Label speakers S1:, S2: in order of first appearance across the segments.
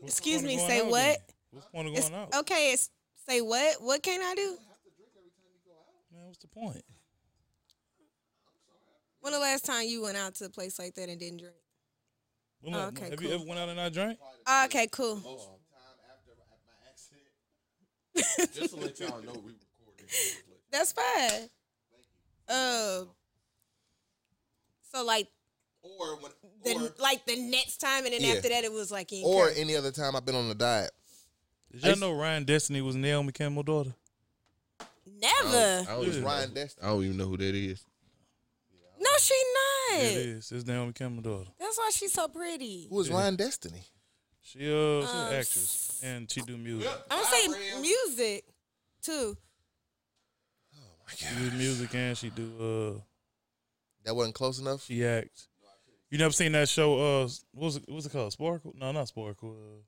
S1: What's
S2: Excuse
S1: the point
S2: me,
S1: of
S2: say
S1: going out
S2: what?
S1: then? What's the point of
S2: It's-
S1: going out?
S2: okay, it's, say what? What can I do?
S1: Man, what's the point?
S2: When the last time you went out to a place like that and didn't drink?
S1: Well,
S2: Oh,
S1: look,
S2: okay,
S1: have
S2: cool.
S1: you ever went out and not drank?
S2: Ah, okay, cool.
S3: time after my accident. Just to let y'all know, we recorded.
S2: That's fine. Um. So like
S3: Or when,
S2: the
S3: or,
S2: like the next time, and then
S3: Yeah.
S2: after that, it was like you
S3: or
S2: encouraged.
S3: any other time I've been on a diet.
S1: Did y'all know Ryan Destiny was Naomi Campbell's daughter?
S2: never.
S3: I was
S1: Yeah.
S3: Ryan Destiny. I don't even know who that is.
S2: no, she
S1: Yeah,
S2: not.
S1: It is. It's Naomi Campbell's daughter.
S2: That's why she's so pretty.
S3: Who is Ryan Destiny?
S1: She uh, she's
S2: Um,
S1: an actress and she do music.
S2: I'm gonna say music too.
S3: Oh
S1: She do music and she do uh,
S3: That wasn't close enough.
S1: she acts. You never seen that show? Uh, what was it, what's it called? Sparkle? No, not Sparkle. Uh,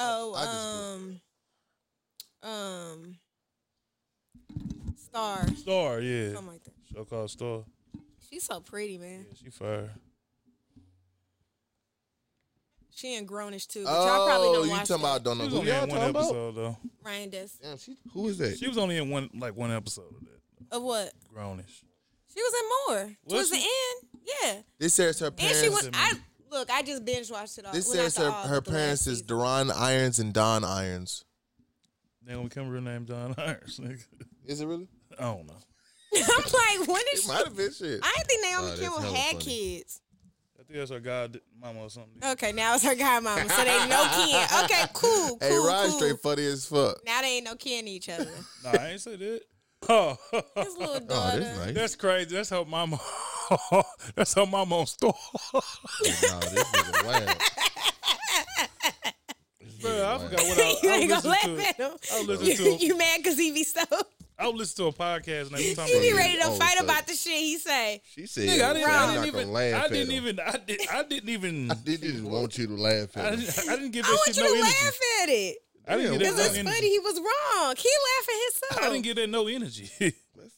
S2: Oh,
S3: I just
S2: um, um, Star,
S1: Star, yeah.
S2: something like that.
S1: Show called Star.
S2: She's so pretty, man.
S1: Yeah, she fire.
S2: She and Grownish too. But y'all probably
S3: Oh,
S2: don't
S3: you
S2: watch
S3: talking
S2: that.
S3: about don't know
S1: She was
S3: who
S1: only
S3: y'all
S1: in one
S3: talking about?
S1: episode though.
S2: Ryan Dest
S3: Damn, she, who is that?
S1: She was only in one like one episode of that.
S2: of Uh, what?
S1: Grownish.
S2: She was in more
S1: Was
S2: towards the
S1: she?
S2: end. Yeah,
S3: This says her
S2: and
S3: parents.
S2: she went.
S1: and-
S2: I look. I just binge watched it all.
S3: this
S2: well, not
S3: says
S2: the
S3: her,
S2: all,
S3: her
S2: but the last
S3: parents is
S2: season.
S3: Deron Irons and Don Irons.
S1: Naomi Campbell named Don Irons. Nigga.
S3: Is it really?
S1: I don't know.
S2: I'm like, when is
S3: It
S2: she?
S3: might have been shit.
S2: I didn't think Naomi
S3: Nah, that's
S2: Campbell
S3: hella
S2: had
S3: funny.
S2: kids.
S1: I think that's her god mama or something.
S2: Okay, now it's her godmama, so they no kin. Okay, cool, cool,
S3: Hey, Ryan,
S2: cool.
S3: straight funny as fuck.
S2: Now they ain't no kin to each other.
S1: Nah, I ain't say that. Oh,
S2: His little daughter.
S1: that's crazy. That's her mama. that's her mama on store.
S3: Nah, this nigga wild.
S1: Bro, I forgot what I,
S2: you
S1: I
S2: ain't gonna
S1: listened
S2: laugh
S1: to.
S2: at him.
S1: I
S2: You,
S1: listened to.
S2: you mad because he be so?
S1: I listened to a podcast and they was talking
S2: You
S1: about.
S2: be ready to
S3: always
S2: fight
S3: say
S2: about the shit he say.
S3: She said,
S1: Nigga, I didn't, I
S2: I'm
S1: didn't
S2: not
S1: even. I didn't even. I did. I didn't even.
S3: They just want you to laugh
S1: I
S3: at him.
S1: didn't, I didn't give
S2: I
S1: that
S2: want
S1: shit
S2: you
S1: no
S2: to
S1: energy.
S2: laugh at it
S1: I didn't give
S3: Yeah,
S2: because
S1: that
S2: it's
S1: no
S2: funny.
S1: energy.
S2: He was wrong. He laughed at
S1: I
S2: himself
S1: didn't give that no energy.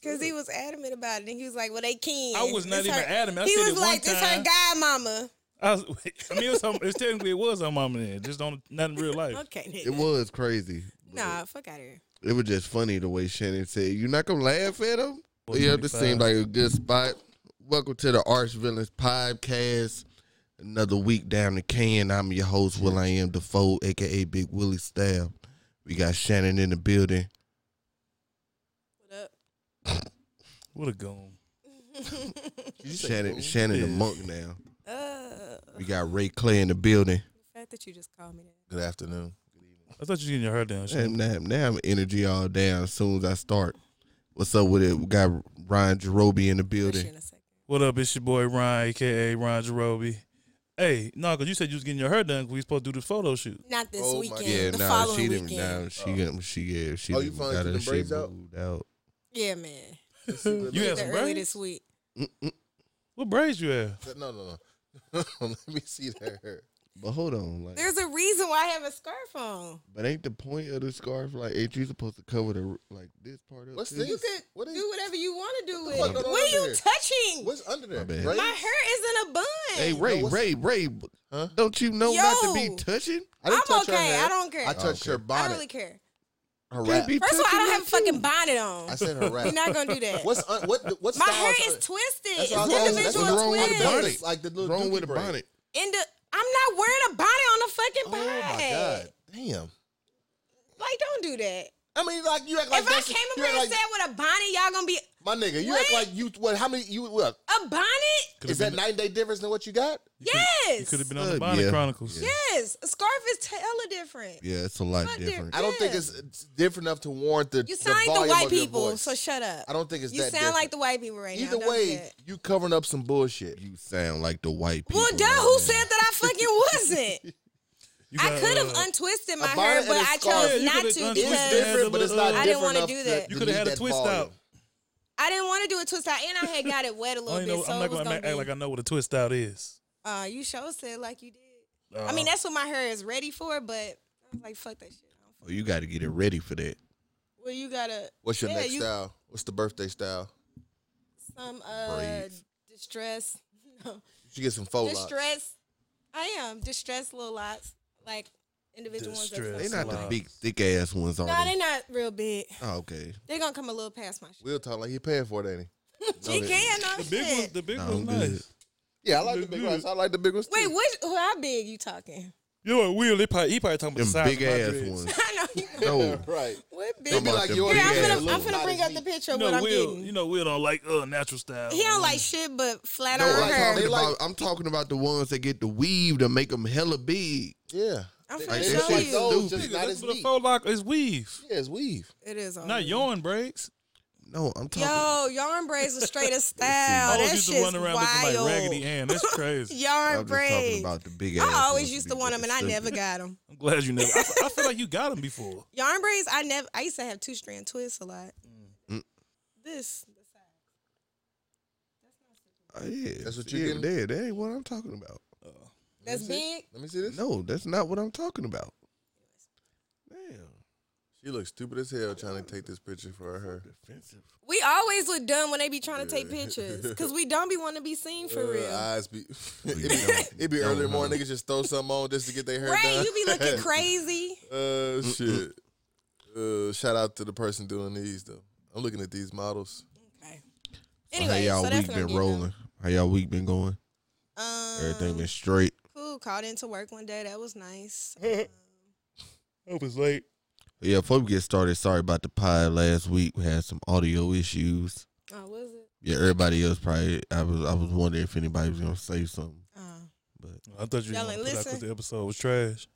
S2: because he was adamant about it. And he was like, "Well, they kin."
S1: I was not
S2: This
S1: even
S2: her-
S1: adamant. I
S2: he
S1: said
S2: was
S1: it one
S2: like, "This her
S1: time.
S2: godmama."
S1: I, was, I mean, it was, her- it's technically it was her mama then, just on not in real life.
S2: Okay, nigga.
S4: It was crazy.
S2: Nah, fuck out of here.
S4: It was just funny the way Shannon said, "You're not gonna laugh at him."
S1: Well,
S4: yeah, this
S1: 25.
S4: seemed like a good spot. Welcome to the Arch Villains Podcast. Another week down the can. I'm your host, Will I Am Defoe, aka Big Willie Stab. We got Shannon in the building.
S2: What up?
S1: What a goon.
S4: Shannon, Shannon the
S1: Yeah.
S4: monk now.
S2: Uh,
S4: We got Ray Clay in the building.
S2: the fact that you just called me that.
S3: Good afternoon.
S1: I thought you were getting your hair done.
S4: And
S1: Shane.
S4: now, now I'm energy all down as soon as I start. What's up with it? We got Ryan Jerobi in the
S2: Shit
S4: building.
S2: in a second.
S1: What up? It's your boy Ryan, aka Ron Jerobi. Hey, no, because you said you was getting your hair done. 'cause We supposed to do the photo shoot.
S2: Not this
S3: Oh my-
S2: weekend.
S4: Yeah,
S2: the
S4: no,
S2: following
S4: she
S2: weekend.
S4: didn't. Nah, she got she yeah, she
S3: Oh, you
S4: done
S3: finally
S4: got
S3: took
S4: her
S3: them braids
S4: shit
S3: out?
S4: moved out.
S2: Yeah, man.
S1: You had
S2: Either
S1: some
S2: early
S1: braids.
S2: this week.
S1: what braids you have?
S3: No, no, no. Let me see that hair.
S4: But hold on, like,
S2: There's a reason why I have a scarf on.
S4: but ain't the point of the scarf like ain't you supposed to cover the like this part of
S3: What's
S4: it?
S3: this?
S2: You
S3: What
S2: could
S3: is-
S2: do whatever you want to do with
S3: fuck
S2: it.
S3: going on
S2: What are you
S3: under
S2: touching?
S3: What's under there?
S4: My bad.
S3: Braids?
S2: My hair is in a bun.
S4: Hey Ray,
S3: No, what's-
S4: Ray, Ray,
S3: Huh?
S4: don't you know not to
S2: Yo.
S4: be touching?
S3: I
S2: I'm
S3: didn't touch her
S2: okay.
S3: hair.
S2: I don't care.
S3: I touched her
S2: I
S3: bonnet.
S2: don't really care.
S3: her
S4: Can't
S3: wrap.
S4: be
S2: First of all, I
S4: touching
S2: don't
S4: that
S2: have a
S4: too.
S2: fucking bonnet
S3: I
S2: on.
S3: said her wrap.
S2: You're not gonna do that.
S3: What's un- what? the- What
S2: My
S3: styles
S2: hair
S3: are-
S2: is twisted.
S3: That's
S2: It's
S3: what I was asking. That's
S2: individual
S3: what's wrong with the bonnet.
S2: twist.
S3: It's like the little
S4: wrong with
S3: dookie
S4: the
S3: braid.
S4: bonnet.
S2: In the, I'm not wearing a bonnet on a fucking
S3: Oh
S2: bonnet.
S3: my god! Damn.
S2: Like, don't do that.
S3: I mean, like you act like
S2: if I
S3: that's-
S2: came
S3: you
S2: over
S3: act
S2: and
S3: like,
S2: said with a bonnet, y'all gonna be
S3: my nigga, you act
S2: What?
S3: like you what? How many you what?
S2: a bonnet?
S1: Could've
S3: Is that
S1: been-
S3: nine day difference than what you got?
S1: You
S2: Yes.
S1: could have been on the
S4: Uh,
S1: Bonnet
S4: yeah.
S1: Chronicles.
S2: Yes. A scarf is hella different.
S4: Yeah, it's a lot
S2: Not
S4: different.
S3: I don't think
S2: Yeah.
S3: it's, it's different enough to warrant the
S2: You
S3: the
S2: sound like
S3: volume
S2: the white
S3: of your
S2: people,
S3: voice.
S2: so shut up.
S3: I don't think it's
S2: you
S3: that
S2: sound like the white people right
S3: Either
S2: now. Don't do
S3: way,
S2: that.
S3: you covering up some bullshit.
S4: You sound like the white people.
S2: Well, duh,
S4: right
S2: who
S4: now.
S2: said that I fucking wasn't?
S1: You
S2: I
S1: got,
S2: could have
S1: uh,
S2: untwisted
S3: a
S2: my
S3: bonnet
S2: hair,
S3: and
S2: but
S3: a
S2: I
S3: scarf.
S1: Yeah,
S2: chose
S1: you
S2: not
S1: could've
S2: to
S1: untwisted
S3: It's
S1: that.
S2: because
S3: different, but it's not.
S1: I
S2: didn't
S3: different
S2: wanna
S3: enough
S2: do
S3: to-
S2: that.
S3: to
S1: You could have
S3: leave
S1: had a
S3: that
S1: twist
S3: volume.
S1: out.
S2: I didn't want to do a twist out, and I had got it wet a
S1: I
S2: little
S1: don't
S2: bit,
S1: know,
S2: so
S1: I'm
S2: it
S1: not
S2: was
S1: gonna
S2: gonna
S1: act,
S2: be.
S1: act like I know what a twist out is.
S2: uh, you sure said like you did.
S1: Uh,
S2: I mean, that's what my hair is ready for, but I was like, fuck that shit. I don't fuck-
S4: Oh, you got to get it ready for that.
S2: Well, you gotta.
S3: What's your
S2: yeah,
S3: next
S2: you,
S3: style? What's the birthday style?
S2: Some uh,
S4: Braids.
S2: distress. No,
S3: You should get some faux locks.
S2: distress. I am distress little lots. Like individual ones. That's
S1: Distress.
S4: They
S2: fucked
S4: not
S2: up.
S4: the
S1: Lives.
S4: big thick ass ones, are
S2: Nah,
S4: they?
S2: they're not real big.
S4: Oh, okay.
S2: They're gonna come a little past my shit.
S3: We'll talk like he paying for it, ain't he?
S2: She can, no
S1: The big one,
S2: shit.
S1: the big
S4: Nah,
S1: one's
S4: I'm good.
S1: nice.
S3: Yeah, I like the big
S1: Good.
S3: ones. I like the big ones.
S2: Wait,
S3: too.
S2: which? Who? How big you talking?
S1: You know what, Will? They probably, he probably talking about
S4: Them
S1: the size
S4: big
S1: of my
S4: ass
S1: dreads.
S4: ones.
S2: I know. you-
S4: No.
S3: right?
S2: What big?
S3: It'd be
S4: about
S3: like
S4: them
S3: yours.
S4: big
S2: Here, I'm
S4: ass
S3: yeah,
S2: finna,
S4: ones.
S3: little,
S2: I'm finna
S3: not
S2: bring
S3: as
S2: up the
S3: deep.
S2: picture
S1: You
S2: of
S1: know,
S2: what I'm
S1: Will,
S2: getting.
S1: you know, Will don't like uh natural style.
S2: he
S4: Um,
S2: don't like shit, but flat
S4: No,
S2: iron
S4: I'm talking,
S3: They
S2: her.
S3: like-
S4: about, I'm talking about the ones that get the weave to make them hella big.
S3: Yeah,
S2: I'm
S3: They-
S2: finna
S4: like,
S3: they
S4: that
S2: show
S4: shit's
S3: like
S2: you.
S3: those,
S4: Nigga,
S3: just not
S1: that's
S3: as
S1: what a
S3: deep.
S1: faux lock is weave,
S3: Yeah, it's weave.
S2: It is on.
S1: not
S2: you.
S1: yarn braids.
S4: No, I'm talking.
S2: Yo, yarn braids are straight as style.
S4: Oh,
S1: Hoes
S2: that
S1: used
S2: shit's
S1: to run around
S2: wild.
S1: looking like Raggedy Ann. That's crazy.
S4: I'm
S2: yarn
S4: just talking
S2: braids.
S4: about the big ass.
S2: I always
S4: ones
S2: used
S4: be
S2: to want them, and I
S4: stupid.
S2: never got them.
S1: I'm glad you never. I, f- I feel like you got them before.
S2: Yarn braids, I never. I used to have two strand twists a lot.
S4: Mm.
S2: This, the side.
S4: Oh, yeah,
S3: That's what you
S4: yeah,
S3: getting?
S4: there. That ain't what I'm talking about.
S2: that's
S3: Let me see-
S2: big.
S3: Let me see this.
S4: No, that's not what I'm talking about. Damn,
S3: She looks stupid as hell trying to take this picture for her.
S4: defensive.
S2: We always look dumb when they be trying to take pictures because we don't be want to be seen for
S3: Uh,
S2: real.
S3: Eyes be. it
S4: you
S3: be,
S4: don't-
S3: it be
S4: don't
S3: early
S4: know.
S3: morning. Niggas just throw something on just to get their hair
S2: Ray,
S3: done.
S2: you be looking crazy.
S3: Uh, shit. Uh, shout out to the person doing these though. I'm looking at these models.
S2: Okay. Anyway,
S4: how y'all
S2: so that's
S4: week
S2: what I'm
S4: been
S2: getting at.
S4: rolling? How y'all week been going?
S2: Um,
S4: Everything been straight.
S2: cool. Called into work one day. That was nice.
S1: I was late.
S4: Yeah, before we get started, sorry about the pod last week. We had some audio issues.
S2: Oh, was it?
S4: Yeah, everybody else probably. I was I was wondering if anybody was gonna say something,
S3: Uh-huh.
S2: Oh.
S4: but
S1: I thought you were
S2: Y'all
S1: gonna
S2: like,
S1: put out 'cause
S2: listen.
S1: the episode was trash.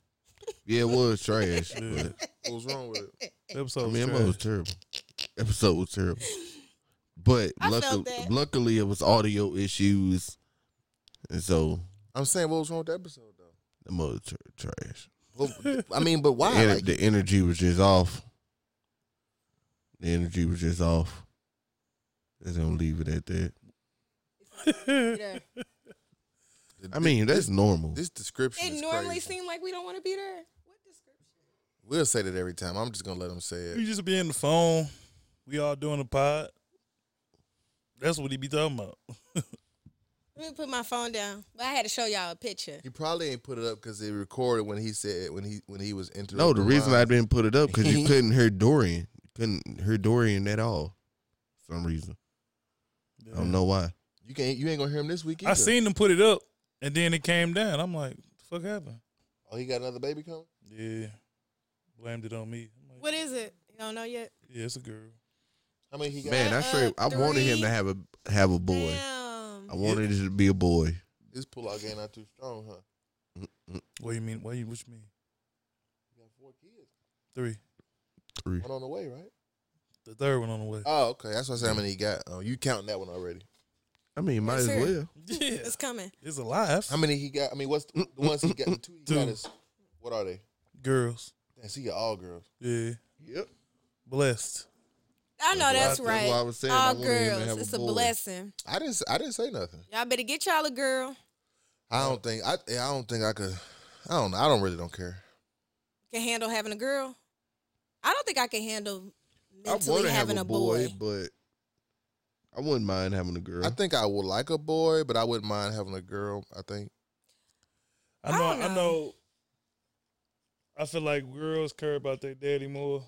S4: yeah, it was trash.
S1: Yeah.
S4: but
S3: What was wrong with it?
S2: Eh.
S1: The
S4: I
S1: episode was
S4: mean, it
S1: trash.
S4: was terrible. Episode was terrible. But
S2: I felt
S4: luckily,
S2: that.
S4: luckily, it was audio issues, and so
S3: I'm saying what was wrong with the episode though.
S4: the mother tr- trash.
S3: Well, I mean, but
S2: Oh,
S4: The,
S3: why?
S4: ener-
S3: Like,
S4: the energy was just off. The energy was just off. Just gonna leave it at that.
S2: You there.
S4: I mean, that's normal.
S3: this description.
S2: It
S3: is
S2: normally
S3: crazy.
S2: seems like we don't want to be there. What description?
S3: We'll say that every time. I'm just gonna let him say it.
S1: We just be in the phone. We all doing the pod. That's what he be talking about.
S2: Let me put my phone down. But I had to show y'all a picture.
S3: He probably ain't put it up because they recorded when he said when he when he was interrupted.
S4: no, the reason I didn't put it up because you couldn't hear Dorian. You couldn't hear Dorian at all. For some reason, I don't know why.
S3: you can't you ain't gonna hear him this week. Either.
S1: I seen them put it up, and then it came down. I'm like, the fuck happened?
S3: Oh, he got another baby coming.
S1: Yeah, blamed it on me. I'm like,
S2: What is it? You don't know yet?
S1: Yeah, it's a girl.
S3: How many he got?
S4: Man, I
S2: Shut
S4: straight. I
S2: up,
S4: wanted him to
S2: Doreen.
S4: have a have a boy.
S2: Damn.
S4: I wanted it to be a boy.
S3: This pull out game not too strong, huh?
S1: What do you mean? What you what you mean?
S3: You got four kids.
S1: Three.
S4: Three.
S3: One on the way, right?
S1: The third one on the way.
S3: Oh, okay. That's what I said. How many he got? Oh, you counting that one already?
S4: I mean, might as
S2: sir.
S4: well.
S1: yeah,
S2: It's coming.
S1: it's alive.
S3: How many he got? I mean, what's the, the ones he got? The two he got
S1: Two.
S3: is what are they?
S1: Girls.
S3: Damn, so he got all girls.
S1: Yeah,
S4: Yep.
S1: blessed.
S2: I know that's,
S4: That's why-
S2: right. Uh,
S4: that's why I was saying I
S2: All
S4: wanted him to
S2: girls.
S4: have a
S2: It's a,
S4: boy.
S2: blessing.
S3: I didn't. s- I didn't say nothing. Uh,
S2: Y'all better get y'all a girl.
S3: I don't think. I. I don't think I could. I don't. know. I don't really don't care.
S2: Can handle having a girl. I don't think I can handle
S4: I want
S2: mentally
S4: to have
S2: having
S4: a boy, but I wouldn't mind having a girl.
S3: I think I would like a boy, but I wouldn't mind having a girl. I think.
S1: I
S2: I
S1: know.
S2: don't
S1: I,
S2: know.
S1: know. I feel like girls care about their daddy more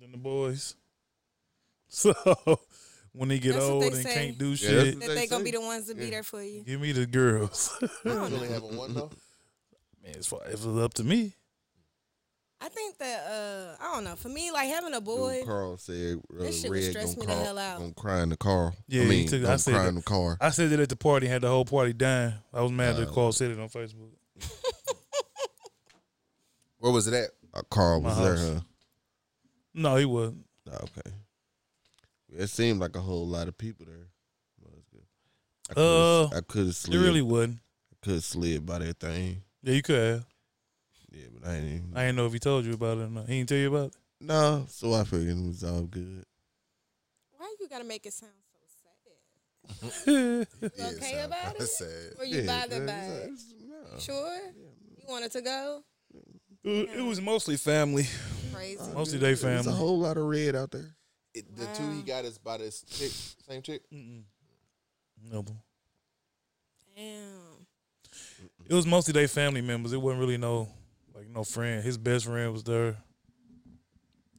S1: than the boys. So when they get
S2: That's what
S1: old
S2: they
S1: and
S2: say.
S1: can't do
S4: Yeah,
S1: shit,
S3: that's-
S2: That they
S3: They
S2: gonna
S3: say.
S2: be the ones to be there for you.
S1: give me the girls.
S2: I don't
S3: You only
S2: know.
S3: having one though.
S1: Man, it's, fu- if it's up to me.
S2: I think that uh I don't know. For me, like having a
S4: Dude,
S2: boy,
S4: Carl said uh,
S2: That shit would
S4: Red
S2: stress me
S4: gonna
S2: the
S4: call,
S2: hell out.
S4: gonna cry in the car.
S1: Yeah,
S4: I
S1: he
S4: mean,
S1: took- I
S4: gonna
S1: said
S4: cry
S1: that.
S4: in the car.
S1: I said it at the party, had the whole party dying. I was mad that
S4: Oh.
S1: Carl said it on Facebook.
S3: Where was it at?
S4: Uh, Carl was
S1: My
S4: there, huh?
S1: house. No, he wasn't.
S4: Nah, Oh, okay. It seemed like a whole lot of people there. Well, that's good.
S1: Uh,
S4: I could have
S1: He
S4: slid.
S1: really wasn't.
S4: could have slid by that thing.
S1: Yeah, you could have.
S4: Yeah, but I ain't. Even,
S1: I didn't know if he told you about it or not. He didn't tell you about it.
S4: no, so I figured it was all good.
S2: why you gotta make it sound so sad?
S3: Yeah,
S2: okay
S3: sound
S2: about
S3: kinda
S2: it?
S3: Sad.
S2: Were you
S4: yeah,
S2: bothered
S4: it's-
S2: by it?
S4: it's- no.
S2: Sure. You wanted to go?
S1: It was- it was mostly family.
S2: Crazy.
S1: Mostly they
S4: There's a
S1: family.
S4: whole lot of red out there.
S3: It- the two he got is by this chick, same chick.
S1: Mm-mm. No.
S2: Damn.
S1: It was mostly they family members. It wasn't really no like no friend. His best friend was there.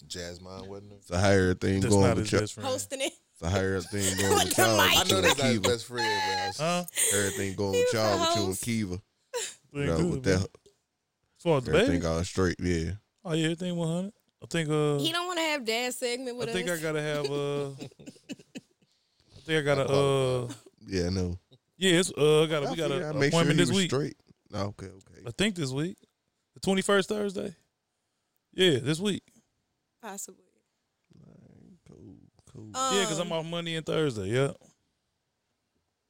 S3: Jasmine wasn't there.
S4: It's a higher thing
S1: That's
S4: going
S1: not
S4: with
S1: his
S4: y'all.
S1: best friend.
S2: Hosting it.
S4: It's a higher thing going with
S2: the
S4: y'all.
S2: mic.
S3: I
S4: with you
S3: know
S4: and
S3: that's not his
S4: Kiva.
S3: best friend, man.
S1: Huh?
S4: Everything going
S2: He
S4: with
S2: was a
S4: y'all with you and
S2: host.
S4: Kiva.
S1: Everything
S4: No,
S1: good,
S4: with that,
S1: man. As far as the
S4: everything
S1: baby?
S4: all straight. Yeah.
S1: Oh yeah, everything one hundred. I think uh
S2: He don't want to have dad segment with
S1: I think
S2: us.
S1: I gotta have uh I think I gotta uh
S4: Yeah, I know.
S1: yeah, it's uh I gotta
S4: I
S1: we got
S4: figured
S1: a
S4: I'd
S1: appointment
S4: he
S1: this
S4: was
S1: week.
S4: Straight. No, okay, okay.
S1: I think this week. The twenty first Thursday. Yeah, this week.
S2: Possibly.
S4: Cool, cool.
S1: Yeah, because
S2: Um,
S1: I'm off Monday and Thursday, yeah.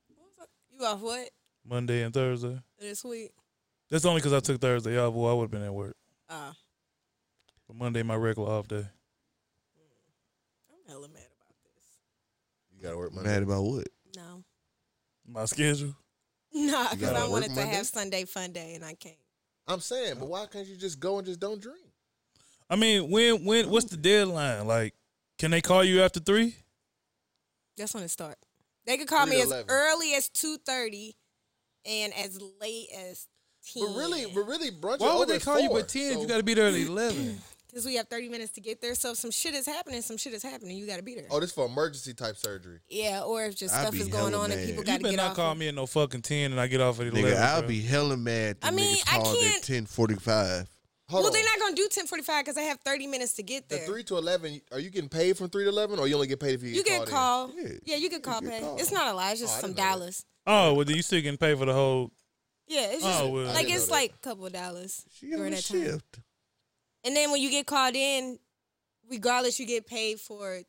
S2: what was I- You off what
S1: Monday and Thursday.
S2: this week?
S1: That's only because I took Thursday off. Well, I would have been at work.
S2: Ah,
S1: But Monday, my regular off day.
S2: I'm hella mad about this.
S3: You gotta work
S4: Mad about what?
S2: No.
S1: My schedule.
S2: Nah,
S4: You
S2: because
S4: gotta
S2: I
S4: work
S2: wanted to
S4: Monday?
S2: have Sunday fun day and I can't.
S3: I'm saying, but why can't you just go and just don't drink?
S1: I mean, when when what's the deadline? Like, can they call you after three?
S2: That's when it start. They could call
S3: Three
S2: me
S3: to
S2: as
S3: 11.
S2: early as two thirty, and as late as ten.
S3: But really, but really, brunch.
S1: Why
S3: is
S1: would
S3: over
S1: they
S3: at
S1: call you by
S3: four,
S1: ten if
S3: so-
S1: you got to be there at eleven?
S2: because we have thirty minutes to get there, so if some shit is happening, some shit is happening. You got to be there.
S3: Oh, this for emergency type surgery.
S2: Yeah, or if just
S4: I'd
S2: stuff
S4: be
S2: is going
S4: hella
S2: on
S4: mad.
S2: and people
S1: you
S2: got to
S1: better
S2: get
S1: not
S2: off.
S1: call me at no fucking ten, and I get off at eleven.
S4: Nigga, I'll
S1: bruh.
S4: be hella mad.
S2: I
S4: that
S2: mean,
S4: niggas
S2: I
S4: called at
S2: can't-
S4: ten forty five.
S3: Hold
S2: Well,
S3: on.
S2: they're not gonna do ten forty five because I have thirty minutes to get
S3: the
S2: there.
S3: three to eleven. Are you getting paid from three to eleven, or you only get paid if you get
S2: you get
S3: called? in?
S2: called.
S4: Yeah,
S2: Yeah, you can call
S4: get
S2: pay.
S4: called.
S2: It's not a lie. It's just
S3: I
S2: some
S3: didn't know that.
S2: dollars.
S1: Oh, well, then you still getting paid for the whole.
S2: Yeah, it's just
S1: Oh, well.
S3: I
S2: like
S3: didn't
S2: it's
S3: know that.
S2: like a couple of dollars
S4: She on
S2: during
S4: a
S2: that time.
S4: shift.
S2: And then when you get called in, regardless, you get paid for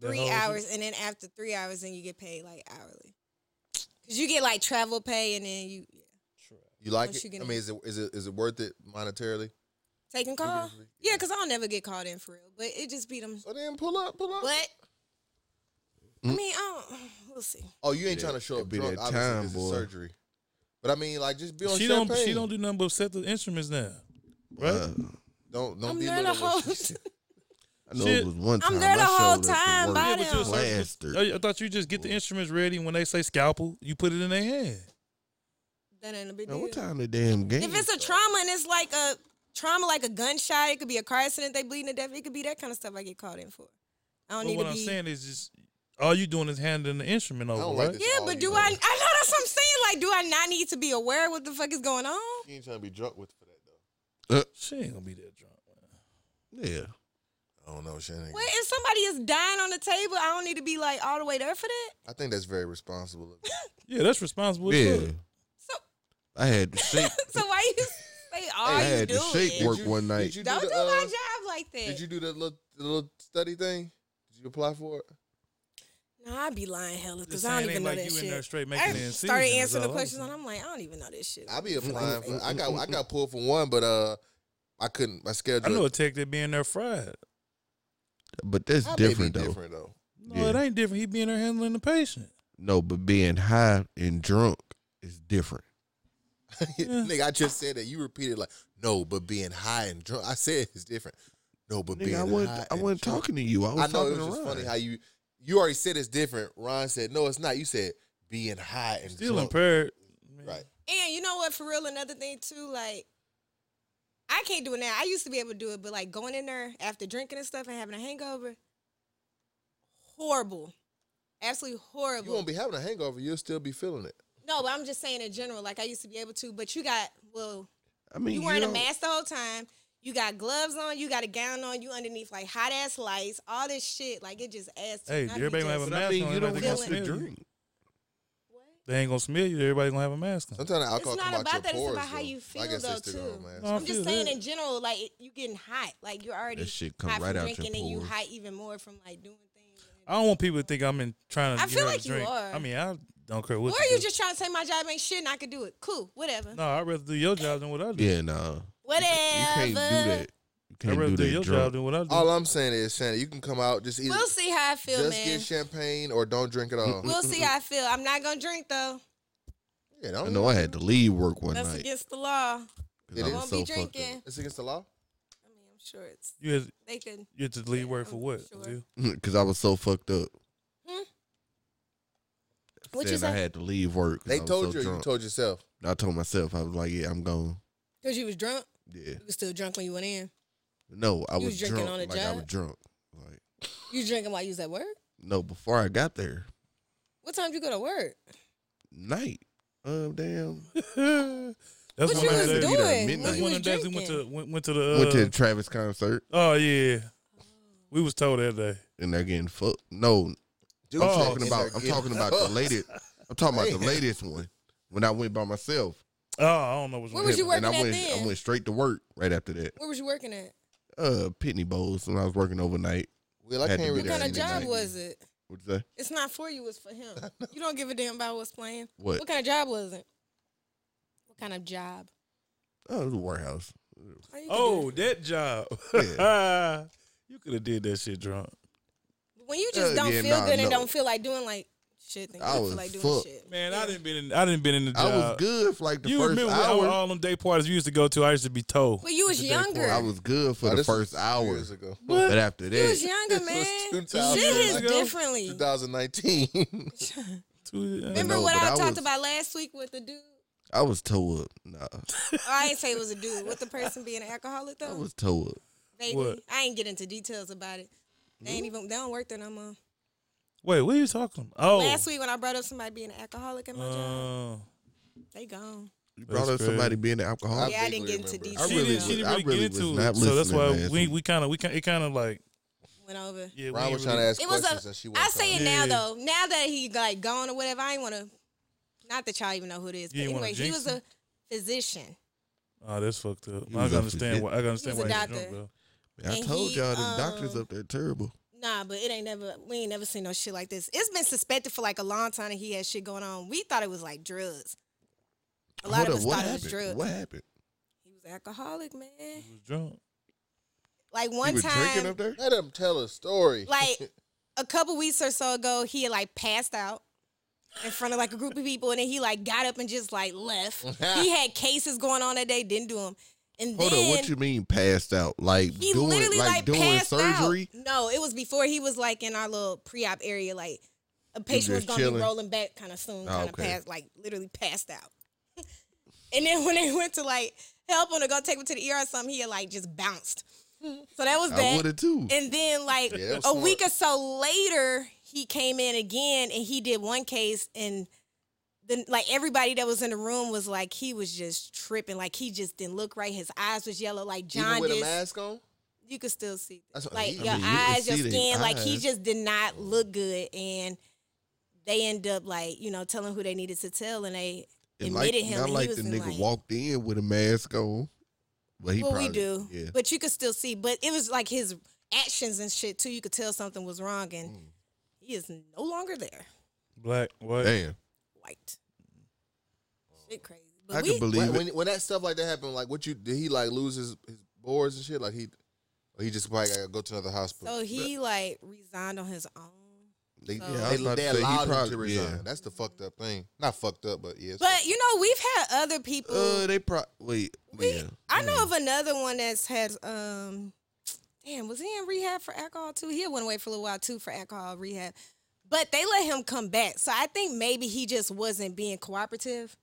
S1: the
S2: three
S1: whole-
S2: hours, and then after three hours, then you get paid like hourly. Cause you get like travel pay, and then you yeah.
S3: You like
S2: Once
S3: it?
S2: you get
S3: I
S2: in.
S3: mean, is it is it is it worth it monetarily?
S2: taking call.
S3: Usually,
S2: Yeah, cause I'll never get called in for real, but it just beat them.
S3: So then pull up, pull up.
S2: But I
S4: Mm.
S2: mean, I don't, we'll see.
S3: Oh, you ain't
S4: Yeah,
S3: trying to show
S4: it
S3: up
S4: be
S3: drunk.
S4: that
S3: Obviously,
S4: time,
S3: this
S4: boy.
S3: is surgery. But I mean, like, just be on
S1: She
S3: champagne.
S1: don't. She don't do nothing but set the instruments now. Right?
S4: Uh,
S3: Don't don't
S2: I'm
S3: be
S2: not
S3: little
S2: a
S3: what she
S2: host.
S3: said.
S4: I know
S1: Shit.
S4: it was one time.
S2: I'm there the
S4: I
S2: whole
S4: showed up Oh, to
S2: time.
S4: work
S2: Bye,
S1: Yeah, but you're a
S2: them.
S4: Plastered.
S1: I, I thought you just get the instruments ready, and when they say scalpel, you put it in their hand.
S2: That ain't a big
S4: Man,
S2: deal.
S4: what time the damn game?
S2: If it's a trauma and it's like a trauma, like a gunshot, it could be a car accident, they bleeding to death. It could be that kind of stuff I get called in for. I don't
S1: But
S2: need
S1: what
S2: to
S1: I'm
S2: be.
S1: saying is just all you doing is handing the instrument
S3: don't
S1: over,
S3: like
S1: right?
S3: this.
S2: yeah,
S3: all
S2: but
S3: you
S2: do
S3: know.
S2: I? I know that's what I'm saying. Like, do I not need to be aware of what the fuck is going on?
S3: You ain't trying to be drunk with for that though.
S1: She ain't gonna be that drunk.
S4: yeah.
S3: I don't know, Shannon.
S2: What if somebody is dying on the table? I don't need to be like all the way there for that.
S3: I think that's very responsible. of you.
S1: Yeah, that's responsible. as
S4: Yeah.
S1: fuck.
S2: So,
S4: I had to shake.
S2: so why you say all
S4: I
S2: you
S4: had to
S2: doing?
S4: shake work
S3: you-
S4: one night.
S3: Did you do,
S2: Don't do
S3: the,
S2: my
S3: uh,
S2: job like that.
S3: Did you do the little the little study thing? Did you apply for it?
S2: Nah, I be lying hella because
S1: Just
S2: I
S1: saying,
S2: don't
S1: ain't
S2: even know
S1: like
S2: that
S1: you
S2: shit.
S1: in there straight making
S2: I
S1: it in
S2: started
S1: season, is
S2: answering the
S1: all I'm
S2: questions
S1: saying.
S2: and I'm like, I don't even know this shit.
S3: I be
S4: Mm,
S3: applying. For, I got I got pulled for one, but uh, I couldn't. My
S1: I
S3: schedule.
S1: know a tech that being there fried.
S4: But that's
S3: I may be
S4: different though.
S3: Different though.
S1: No, it
S4: Yeah.
S1: ain't different. He being there handling the patient.
S4: No, but being high and drunk is different.
S3: Nigga, I just said that. You repeated like, no, but being high and drunk. I said it's different. No, but being
S4: Nigga, I
S3: high
S4: wasn't. I
S3: and
S4: wasn't
S3: drunk.
S4: talking to you. I was
S3: I know it
S4: talking
S3: was
S4: to
S3: just funny
S4: Ron.
S3: how you you already said it's different. Ron said no, it's not. You said being high and
S1: Still
S3: drunk.
S1: impaired. Man,
S3: Right.
S2: And you know what? For real, another thing too, like I can't do it now. I used to be able to do it, but like going in there after drinking and stuff and having a hangover, horrible, absolutely
S3: You
S2: horrible.
S3: won't be having a hangover. You'll still be feeling it.
S2: no, but I'm just saying in general, like I used to be able to, but you got well,
S4: I mean,
S2: you wearing a
S4: don't-
S2: mask the whole time. You got gloves on. You got a gown on. You underneath like hot ass lights. All this shit, like it just adds to.
S1: Hey,
S2: and I be
S1: everybody gonna have
S2: just-
S1: a
S4: But
S1: mask
S4: I mean,
S1: on,
S4: you don't
S1: everybody
S2: gonna
S4: have to
S2: smell
S1: you.
S4: drink.
S1: They ain't gonna smell you. Everybody gonna have a mask on.
S3: Sometimes the alcohol
S2: It's
S3: come
S2: not
S3: out your
S2: about that. It's
S3: pores,
S2: about how
S3: though.
S2: you
S3: I
S2: feel
S3: guess they
S2: though,
S3: stick
S2: too.
S3: around, man.
S1: No, I
S2: I'm just
S1: feel
S2: saying
S1: that.
S2: in general, like it, you getting hot, like you're already
S4: That shit come
S2: hot
S4: right
S2: from
S4: out your
S2: drinking, and you
S4: pores.
S2: high even more from like doing things.
S1: I don't want people to think I'm in trying to
S2: I
S1: get
S2: feel
S1: her
S2: like
S1: to
S2: you
S1: drink.
S2: are.
S1: I mean, I don't care what.
S2: or you
S1: do.
S2: just trying to say my job ain't shit and I could do it. Cool, whatever,
S1: No, I'd rather do your job than what I do.
S4: Yeah, nah. You
S2: whatever.
S4: can't do that. You
S1: I'd
S4: can't
S1: rather
S4: do
S1: do,
S4: that
S1: your job
S4: drunk.
S1: than what I do.
S3: All I'm saying is, Shannon, you can come out just either
S2: We'll see how I feel,
S3: just
S2: man.
S3: get champagne or don't drink at all.
S2: We'll see how I feel. I'm not gonna drink though.
S3: yeah,
S4: I
S3: don't.
S4: know I had to leave work one
S2: That's
S4: night.
S2: against the law.
S4: 'cause
S3: It
S4: I was
S3: is.
S2: Won't be
S4: so fucked up.
S2: drinking.
S3: It's against the law.
S2: I mean, I'm sure it's
S1: you had,
S2: they can.
S1: you had to leave
S2: Yeah,
S1: work for
S2: I'm
S1: what?
S2: sure.
S1: Jill?
S4: Because I was so fucked up.
S2: Hmm?
S4: What
S2: What you
S4: you I
S2: say?
S4: had to leave work. 'cause
S3: They
S4: I was
S3: told
S4: so
S3: you. or You
S4: drunk.
S3: told yourself.
S4: I told myself I was like, yeah, I'm gone.
S2: Cause you was drunk.
S4: Yeah.
S2: You was still drunk when you went in.
S4: No, I
S2: You
S4: was,
S2: was drinking
S4: drunk.
S2: on the
S4: like I
S2: job?
S4: was drunk. Like
S2: You was drinking while you was at work.
S4: no, before I got there,
S2: What time did you go to work?
S4: night. Um, damn.
S1: Uh, That's
S2: what
S1: one of the
S2: you was
S4: I had to
S1: days-
S4: eat at
S2: doing? when
S4: midnight.
S1: That's
S2: you
S1: one
S2: was
S1: of the days we went to
S2: drinking?
S1: went, went to the. Uh,
S4: Went to the Travis concert
S1: oh yeah, we was told that day.
S4: and they're getting fucked. No,
S5: Dude,
S4: I'm
S1: Oh.
S4: talking about. I'm talking about the latest. I'm talking about the
S5: Man.
S4: latest one. When I went by myself,
S1: Oh, I don't know which
S2: Where
S1: one.
S2: was you
S4: and I
S2: working at
S4: went.
S2: then?
S4: I went straight to work right after that.
S2: Where was you working at?
S4: Uh, Pitney Bowls when I was working overnight.
S5: Well, I
S4: Had to
S5: can't
S4: be
S5: really.
S2: What kind of
S4: any
S2: job
S4: night.
S2: was it?
S4: What'd you say?
S2: It's not for you. It's for him. You don't give a damn about what's playing.
S4: What?
S2: What kind of job was it? What kind of job?
S4: Oh, it was a warehouse.
S2: Oh, you could do
S1: Oh,
S2: it.
S1: that job. you could have did that shit drunk.
S2: when you just
S4: Uh,
S2: don't
S4: yeah,
S2: feel
S4: nah,
S2: good
S4: no.
S2: and don't feel like doing like shit, then you
S4: I
S2: don't
S4: was
S2: feel like doing
S4: fucked.
S2: shit.
S1: Man,
S2: Yeah.
S1: I didn't been in, I didn't been in the job.
S4: I was good for like the
S1: you
S4: first
S1: remember All,
S4: hour.
S1: all them day parties you used to go to? I used to be told.
S2: But you was
S1: It's a day party.
S2: younger.
S4: I was good for
S5: Oh,
S4: the
S5: this was
S4: first
S5: two
S4: hour.
S5: years ago.
S4: But after
S2: You was
S4: that,
S2: younger,
S5: This was
S2: man.
S5: 2000
S2: Shit is
S1: ago.
S2: differently.
S5: 2019.
S1: Two- I
S2: Remember
S4: No,
S2: what
S4: but
S2: I,
S4: I
S2: talked
S4: was-
S2: about last week with the dude?
S4: I was tore up. Nah,
S2: Oh, I ain't say it was a dude. With the person being an alcoholic
S4: I
S2: though,
S4: was tore up.
S2: Vaguely.
S1: What?
S2: I ain't get into details about it. They ain't even. They don't work there no more.
S1: Wait, what are you talking? Oh,
S2: Last week when I brought up somebody being an alcoholic in my job,
S1: Uh,
S2: they gone.
S4: You brought up
S1: crazy.
S4: somebody being an alcoholic.
S2: Yeah, I didn't get
S5: vaguely
S2: into
S5: remember.
S2: details.
S4: I
S1: she
S4: really
S1: didn't,
S4: was-
S1: she didn't
S4: I
S1: really
S4: really
S1: get
S4: was
S1: into
S4: not
S1: it, so that's
S4: listening
S1: why
S4: last
S1: we
S4: week.
S1: we kind of we kind it kind of like
S2: Went over.
S1: yeah. we
S5: Ron
S1: ain't
S5: was trying
S1: really,
S5: to ask
S2: It was
S5: questions
S2: a.
S5: and she
S2: I
S5: wasn't
S2: say
S5: trying.
S2: it now
S1: Yeah.
S2: though. Now that he like gone or whatever, I ain't want to. Not that y'all even know who it is. But
S1: You ain't wanna
S2: anyway, he
S1: jinx
S2: was a physician.
S1: Oh, that's fucked up.
S4: He
S1: I
S4: was
S1: can
S4: up
S1: understand
S4: to
S1: why. I can
S2: He
S1: understand
S2: was
S1: why he
S2: a
S1: was
S2: doctor.
S1: drunk though.
S4: I
S2: And
S4: told
S2: he,
S4: y'all the doctors
S2: um,
S4: up there terrible.
S2: Nah, but it ain't never. We ain't never seen no shit like this. It's been suspected for like a long time that he had shit going on. We thought it was like drugs. A lot
S4: Hold
S2: of
S4: up,
S2: us
S4: what
S2: thought
S4: happened?
S2: it was drugs.
S4: What happened?
S2: He was alcoholic, man.
S1: He was drunk.
S2: Like
S4: He
S2: one
S4: was drinking
S2: time,
S4: up there.
S5: Let him tell a story.
S2: like a couple weeks or so ago, he had like passed out in front of like a group of people, and then he like got up and just like left. he had cases going on that day, didn't do them. And
S4: Hold
S2: then
S4: on, what you mean passed out? Like
S2: he
S4: doing
S2: literally
S4: like,
S2: like,
S4: doing
S2: passed
S4: surgery?
S2: out. No, it was before he was like in our little pre-op area, like a patient was
S4: just
S2: gonna
S4: chilling?
S2: be rolling back kind of soon,
S4: Oh,
S2: kind of
S4: okay.
S2: passed, like literally passed out. and then when they went to like help him to go take him to the ER or something, he had like just bounced. So that was
S4: I
S2: that.
S4: would have too.
S2: And then like
S5: Yeah, that
S2: a
S5: was smart.
S2: week or so later, he came in again and he did one case and then like everybody that was in the room was like he was just tripping, like he just didn't look right. His eyes was yellow, like
S5: Even with a
S2: jaundice.
S5: mask on.
S2: You could still see,
S5: That's what-
S2: like
S5: he-
S2: your
S5: I
S4: mean, you can
S2: eyes, your
S4: see their
S2: skin. Like he
S4: eyes.
S2: just did
S5: Oh.
S2: not look good, and they end up like you know telling who they needed to tell, and they
S4: And
S2: admitted
S4: like,
S2: him.
S4: Not
S2: and
S4: like
S2: he was
S4: the
S2: in,
S4: nigga
S2: like,
S4: walked in with a mask on. But he
S2: well,
S4: probably
S2: we do,
S4: Yeah.
S2: but you could still see. But it was like his actions and shit too. You could tell something was wrong, and he is no longer there.
S1: Black, white.
S4: Damn.
S2: White, shit crazy.
S4: Mm. I
S2: But
S4: could
S2: we,
S4: believe
S5: When,
S4: it.
S5: when, when that stuff like that happened, like what you did he like lose his, his boards and shit? Like he, or he just probably gotta go to another hospital.
S2: so he Oh. like resigned on his own.
S5: they,
S2: so-
S4: Yeah, I
S5: they,
S4: was about to
S5: they
S4: say he
S5: allowed him
S4: probably-
S5: to resign.
S4: yeah.
S5: That's the fucked up thing. Not fucked up, but yeah. it's
S2: But you know, we've had other people.
S4: Uh they probably wait.
S2: We,
S4: yeah.
S2: I know of another one that's had um damn, was he in rehab for alcohol too? He had went away for a little while too for alcohol rehab. But they let him come back. So I think maybe he just wasn't being cooperative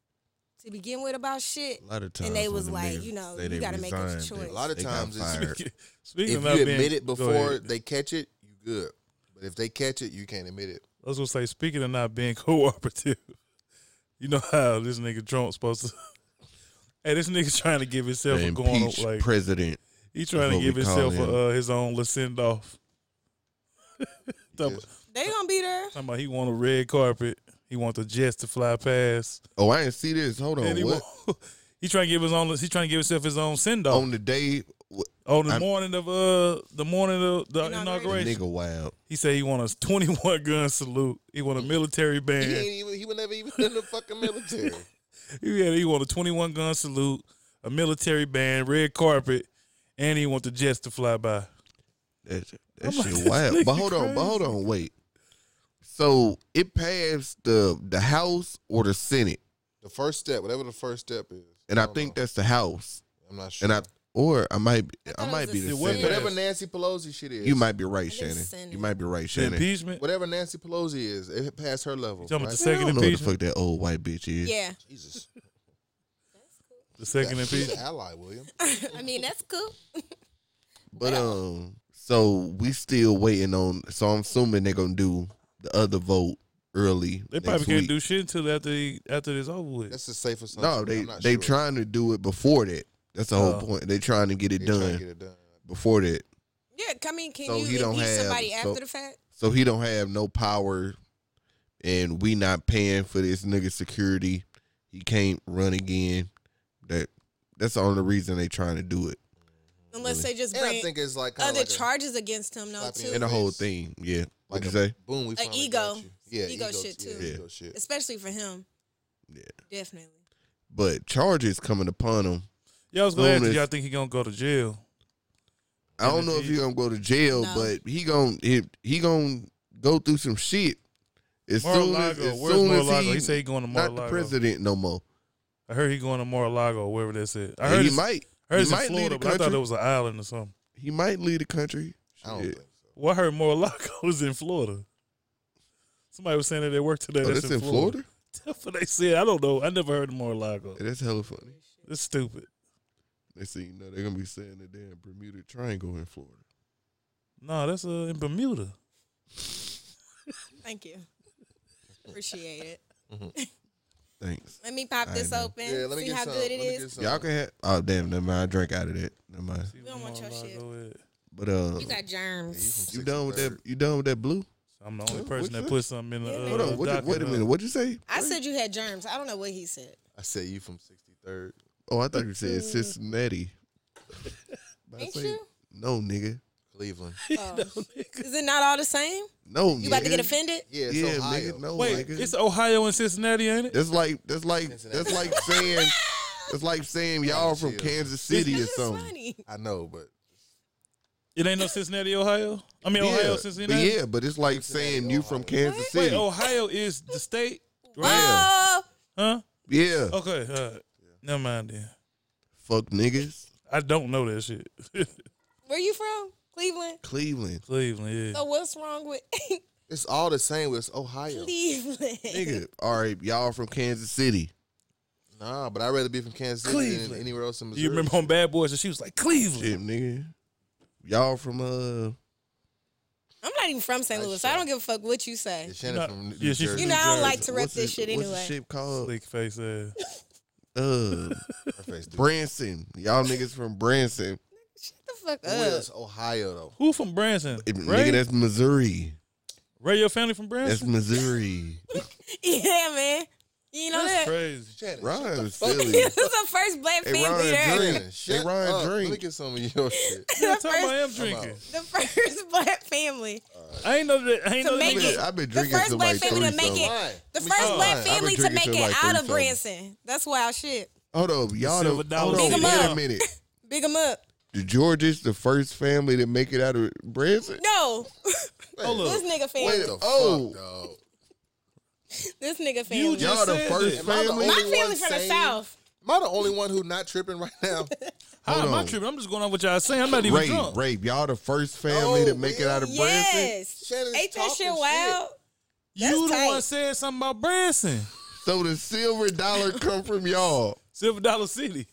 S2: to begin with about shit.
S4: A lot of times.
S2: they
S4: when
S2: was
S4: them
S2: like,
S4: niggas
S2: you know,
S4: say
S2: you
S4: they
S2: gotta make a
S4: resigned,
S2: choice.
S4: they-
S2: A
S5: lot of
S4: they got
S5: times it's-
S4: fired.
S1: Speaking
S5: if
S1: of
S5: you
S1: not
S5: admit
S1: being,
S5: it
S1: go
S5: before
S1: ahead.
S5: they catch it, you good. But if they catch it, you can't admit it.
S1: I was gonna say, speaking of not being cooperative, you know how this nigga drunk supposed to. hey, this nigga trying to give himself
S4: They
S1: a going
S4: impeached
S1: like
S4: president.
S1: he trying to
S4: what
S1: give
S4: we call
S1: himself a, uh, his own little send off. talking,
S5: Yes.
S2: They gonna be there.
S1: talking about he want a red carpet, he want the jets to fly past,
S4: Oh, I didn't see this. Hold on.
S1: and he
S4: What?
S1: want- he trying to give his own he trying to give himself his own send off
S4: On the day wh-
S1: on the
S4: I'm-
S1: morning of uh the morning of the
S2: Inauguration.
S1: inauguration.
S4: nigga wild.
S1: He said he want a twenty one gun salute, he want a military band.
S5: He ain't even he was never even in the fucking military.
S1: Yeah, he want a 21 gun salute, a military band, red carpet, and he want the jets to fly by.
S4: That, that
S1: I'm like,
S4: shit
S1: this
S4: wild. But
S1: nigga
S4: hold on, but hold
S1: crazy.
S4: on, wait. So it passed the the House or the Senate,
S5: the first step, whatever the first step is.
S4: and I
S5: don't
S4: think
S5: know.
S4: that's the House,
S5: I'm not sure.
S4: and I or I might be-
S2: I
S4: I,
S2: thought it
S4: might
S2: was
S4: be
S2: the
S4: the
S1: Senate.
S4: Senate.
S5: whatever Nancy Pelosi shit is.
S4: You might be right,
S2: think it's
S4: Shannon.
S2: Senate.
S4: You might be right,
S1: The
S4: Shannon.
S1: impeachment.
S5: whatever Nancy Pelosi is, it passed her level.
S1: You talking about
S5: right?
S1: the
S4: Man,
S1: second
S4: I don't know what the
S1: impeachment?
S4: fuck that old white bitch is.
S2: Yeah.
S5: Jesus.
S1: The second
S5: She's
S1: impeachment.
S5: an ally, William.
S2: I mean, that's cool.
S4: But um, so we still waiting on. So I'm assuming they're gonna do the other vote early.
S1: They
S4: next
S1: probably can't
S4: week.
S1: do shit until after he, after it's over with.
S5: That's the safest.
S4: No, they they trying to do it before that. That's the whole
S1: Oh.
S4: point. They trying to get it
S5: trying
S4: done
S5: to get it done.
S4: before that,
S2: Yeah, I mean, can
S4: So he
S2: you
S4: don't
S2: impeach
S4: have-
S2: somebody
S4: so-
S2: after the fact?
S4: so he don't have no power, and we not paying for this nigga security. He can't run again. That that's the only reason they trying to do it
S2: Unless they just
S5: And I
S2: bring
S5: think it's like kinda
S2: other
S5: like a-
S2: charges against him, though,
S5: slap in
S2: too.
S5: the
S4: and the whole
S5: Yes.
S4: thing. Yeah,
S5: like
S4: what'd you
S5: a
S4: say?
S5: boom. We
S2: A
S5: finally
S2: ego.
S5: got you. Yeah,
S2: Ego shit,
S5: yeah,
S2: too.
S5: Ego shit.
S2: Especially for him.
S4: Yeah.
S2: Definitely.
S4: But charges coming upon him.
S1: Y'all was glad
S4: Soon as-
S1: y'all think he gonna go to jail.
S4: I don't know if he gonna go to jail,
S2: No.
S4: but he gonna he, he gonna go through some shit. As soon as,
S1: Mar-a-Lago,
S4: as,
S1: where's
S4: soon as
S1: Mar-a-Lago?
S4: he,
S1: He, said he going to
S4: not the
S1: Mar-a-Lago.
S4: president no more.
S1: I heard he going to Mar-a-Lago, wherever that's at. I
S4: And
S1: heard
S4: he
S1: it's-
S4: might
S1: I heard
S4: he
S1: it's in
S4: might leave
S1: Florida,
S4: the
S1: but I thought
S4: country.
S1: it was an island or something.
S4: he might leave the country.
S5: I don't
S4: Shit.
S5: think so.
S1: Well, I heard Mar-a-Lago was in Florida. Somebody was saying that they work today.
S4: Oh,
S1: that's,
S4: that's in Florida.
S1: That's what they said. I don't know. I never heard of Mar-a-Lago.
S4: Yeah, that's hella funny.
S1: It's stupid.
S4: They see, you know, they're gonna be saying the damn Bermuda Triangle in Florida.
S1: No, that's uh, in Bermuda.
S2: Thank you. Appreciate it.
S4: Thanks.
S2: Let me pop
S4: I
S2: this
S4: know.
S2: open.
S5: Yeah, let me
S2: see
S5: get
S2: how
S5: some.
S2: good it
S5: Let me
S2: is.
S5: get some.
S4: Y'all can have. Oh damn, never mind. I drank out of that. Never mind.
S1: See
S2: We
S1: where
S2: don't want your
S1: Mar-a-Lago at.
S4: But uh,
S2: You got
S5: Yeah, you from
S2: germs.
S4: you
S5: Sixth
S4: done
S5: and
S4: with
S5: Third.
S4: that? You done with that blue?
S1: I'm the only
S4: What-
S1: person
S4: what's
S1: that
S4: that?
S1: put something in the. Uh,
S2: Yeah.
S4: Hold on. What,
S1: docket,
S4: wait a
S1: huh?
S4: minute. What'd you say?
S2: I said you had germs. I don't know what he said.
S5: I said you from 63rd.
S4: Oh, I thought you said Cincinnati. I
S2: Ain't
S4: say,
S2: you?
S4: No, nigga.
S5: Cleveland.
S2: Oh. Is it not all the same?
S4: No,
S2: You about to get
S4: nigga.
S2: offended?
S5: Yeah, it's
S4: yeah,
S5: Ohio.
S4: nigga. No,
S1: Wait,
S4: nigga.
S1: it's Ohio and Cincinnati, ain't it?
S4: That's like that's like that's
S5: Cincinnati.
S4: like saying that's like saying y'all from
S5: Chill.
S4: Kansas City or
S2: That's
S4: something.
S2: funny.
S5: I know, but
S1: It ain't no Cincinnati, Ohio. I mean, Ohio,
S4: Yeah, but
S1: Cincinnati.
S4: yeah, but it's like saying you from Kansas
S1: Wait, oh.
S4: City.
S1: Ohio is the state, right?
S2: Oh,
S1: Huh?
S4: Yeah,
S1: Okay, all right. never mind then.
S4: fuck niggas.
S1: I don't know that shit.
S2: where you from? Cleveland.
S4: Cleveland,
S1: Cleveland, yeah.
S2: So what's wrong with
S5: it's all the same with Ohio.
S2: Cleveland?
S4: nigga. All right, y'all from Kansas City.
S5: Nah, but I'd rather be from Kansas City than
S1: Cleveland.
S5: anywhere else in Missouri.
S1: you remember on Bad Boys, and she was like Cleveland.
S4: Shit, nigga. Y'all from uh.
S2: I'm not even from St.
S5: Nice
S2: Louis. so I
S5: shot.
S2: don't give a fuck what you say.
S5: Yeah, Shannon
S1: Not-
S5: from New
S1: yeah, she's
S5: Jersey.
S2: You know I don't like
S4: what's
S2: to rep
S4: it-
S2: this shit
S4: what's the
S2: anyway.
S4: shit called
S1: Slick face ass.
S4: uh
S5: Her face, dude.
S4: Branson. Y'all niggas from Branson.
S2: Shut the fuck
S5: Who
S2: up.
S5: else? Ohio though.
S1: Who from Branson?
S4: It-
S1: Ray?
S4: Nigga, that's Missouri.
S1: Ray, your family from
S4: That's
S1: Branson?
S4: Missouri.
S2: Yeah, man. You know
S1: That's
S2: that?
S1: crazy.
S5: Shannon, shut
S4: Ryan
S5: the
S4: is
S5: fuck
S4: silly.
S2: This is the first black
S4: Hey,
S2: family
S4: Ryan,
S2: there.
S4: drink.
S5: Shannon, shut
S4: Hey, Ryan,
S5: up. Let me
S4: drink.
S5: get some of your shit.
S1: That's how I am
S5: I'm
S1: drinking.
S5: out.
S2: The first black family.
S1: I ain't know that. I ain't
S2: To
S1: know
S4: I've
S2: make
S1: that.
S4: been,
S2: it.
S4: I've been
S2: The
S4: drinking
S2: first
S4: some
S2: black
S4: like
S2: family
S4: three
S2: to make it-
S4: something.
S5: Ryan,
S2: The
S5: let me-
S2: first
S5: Oh,
S2: black
S5: Ryan.
S2: family to
S4: drinking
S2: make
S4: till
S2: it
S4: like
S2: out of
S4: 37.
S2: Branson. That's wild shit.
S4: Hold up, y'all.
S1: silver
S4: Don't, hold
S1: dollars.
S2: Big
S4: on,
S2: 'em
S4: wait a
S2: up.
S4: minute.
S2: Big them up.
S4: The Georgia's the first family to make it out of Branson.
S2: No.
S1: Hold
S2: this
S1: up.
S2: nigga family.
S5: What the
S4: Oh.
S5: fuck, dog?
S2: This nigga family.
S1: just-
S4: Y'all the
S1: said that.
S4: first
S5: Am I the
S4: family.
S5: only
S2: My
S5: one
S2: family from the
S5: saved?
S2: South.
S5: Am I the only one who not tripping right now?
S1: How
S4: Hold
S1: am I
S4: on.
S1: tripping? I'm just going on what y'all saying. I'm not even
S4: Rape,
S1: drunk.
S4: rape. Y'all the first family
S5: No,
S4: to make it out of Branson.
S2: Oh, Yes.
S5: Shannon's
S2: Ain't that
S5: talking
S2: shit wild?
S1: You the
S2: That's
S1: one
S2: tight.
S1: said something about Branson,
S4: So the silver dollar come from y'all.
S1: Silver Dollar City.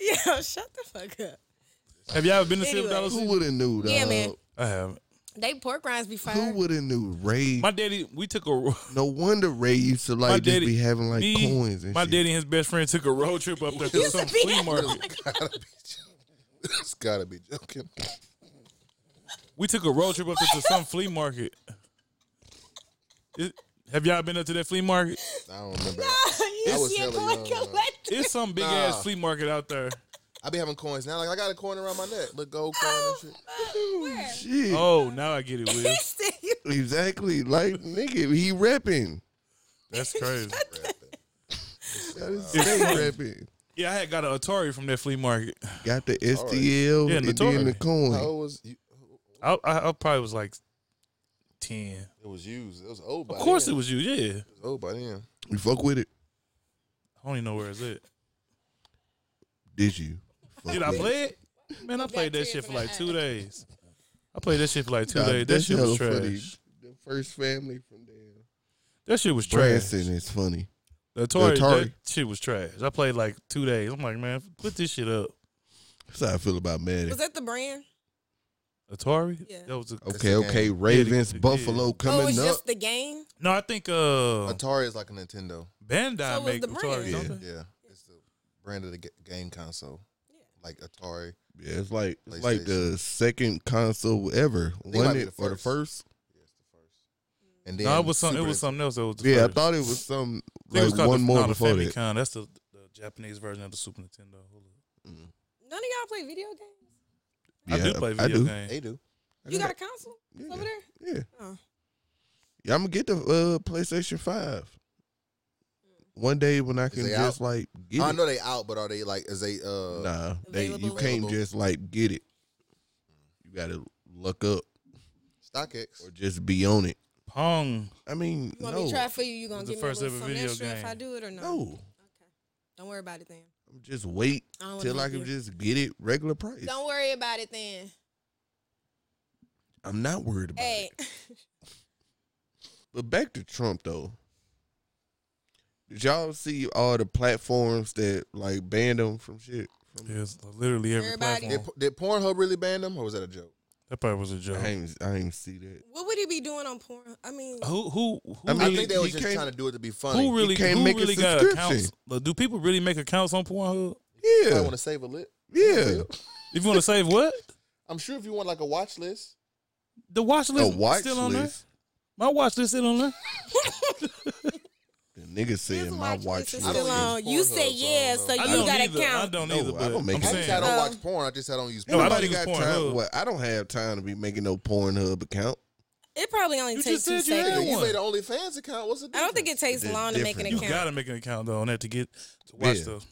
S2: Yo, shut the fuck up.
S1: Have y'all been to Silver
S2: Anyway.
S1: Dollar
S4: Who
S1: City?
S4: would have knew? Dog?
S2: Yeah, man.
S1: I haven't.
S2: They pork rinds be
S4: Who
S2: fire.
S4: would have knew? Ray.
S1: My daddy, we took a
S4: no wonder Ray used to like just be having like
S1: me,
S4: coins and
S1: my
S4: shit.
S1: daddy and his best friend took a road trip up there to some
S2: be
S1: flea
S2: at
S1: market.
S5: gotta be joking. It's gotta be joking.
S1: We took a road trip up there to some flea market. It- have y'all been up to that flea market?
S5: I don't remember. I
S2: Oh, you
S5: was
S2: see a
S5: hella
S2: coin
S5: young,
S2: come
S5: uh,
S2: back to
S1: It's some big ass flea market out there.
S5: I be having coins now. Like I got a coin around my neck, little gold coin and shit.
S4: Shit.
S1: Oh, now I get it, Will.
S2: Houston.
S4: Exactly. Like nigga, he repping.
S1: That's crazy.
S4: That is state repping.
S1: Yeah, I had got an Atari from that flea market.
S4: Got the STL
S1: Yeah,
S4: and
S1: Notori.
S4: then the
S2: Oh.
S4: coin.
S5: How old was you?
S1: I, I, I probably was like ten.
S5: It was used. It was old. By
S1: Of course, it
S5: then.
S1: was you. Yeah,
S5: It was old by then.
S4: You fuck with it?
S1: I don't even know where it's at.
S4: Did you? Fuck
S1: Did I
S4: with it.
S1: play it? Man, I played that shit for like two days. I played that shit for like two
S4: Nah,
S1: days. That
S4: that's
S1: shit was trash.
S4: hella funny. The first family from there.
S1: That shit was trash.
S4: Branson is funny.
S1: The Atari, that
S4: Atari.
S1: shit was trash. I played like two days. I'm like, man, put this shit up.
S4: That's how I feel about Madden.
S2: Was that the brand?
S1: Atari?
S2: Yeah.
S1: That was a,
S4: Okay,
S3: That's the
S4: okay. Ravens,
S1: Yeah, the-
S4: Buffalo
S2: oh, it's
S4: coming up.
S2: just the game.
S1: No, I think uh
S3: Atari is like a Nintendo.
S1: Bandai
S2: So was
S1: make
S2: the brand.
S1: Atari.
S4: Yeah.
S1: don't they?
S3: Yeah, it's the brand of the ga- game console, like Atari.
S4: Yeah, it's like it's like the second console ever,
S3: think it might
S4: wasn't
S3: be
S4: it?
S3: the
S4: Or the
S3: first.
S4: first?
S2: Mm.
S3: And then
S1: No, it was some, it
S3: Super
S1: was
S3: Nintendo.
S1: something else. That was the
S4: Yeah, I
S1: first.
S4: thought it was some
S1: I think it was
S4: like
S1: called
S4: one
S1: the,
S4: more
S1: no, the
S4: before that.
S1: Famicom. That's the, the Japanese version of the Super Nintendo. Hold up.
S2: None of y'all play video games.
S1: I do play video games.
S3: They do.
S2: You got a console
S4: Yeah.
S2: over there?
S4: Yeah.
S2: Oh.
S4: yeah, I'm gonna get the uh, PlayStation Five one day when I can
S3: they
S4: just like get
S3: I
S4: it.
S3: know they out, but are they like is they uh
S4: Nah, they you
S2: Available?
S4: can't
S3: Available.
S4: just like get it. You gotta look up
S3: StockX?
S4: or just be on it.
S1: Pong.
S4: I mean,
S2: You want
S4: no,
S2: me to try for you? You gonna
S1: It's the
S2: give me
S1: first
S2: a
S1: ever
S2: little something
S1: video
S2: extra if I
S1: game.
S2: do it or no?
S4: no.
S2: Don't worry about it then.
S4: I'm just wait
S2: I don't wanna
S4: till I
S2: help
S4: can
S2: you.
S4: just get it regular price.
S2: Don't worry about it then.
S4: I'm not worried about
S2: Hey,
S4: it. But back to Trump though. Did y'all see all the platforms that like banned him from shit? From
S1: Yes, literally every
S2: Everybody-
S1: platform.
S3: Did, did Pornhub really ban them, or was that a joke?
S1: That probably was a
S4: I
S1: joke.
S4: ain't, I ain't see that.
S2: what would he be doing on porn? I mean,
S1: Who who who
S4: I mean,
S3: I
S1: really,
S3: think they
S4: you
S3: was just
S4: can't-
S3: trying to do it to be funny.
S1: who really,
S4: can't
S1: who
S4: make a
S1: really got
S4: subscription.
S1: accounts? Like, do people really make accounts on Pornhub?
S3: I
S4: Yeah,
S3: want to save a lit.
S4: yeah.
S1: If you want to save what
S3: I'm sure if you want like a watch list,
S1: the watch
S4: The
S1: list
S4: watch
S1: still on there.
S4: list.
S1: My watch list still on there.
S4: The nigga said
S2: His
S4: my
S2: watch
S4: watch
S2: list is
S4: list.
S2: still
S3: I don't
S2: on.
S3: use
S2: You say
S3: Pornhub,
S2: yeah,
S3: so
S2: so
S3: I
S1: I
S2: you
S1: don't
S2: got to
S1: either. I
S2: count.
S1: don't
S4: No,
S1: either.
S4: I
S1: But
S4: don't make
S1: I'm
S3: I just
S1: saying
S3: had don't
S2: Oh.
S3: watch porn. I just had don't use
S1: No,
S3: porn.
S1: I
S4: Nobody
S1: don't
S4: got
S1: use
S4: time.
S1: Pornhub.
S4: Well, I don't have time to be making no Pornhub account.
S2: It probably only
S1: You
S2: takes
S1: just
S2: two
S1: said you had
S2: seconds.
S3: you
S1: one.
S3: made an OnlyFans account. What's the
S2: I
S3: difference?
S2: don't think it takes
S4: It's
S2: long to make an
S4: different.
S1: you
S2: account.
S1: got to make an account though on that to get to watch
S4: Yeah.
S1: stuff.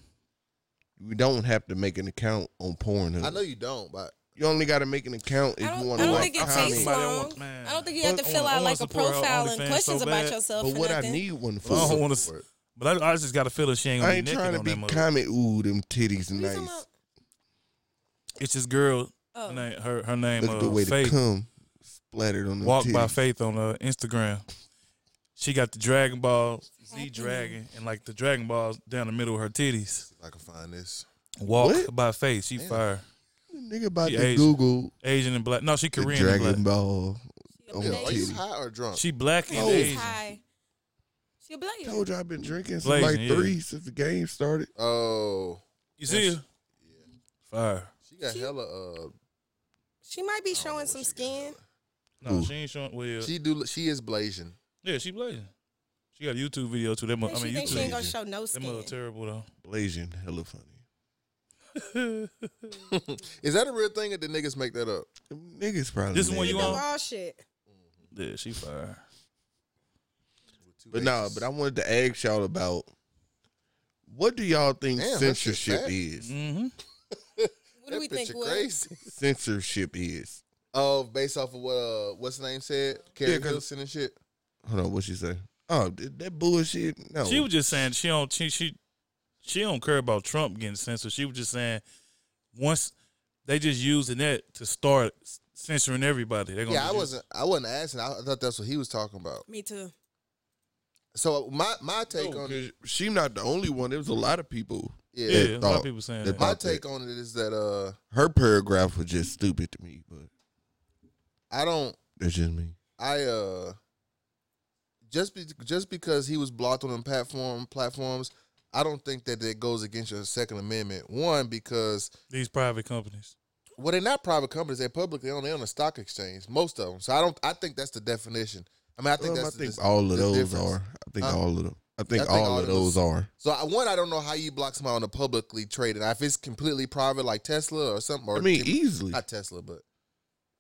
S4: You don't have to make an account on Pornhub.
S3: I know you don't, but
S4: You only got to make an account if
S2: I
S4: you
S2: don't,
S4: want
S2: I
S4: to
S2: don't
S4: like
S2: think it
S1: comment.
S2: takes
S4: comment.
S1: Somebody that
S2: long.
S1: wants- man.
S2: I don't think you have to
S1: I
S2: fill
S1: wanna- I
S2: out
S1: wanna
S2: like a
S1: support her
S2: profile and
S1: OnlyFans so
S2: questions about
S1: bad.
S2: yourself.
S4: But
S2: or
S4: what I
S2: nothing.
S4: need one for?
S1: But I don't
S3: Full
S1: want to.
S3: support.
S1: But I, I just got to feel that she ain't
S4: I
S1: gonna be
S4: ain't
S1: naked
S4: trying to
S1: on
S4: be
S1: that mother.
S4: comment. Ooh, them titties
S2: You talking
S4: nice.
S2: about-
S1: It's this girl.
S2: Oh.
S1: Her name, her, her name
S4: Look at the
S1: uh,
S4: way to
S1: Faith.
S4: come splattered on them
S1: Walk by
S4: titties.
S1: Faith on uh, Instagram. She got the Dragon Ball Z
S2: happening?
S1: Dragon and like the Dragon Balls down the middle of her titties.
S3: I can find this.
S1: Walk
S4: What?
S1: by Faith. She fire.
S4: Nigga about
S1: She
S4: to
S1: Asian.
S4: Google
S1: Asian and black. No, she
S4: the
S1: Korean and
S4: Dragon
S1: black.
S4: Ball on
S3: Yeah, are you
S4: titty.
S3: high or drunk?
S1: She black and
S4: Oh.
S2: She's
S1: Asian.
S2: high. She a blazer.
S4: Told you I've been drinking since
S1: Blazing,
S4: like
S1: yeah.
S4: three since the game started.
S3: oh,
S1: You see her? Fire.
S3: she got
S2: She-
S3: hella. Uh,
S2: She might be showing some skin.
S1: No,
S4: Ooh.
S1: she ain't showing. Well,
S3: she do. She is blazing.
S1: yeah, she black. She got a YouTube video too. That mo- I
S2: she
S1: mean,
S2: thinks she ain't
S1: YouTube.
S2: gonna show no
S1: That
S2: skin.
S1: mother terrible though.
S4: Blazing, hella funny.
S3: Is that a real thing, or did niggas make that up?
S4: Them niggas probably.
S1: This one
S4: mad
S1: you
S4: at
S1: on?
S4: me.
S2: Raw shit.
S1: Yeah, she fire.
S4: But nah, but I wanted to ask y'all about what do y'all think
S3: Damn, that shit
S4: censorship
S3: fat.
S4: is?
S1: Mm-hmm.
S2: What do we think?
S3: picture
S2: Will?
S3: crazy.
S4: Censorship is.
S3: Oh, based off of what uh, what's the name said, Carrie
S4: Yeah, 'cause-
S3: Hilson and shit.
S4: Hold on, what she say? Oh, th- that bullshit. No,
S1: She was just saying she don't she she she don't care about Trump getting censored. She was just saying once they just using that to start censoring everybody. They're gonna
S3: Yeah, I
S1: just-
S3: wasn't. I wasn't asking. I, I thought that's what he was talking about.
S2: Me too.
S3: So uh, my my
S4: No,
S3: take on
S4: 'cause she not the only one. There was a lot of people.
S3: yeah,
S1: Yeah, a lot
S4: thought
S1: of people saying
S4: that
S1: that.
S3: my
S4: about
S3: take on it is that uh,
S4: Her paragraph was just stupid to me, but
S3: I don't.
S4: that's just me.
S3: I uh, just be, just because he was blocked on them platform platforms, I don't think that that goes against your Second Amendment. One because
S1: These private companies.
S3: well, they're not private companies; they're publicly owned. They're on the stock exchange, most of them. So I don't. I think that's the definition. I mean, I think
S4: Well, Um, I
S3: that's the
S4: think
S3: dis-
S4: all
S3: the
S4: of those
S3: difference.
S4: are. I think
S3: Huh?
S4: all of them. I think,
S3: I think
S4: all,
S3: all
S4: of
S3: of those-
S4: those are.
S3: So I, one, I don't know how you block somebody on a publicly traded. If it's completely private, like Tesla or something, or
S4: I mean,
S3: Tim-
S4: easily.
S3: not Tesla, but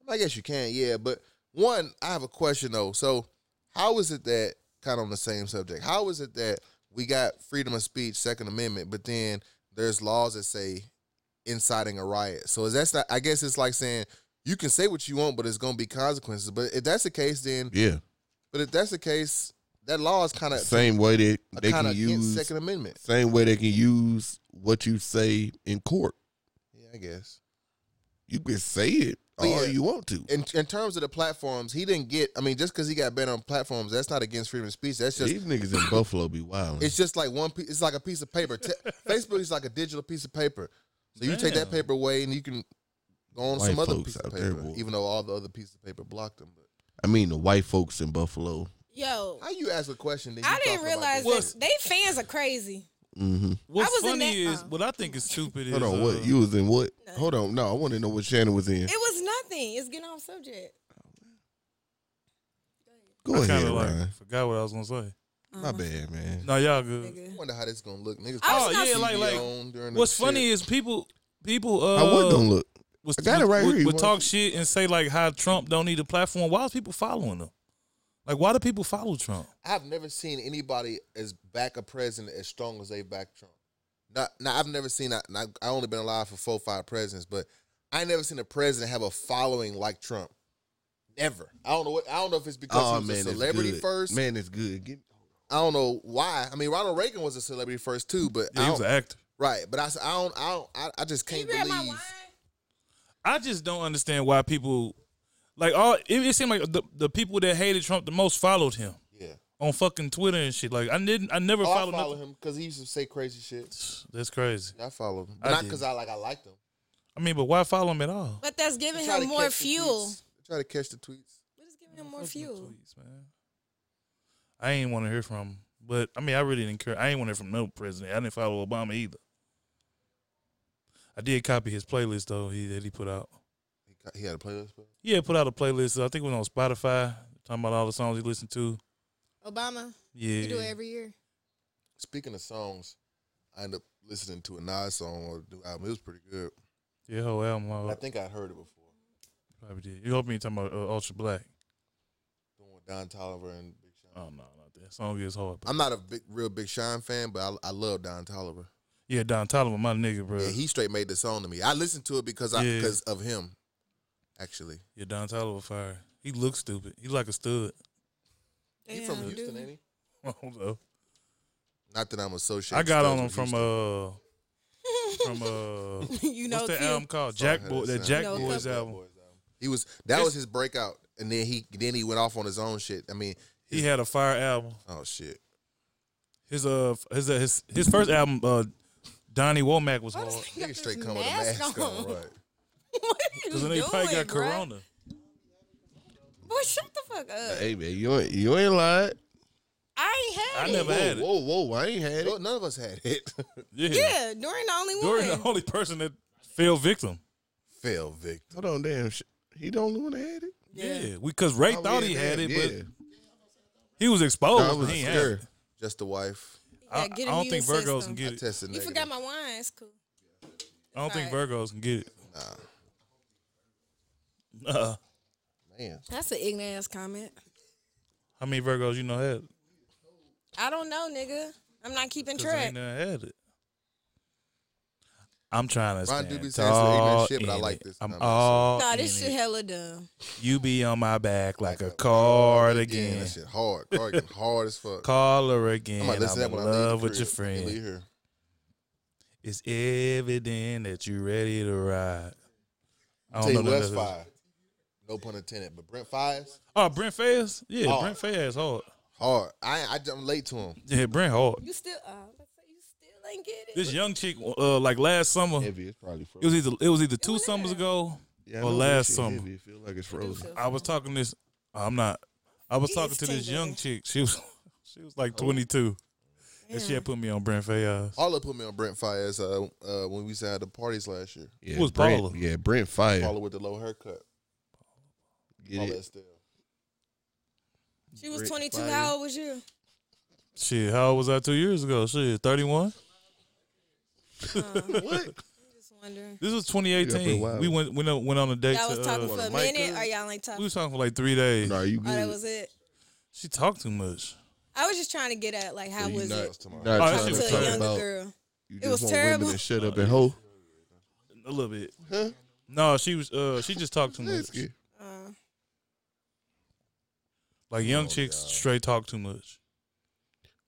S3: I guess you can, yeah. But one, I have a question though. So how is it that kind of on the same subject? How is it that we got freedom of speech, Second Amendment, but then there's laws that say inciting a riot? So is that's not? I guess it's like saying you can say what you want, but it's going to be consequences. But if that's the case, then
S4: yeah,
S3: but if that's the case, that law is kind of
S4: same way that they
S3: kind
S4: can
S3: of
S4: use
S3: against Second Amendment.
S4: same way they can use what you say in court.
S3: Yeah, I guess.
S4: You can say it
S3: But
S4: all
S3: yeah.
S4: you want to.
S3: in in terms of the platforms, he didn't get. I mean, just because he got banned on platforms, that's not against freedom of speech. That's just
S4: These niggas in Buffalo be wild.
S3: it's just like one. piece. It's like a piece of paper. Te- Facebook is like a digital piece of paper. So you take that
S1: Damn.
S3: paper away, and you can go on
S4: White
S3: some other
S4: folks
S3: piece of
S4: out there
S3: paper.
S4: will-
S3: even though all the other pieces of paper blocked them. But
S4: I mean, the white folks in Buffalo.
S2: Yo,
S3: how you ask a question? Then you
S2: Oh. I didn't
S3: talking about
S2: realize
S3: this?
S1: What's-
S2: that they fans are crazy.
S4: hmm
S2: I
S1: What's
S2: was in
S1: funny
S2: that-
S1: is
S2: oh.
S1: what I think is stupid is
S4: Hold on,
S1: uh,
S4: what you was in? What? Hold on, no, I want to know what Shannon was in.
S2: It was nothing. It's getting off subject.
S4: Go
S1: I
S4: ahead,
S1: kind of like
S4: Ryan.
S1: forgot what I was gonna say.
S4: My bad, man.
S1: No, y'all good.
S3: I
S2: Nigga.
S3: wonder how this gonna look, niggas.
S2: I was not-
S3: put TV
S1: Oh, Yeah, like- like,
S3: on during the
S1: What's
S3: shit.
S1: funny is people people
S4: I was
S1: uh
S4: gonna look.
S3: Oh,
S1: was,
S4: I got it right
S1: would,
S4: here.
S1: would
S4: You
S1: talk
S4: want-
S1: shit and say like how Trump don't need a platform. Why is people following him? Like why do people follow Trump?
S3: I've never seen anybody as back a president as strong as they back Trump. Now, now I've never seen. I, I I only been alive for four, five presidents, but I never seen a president have a following like Trump. Never. I don't know what. I don't know if it's because
S4: Oh
S3: he
S4: man,
S3: was
S4: it's
S3: a celebrity
S4: good.
S3: first.
S4: Man, it's good. Get-
S3: I don't know why. I mean, Ronald Reagan was a celebrity first too, but
S1: Yeah,
S3: I
S1: he was
S3: don't-
S1: an actor.
S3: right. But I, s- I don't. I don't. I, I just
S2: You
S3: can't
S2: read my
S3: believe.
S2: line?
S1: I just don't understand why people like all it, it seemed like the, the people that hated Trump the most followed him
S3: Yeah.
S1: on fucking Twitter and shit. Like I didn't I never
S3: Oh, I
S1: followed
S3: follow
S1: nothing.
S3: him because he used to say crazy shit.
S1: That's crazy.
S3: I follow him,
S1: I
S3: not
S1: did.
S3: because I like I liked him.
S1: I mean, but why follow him at all?
S2: But that's giving
S3: Try to
S2: him more
S3: catch the
S2: fuel.
S3: tweets. Try to catch the tweets.
S2: We're just giving him more
S1: Fuck your
S2: fuel.
S1: tweets, man. I ain't want to hear from him. But I mean, I really didn't care. I ain't want to hear from no president. I didn't follow Obama either. I did copy his playlist though he, that he put out.
S3: He, got- he had a playlist. Bro.
S1: Yeah, put out a playlist. I think it was on Spotify. Talking about all the songs he listened to.
S2: Obama,
S1: Yeah,
S2: you do it every year.
S3: Speaking of songs, I ended up listening to a Nas song or the album. It was pretty good.
S1: yeah, whole album.
S3: I
S1: I
S3: think I heard it before.
S1: probably did. You hope me talking about uh, Ultra Black?
S3: The one with Don Tolliver and Big Sean.
S1: Oh no, not that song is hard. But
S3: I'm not a big, real Big Sean fan, but I, I love Don Tolliver.
S1: yeah, Don Tolliver, my nigga, bro.
S3: Yeah,
S1: Yeah,
S3: he straight made the song to me. I listened to it because I
S1: Yeah.
S3: because of him, actually.
S1: Don Tolliver fire. He looks stupid. He like a stud.
S3: he from
S2: Damn,
S3: Houston,
S2: dude.
S3: ain't he?
S1: I don't know.
S3: Not that I'm associated.
S1: I got
S3: studs
S1: on him
S3: with
S1: from
S3: Houston.
S1: uh from uh
S2: you know,
S1: what's that
S2: too.
S1: album called?
S3: Sorry, I
S1: Jack
S3: had
S1: Boy
S3: to
S1: that
S3: sound-
S1: Jack
S2: No,
S3: Yeah,
S1: Boys
S3: Jack
S1: album.
S3: Boys He was that
S1: It's-
S3: was his breakout, and then he then he went off on his own shit. I mean,
S1: He had a fire album.
S3: oh shit.
S1: His uh his uh, his his first album uh Donnie Womack was
S2: Why
S1: hard.
S2: does he got
S3: Nigga oh, straight
S2: this
S3: come with a mask on, right?
S2: what are you
S1: Cause then
S2: doing,
S1: they probably got
S2: bruh?
S1: Corona.
S2: Boy, shut the fuck up.
S4: Hey man, you ain't you ain't lied.
S2: I ain't had
S1: I
S2: it.
S1: never
S4: Whoa,
S1: had it.
S4: whoa, whoa! I ain't had
S3: No,
S4: it.
S3: None of us had it.
S1: Yeah.
S2: Yeah, Dorian the only
S1: Dorian
S2: one.
S1: the only person that fell victim.
S3: Fell victim.
S4: Hold on, damn. sh- He don't know when I had it.
S1: Yeah. We cause Ray
S4: Oh,
S1: thought
S4: yeah,
S1: he had
S4: damn,
S1: it,
S4: yeah.
S1: but he was exposed.
S4: Oh, I was
S1: he ain't had
S4: scared.
S1: it.
S3: Just the wife.
S1: I,
S2: Yeah, get
S1: I don't
S2: immune
S1: think Virgos
S2: system.
S1: can get it.
S3: Tested
S2: You
S3: negative.
S2: forgot my wine. It's cool.
S1: I don't think Virgos can get it. Nah. Uh,
S3: Man,
S2: That's an ignorant ass comment.
S1: how many Virgos you know had? it?
S2: I don't know, nigga. I'm not keeping
S1: 'Cause they
S2: track.
S1: ain't never had it. I'm trying to
S3: Ron
S1: stand
S3: do be saying some
S1: tall
S3: ignorant shit, but I
S1: in
S3: like
S1: it.
S3: this.
S1: I'm
S3: I'm not
S1: all
S2: Nah,
S1: in
S2: this shit
S1: it.
S2: hella dumb.
S1: You be on my back like a
S3: Like a yeah,
S1: cardigan.
S3: that shit hard. Cardigan hard as fuck.
S1: Call her again.
S3: I
S1: I'm
S3: might listen to that
S1: in
S3: when I leave
S1: love
S3: the
S1: with your
S3: crib and leave
S1: friend.
S3: here.
S1: It's evident that you ready to ride. I
S3: Tell you
S1: none
S3: West
S1: of this.
S3: Fire. No pun intended, but Brent Fires
S1: Oh, Brent Fayez? Yeah,
S3: Oh.
S1: Brent Fayez hard.
S3: hard. I I am late to him.
S1: Yeah, Brent hard.
S2: You still, uh, let's say you still ain't get it.
S1: This young chick, uh, like last summer, it
S4: Heavy, it's probably frozen.
S1: was either it was either two summers ago
S4: Yeah, I
S1: or
S4: know that
S1: last
S4: shit
S1: summer.
S4: heavy. It feel like it's frozen.
S1: I was talking this. uh, I'm not. I was
S2: It's
S1: talking to this
S2: tingly.
S1: young chick. She was she was
S2: Oh.
S1: like 22, and she had put me on Brent Fayez.
S3: Paula put me on Brent Fires uh, uh, when we sat at the parties last year.
S4: Yeah,
S1: Who was
S4: Brent,
S1: Paula?
S4: Yeah, Brent Fire.
S3: Paula with the low haircut.
S4: Get
S3: Paula
S4: it?
S3: Estelle.
S2: She was
S4: Rick
S2: 22.
S4: Fire.
S2: How old was you?
S1: Shit, how old was I two years ago? Shit, 31.
S4: What?
S2: Just wondering.
S1: This was
S4: Yeah, for a
S1: 2018.
S4: while.
S1: we went went on, went on a date.
S2: Y'all was
S1: to,
S2: talking
S1: uh,
S2: for a
S4: Micah?
S2: minute, or y'all ain't
S1: we
S2: talking?
S1: was talking for like three days.
S4: Nah, you
S2: Oh, that
S4: good?
S2: was it.
S1: She talked too much.
S2: I was just trying to get at like how
S4: you
S2: was
S4: not-
S2: it
S4: not
S3: Oh,
S1: that
S4: trying
S1: shit
S4: to
S2: to
S1: was
S2: a
S1: talking
S4: talk
S2: younger
S4: about-
S2: girl.
S4: You
S2: It
S4: just
S2: was
S4: want
S2: terrible.
S4: Women to shut up and hoe.
S1: A little bit.
S4: Huh?
S1: No, she was. Uh, she just talked too
S4: That's
S1: much.
S4: good.
S2: Uh,
S1: Like young
S4: Oh,
S1: chicks, straight talk too much.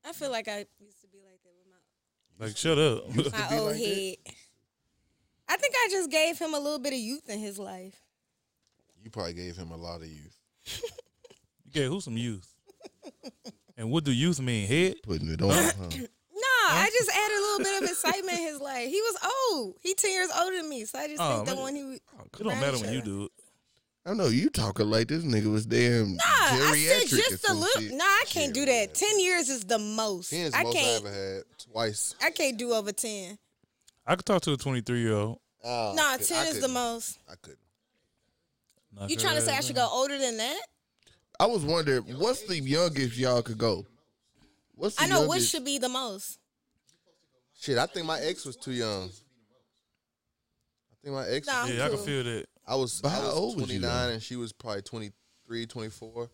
S2: I feel like I used to be like that with my
S1: Like shut up.
S2: my old
S4: like that?
S2: head. I think I just gave him a little bit of youth in his life.
S5: You probably gave him a lot of youth.
S1: You gave who some youth? and what do youth mean? Head?
S4: Putting it on. huh?
S2: No, I just added a little bit of excitement in his life. He was old. He ten years older than me, so I just
S1: Oh,
S2: think the
S1: man.
S2: one he. was-
S1: It don't matter when you do it.
S4: I know you talking like this nigga was damn
S2: Nah, I said
S4: geriatric.
S2: just a little.
S4: Shit.
S2: Nah, I can't do that. Ten years is the most.
S5: Ten's
S2: I
S5: most I
S2: can't.
S5: ever had. Twice.
S2: I can't do over ten.
S1: I could talk to a 23 year old.
S3: Ah,
S5: Oh,
S2: Nah,
S5: shit,
S2: ten
S5: I
S2: is the
S5: couldn't.
S2: most.
S5: I couldn't.
S2: You trying to say I should go older than that?
S4: I was wondering what's the youngest y'all could go. What's the
S2: I know what
S4: youngest-
S2: should be the most.
S5: Shit, I think my ex was too young. I think my ex.
S2: Nah.
S5: Was,
S1: Yeah, I can feel that.
S5: I was.
S4: But
S5: I
S4: how
S5: was
S4: old was you,
S5: 29
S4: though?
S5: and she was probably 23, 24.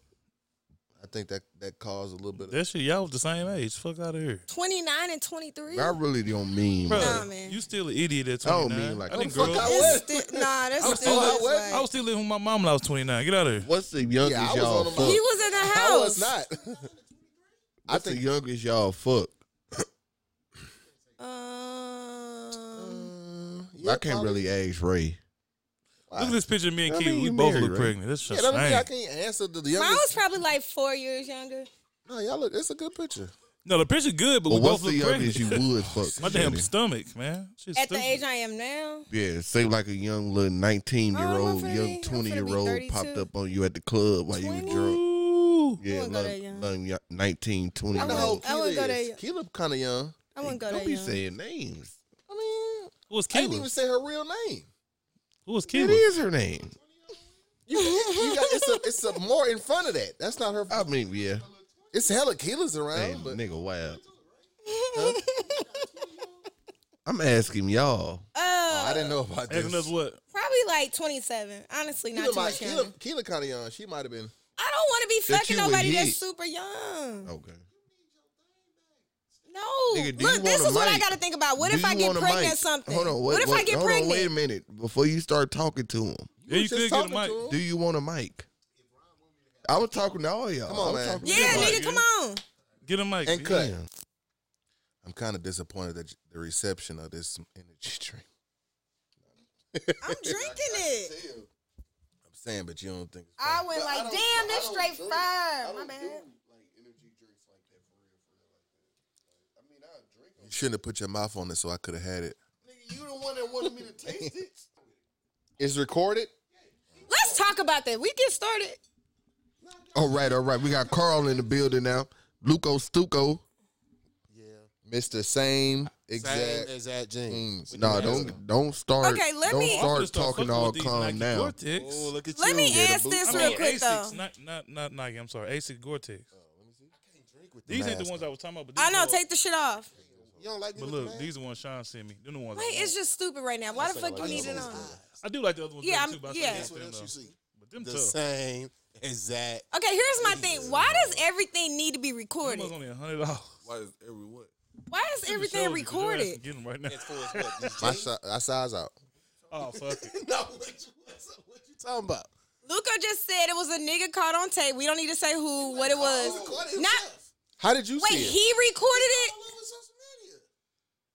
S5: I think that that caused a little bit. of...
S1: That shit, y'all was the same age. Fuck out of here.
S2: Twenty nine and twenty three.
S4: I really don't mean.
S1: Bro,
S2: Nah, man.
S1: you still an idiot at 29.
S4: I don't mean like
S1: I
S4: that.
S1: didn't
S4: Fuck
S1: grow
S5: I
S1: up.
S5: was.
S2: Nah, that's still.
S5: I
S2: is
S5: was-
S2: like-
S1: I was still living with my mom when I was 29. Get out of here.
S4: What's the youngest
S5: Yeah, I was
S4: y'all
S5: on
S4: fuck?
S5: them all.
S2: He was in the house.
S5: I was not. I
S4: What's
S5: think
S4: the youngest y'all fuck?
S2: Um,
S5: Um,
S4: I can't
S5: probably.
S4: really ask Ray.
S5: Why?
S1: Look at this picture of me and
S4: I
S1: Keith.
S4: mean,
S1: we
S4: you
S1: both
S4: married,
S1: look
S4: right?
S1: pregnant. That's
S5: Yeah,
S1: just
S5: that don't mean I
S1: yeah,
S5: can't answer the
S2: mine was
S5: youngest.
S2: probably like four years younger.
S5: No, y'all look. It's a good picture.
S1: No, the picture good, but
S4: Well,
S1: we
S4: what's
S1: both
S4: the
S1: look
S4: youngest
S1: pregnant.
S4: you would fuck?
S1: my damn
S4: Shitty.
S1: stomach, man. She's
S2: At the
S1: stupid.
S2: age I am now,
S4: Yeah, seem like a young little nineteen year
S2: Oh, I'm
S4: old,
S2: finna be-
S4: young
S2: I'm finna
S4: twenty year
S2: be
S4: old
S2: 32.
S4: popped up on you at the club while you were
S2: 20?
S4: drunk.
S1: Ooh.
S4: Yeah,
S2: wouldn't go that
S4: love,
S2: young.
S4: love y- 19, 20
S5: I
S4: year
S5: know how
S4: old.
S5: old
S2: I wouldn't go
S5: Keela
S2: there.
S5: is. Keela kind of young.
S2: I wouldn't go
S4: Don't
S2: that
S4: be
S2: young.
S4: saying names.
S5: I mean,
S1: Who was
S5: I didn't
S1: Keeler?
S5: even say her real name.
S1: Who was
S4: It
S1: Keeler?
S4: is her name.
S5: You, you got it's a, it's a more in front of that. That's not her.
S4: I mean, yeah.
S5: It's hella Keela's
S2: Oh.
S5: around,
S4: Damn,
S5: but
S4: nigga, wild. I'm asking y'all.
S5: Oh, I
S2: Uh,
S5: didn't know about this.
S1: Asking us what?
S2: probably like 27. Honestly, not
S5: Keela,
S2: too
S5: might-
S2: much younger.
S5: Keela, Keela kind of young. She might have been.
S2: I don't want to be
S4: That
S2: fucking
S4: you would
S2: nobody
S4: hit.
S2: that's super young.
S4: Okay.
S2: No.
S4: Nigga, do you
S2: Look, this
S4: want a
S2: is what I
S4: mic?
S2: got to think about. What
S4: Do
S2: if I
S4: you
S2: get
S4: want a
S2: pregnant
S4: mic?
S2: or something?
S4: Hold on. Wait,
S2: what if I
S4: wait,
S2: get
S4: hold on,
S2: pregnant?
S4: wait a minute before you start talking to him.
S1: Yeah, you
S5: was just
S1: could get a
S5: talking
S1: mic.
S5: to him.
S4: Do you want a mic? I was talking to all y'all.
S5: Come on,
S4: I was
S5: man.
S4: talking to
S2: Yeah,
S1: Yeah,
S4: everybody.
S1: mic,
S2: nigga, come on.
S1: Get a mic.
S5: And
S1: B.
S5: cut.
S4: Damn.
S5: I'm kind of disappointed that the reception of this energy drink.
S2: I'm drinking it.
S5: I'm saying, but you don't think.
S2: I went like, damn, this straight fire. My bad.
S5: You shouldn't have put your mouth on it, so I could have had it.
S4: You the one that wanted me to taste it.
S5: It's recorded.
S2: Let's talk about that. We get started.
S4: All right, all right. We got Carl in the building now. Luco Stuco.
S3: Yeah.
S5: Mr. Same
S3: Same
S5: exact.
S3: exact jeans.
S5: Mm.
S4: No, nah, don't don't start.
S2: Okay, let
S4: don't
S2: me-
S1: I'm
S4: start
S1: just gonna
S4: talking
S1: fuck
S4: all
S1: with these
S4: calm
S1: Nike
S4: now.
S1: Gore-Tex.
S3: Oh, look at
S2: Let
S3: you.
S2: me
S3: Yeah, the
S2: ask
S3: boot-
S2: this
S1: I
S2: real
S1: mean,
S2: quick,
S1: Asics,
S2: though.
S1: not not not Nike. I'm sorry, Asics Gore-Tex.
S3: Oh, Drink with
S1: These
S5: the
S1: ain't the
S5: mask
S1: ones I was talking about. But
S2: I
S1: these
S2: know,
S1: are-
S2: take the shit off.
S3: You don't like me
S1: But
S3: with the
S1: look,
S3: mask?
S1: these are the ones Sean sent me. Them the ones. I
S2: Wait,
S1: want.
S2: it's just stupid right now. Why the fuck you need it on?
S1: I do like the other ones.
S2: Yeah,
S1: better,
S2: I'm-
S1: too, but I still
S2: yeah.
S1: like
S3: Guess what
S1: them,
S3: else
S1: though.
S3: you see?
S1: But them
S3: The
S1: tough.
S3: same exact.
S2: Okay, here's my thing. Why does everything need to be
S1: Them
S2: recorded?
S1: was only hundred dollars.
S3: Why is every what?
S2: Why is everything recorded?
S1: Get them right now.
S3: It's for us, what? These
S5: My,
S3: jeans?
S5: si- I size out.
S1: Oh fuck it.
S3: No, what you, what's up? what you talking about?
S2: Luca just said it was a nigga caught on tape. We don't need to say who, what it was.
S3: Oh, Recorded
S2: Not
S3: himself.
S5: How did you
S2: wait,
S5: see it?
S2: he recorded it.
S3: All over social media.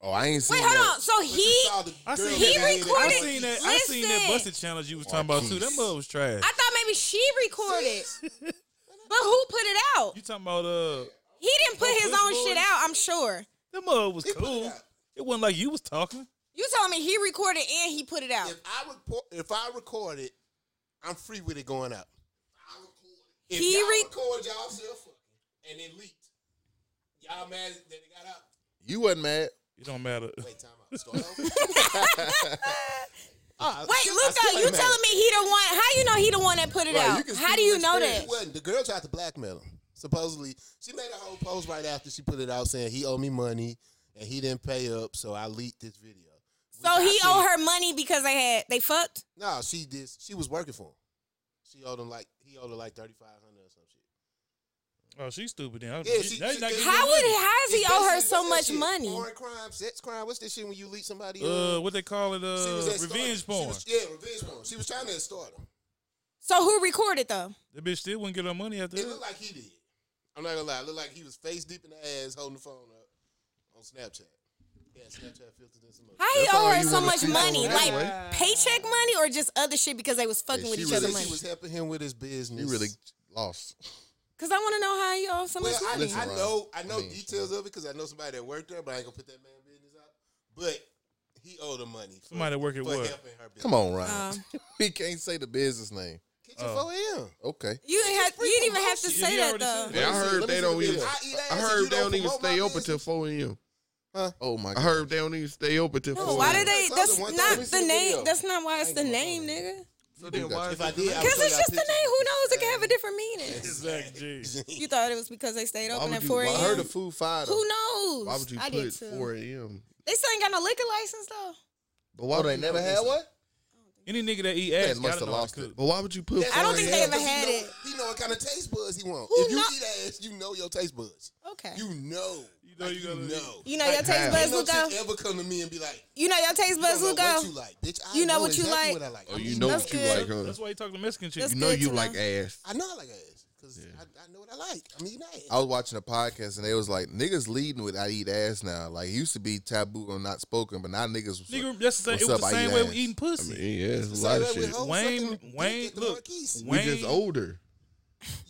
S5: oh, I ain't seen
S2: Wait, hold
S5: that.
S2: on. So
S3: But you
S2: he,
S3: saw the
S1: I
S3: girl
S1: seen
S2: He
S3: that made it.
S1: I
S2: recorded-
S1: seen that. I seen that
S2: Listen.
S1: busted challenge you was talking about too. That mother was trash.
S2: I thought maybe she recorded, but who put it out?
S1: You talking about uh?
S2: He didn't
S3: Oh,
S2: put his own shit out. I'm sure.
S1: That mother was cool. It wasn't like you was talking.
S2: You told me he recorded and he put it out.
S3: If I report, if I record it, I'm free with it going up. If
S2: He
S3: y'all
S2: re-
S3: record y'all self fucking and it leaked, y'all mad that it got out.
S5: You wasn't mad.
S1: It don't matter.
S3: Wait, time out. Start over. Ah,
S2: Wait,
S3: shit, I
S2: Luca,
S3: still ain't
S2: you
S3: mad.
S2: telling me he the one? How you know he the one that put it
S5: Right, you
S2: out?
S5: can
S2: How
S5: see
S2: do
S5: the
S2: you know that?
S5: experience.
S3: It wasn't. The girl tried to blackmail him. Supposedly, she made a whole post right after she put it out saying he owed me money and he didn't pay up, so I leaked this video.
S2: So he owed her money because they had they fucked.
S3: No, she did. She was working for him. She owed him like he owed her like thirty five hundred or some shit.
S1: Oh, she's stupid. Then.
S3: Yeah, she-
S1: now you're
S3: she-
S1: not giving
S2: How
S1: me
S2: would
S1: money.
S2: how does he owe her
S3: Especially,
S2: so
S3: what's that
S2: much
S3: shit?
S2: money?
S3: Foreign crime, sex crime. What's this shit when you leak somebody?
S1: uh
S5: Mm.
S1: what they call it
S3: she
S1: uh
S3: was extorting-
S1: revenge
S3: she
S1: porn?
S3: was- yeah, revenge porn. She was trying to extort him.
S2: So who recorded though?
S1: That bitch still wouldn't get her money after
S3: It
S1: that.
S3: looked like he did. I'm not gonna lie. It looked like he was face deep in the ass, holding the phone up on Snapchat. Yeah, Snapchat filters and some other.
S2: How he
S4: That's
S2: owe
S4: all
S2: her
S4: you
S2: so
S4: wanna
S2: much
S4: see
S2: money?
S4: someone
S2: Like
S4: anyway.
S2: paycheck money or just other shit because they was fucking
S4: Yeah,
S2: with
S4: she
S2: each
S4: really-
S2: other
S3: She
S2: money?
S3: was helping him with his business.
S5: You really lost.
S2: Because I want to know how he owe so much
S3: Well, I,
S2: money.
S5: listen,
S3: I
S5: Ron.
S3: know I know
S5: I mean,
S3: details of it because I know somebody that worked there, but I ain't gonna put that man business out. But he owed her money. For,
S1: Somebody that work at
S3: for
S1: what?
S3: helping her business.
S5: Come on, Ryan.
S2: Um,
S5: we can't say the business name.
S3: Kitchen
S1: Oh.
S3: for him.
S5: Okay.
S2: you didn't have, you didn't even have to
S1: She-
S2: say
S1: you
S2: that
S1: already
S2: though.
S1: said
S4: Yeah, I
S3: Let me see-
S4: heard
S3: let me
S4: they
S3: see
S4: don't
S3: the
S4: even.
S3: video. eat
S4: I
S3: ass if you
S4: heard they don't even
S3: promote my
S4: stay open till
S3: business.
S4: four a.m.
S5: Oh my
S4: I
S5: god.
S4: heard they don't even stay open till
S2: No,
S4: four.
S2: why
S4: a.m.
S2: did they?
S3: That's
S2: That's
S3: the one thing.
S2: not
S3: Let me see
S2: the
S3: the
S2: name.
S3: video.
S2: That's not why it's the name, nigga.
S4: So
S5: then why
S4: is
S3: If I did, I would
S2: Because
S3: show
S2: it's
S3: y'all
S2: just the name.
S3: pictures.
S2: Who knows? It can have a different meaning.
S1: Zach G.
S2: You thought it was because they stayed open
S4: would
S2: at
S4: you-
S2: 4
S4: why-
S5: I heard
S2: a.m.
S5: of food fight.
S2: Who knows?
S4: Why would you
S2: I
S4: put
S2: did too.
S4: four a.m.
S2: They still ain't got no liquor license though.
S4: But why
S5: Oh, they
S4: would-
S5: never had one.
S1: Any nigga that eat ass
S5: Man must
S1: gotta
S5: have
S1: know how
S5: lost
S1: to cook.
S4: But why would you put?
S2: I don't
S4: 4
S2: think
S4: a.m.?
S2: they ever
S3: Because
S2: had
S3: he know,
S2: it.
S3: He know what kind of taste buds he wants.
S2: Who
S3: if you
S2: kno-
S3: eat ass, you know your taste buds.
S2: Okay.
S3: You know.
S1: You know
S3: Like,
S1: you gotta-
S3: know.
S2: You know your taste
S4: half.
S2: buds
S3: Ain't no
S2: will go.
S3: chick ever come to me and be like,
S2: You know your taste
S3: you don't
S2: buds will
S3: know what you
S2: go.
S3: like, bitch. I
S2: You know what you
S3: exactly
S2: like.
S3: What I like.
S4: Oh,
S3: I
S4: you
S3: eat
S4: know
S2: That's
S4: what you
S2: good.
S4: like, huh?
S5: Mm.
S1: That's why you talk to Mexican
S4: You
S1: chicks.
S2: That's-
S4: know
S2: good
S4: you
S2: to
S4: like
S2: know.
S4: ass.
S3: I know I like ass because I, I know what I like. I'm eating ass.
S5: I was watching a podcast and they was like niggas leading with I eat ass now. Like it used to be taboo or not spoken, but now niggas was
S1: Nigga, that's the same.
S5: What's
S1: It was
S5: up,
S1: the
S5: I
S1: same
S5: eat
S1: way
S5: ass.
S1: we eating
S4: I
S1: pussy.
S4: mean, yeah, it's a
S3: Same
S4: lot
S3: way
S4: of
S3: with
S4: shit.
S3: hoes
S1: Wayne-
S3: sucking dick
S1: Wayne,
S3: at the
S1: look.
S3: Marquise.
S4: We just
S1: Wayne-
S4: older.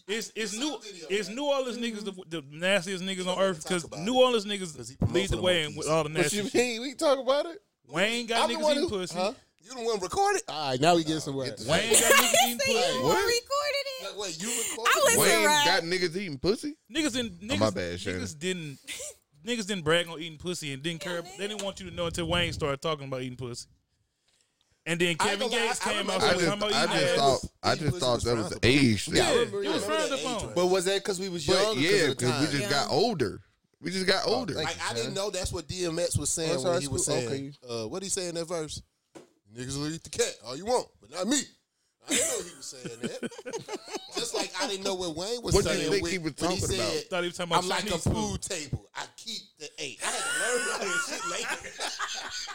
S1: It's it's new
S3: video,
S1: it's New Orleans
S5: Mm-hmm.
S1: niggas the, the nastiest niggas on earth
S3: talk
S1: because
S3: about
S1: New
S3: it.
S1: Orleans niggas
S3: he promote
S1: lead
S3: for
S1: the
S3: the
S1: way
S3: monkeys.
S1: in with all the
S5: What
S1: nasty.
S5: you
S1: shit.
S5: mean? We can talk about it.
S1: Wayne got
S5: I'm the
S1: niggas
S5: one
S1: eating
S5: who-
S1: pussy.
S5: huh?
S3: You the one recorded. All right, now we get somewhere.
S5: get the-
S1: Wayne got niggas eating
S2: See,
S1: pussy.
S2: you
S4: What?
S2: recorded it.
S3: Like, wait, you recorded?
S2: I was- Listen,
S4: Wayne
S2: Ryan.
S4: got niggas eating pussy.
S1: Niggas didn't niggas,
S4: Oh, my bad, Shannon.
S1: niggas didn't niggas didn't brag on eating pussy and didn't care. They didn't want you to know until Wayne started talking about eating pussy. And then
S3: I
S1: Kevin
S3: ain't gonna lie,
S1: Gates
S3: I
S1: came out
S3: remember-
S4: I
S1: saying,
S4: just,
S1: "I'm about
S4: I
S1: eating
S4: just
S1: ass."
S4: thought, I
S3: Eating
S4: just
S3: pussy
S4: thought
S3: was
S4: that was
S3: frowned
S4: age. thing.
S1: Yeah,
S3: remember-
S1: it was
S3: remember
S1: frowned
S3: that age
S1: upon.
S3: range.
S5: But was that because we was young?
S4: But yeah, because we just
S2: Yeah.
S4: got older. We just got older.
S5: thank
S3: Like I didn't
S5: Shannon.
S3: know that's what DMX was
S1: Oh,
S3: saying
S5: That's
S3: when
S5: high
S3: he was
S5: school.
S3: saying. Uh, what he say in that verse? Niggas will eat the cat all you want, but not me. I didn't know he was saying that. Just like I didn't know what Wayne was
S4: What do you
S3: saying.
S4: think
S3: when-
S4: he was
S3: when
S4: talking
S3: said,
S4: about?
S1: Thought he was talking about
S3: I'm like a
S1: Chinese
S3: food,
S1: food."
S3: table. I keep the eight. I had to learn all this shit later.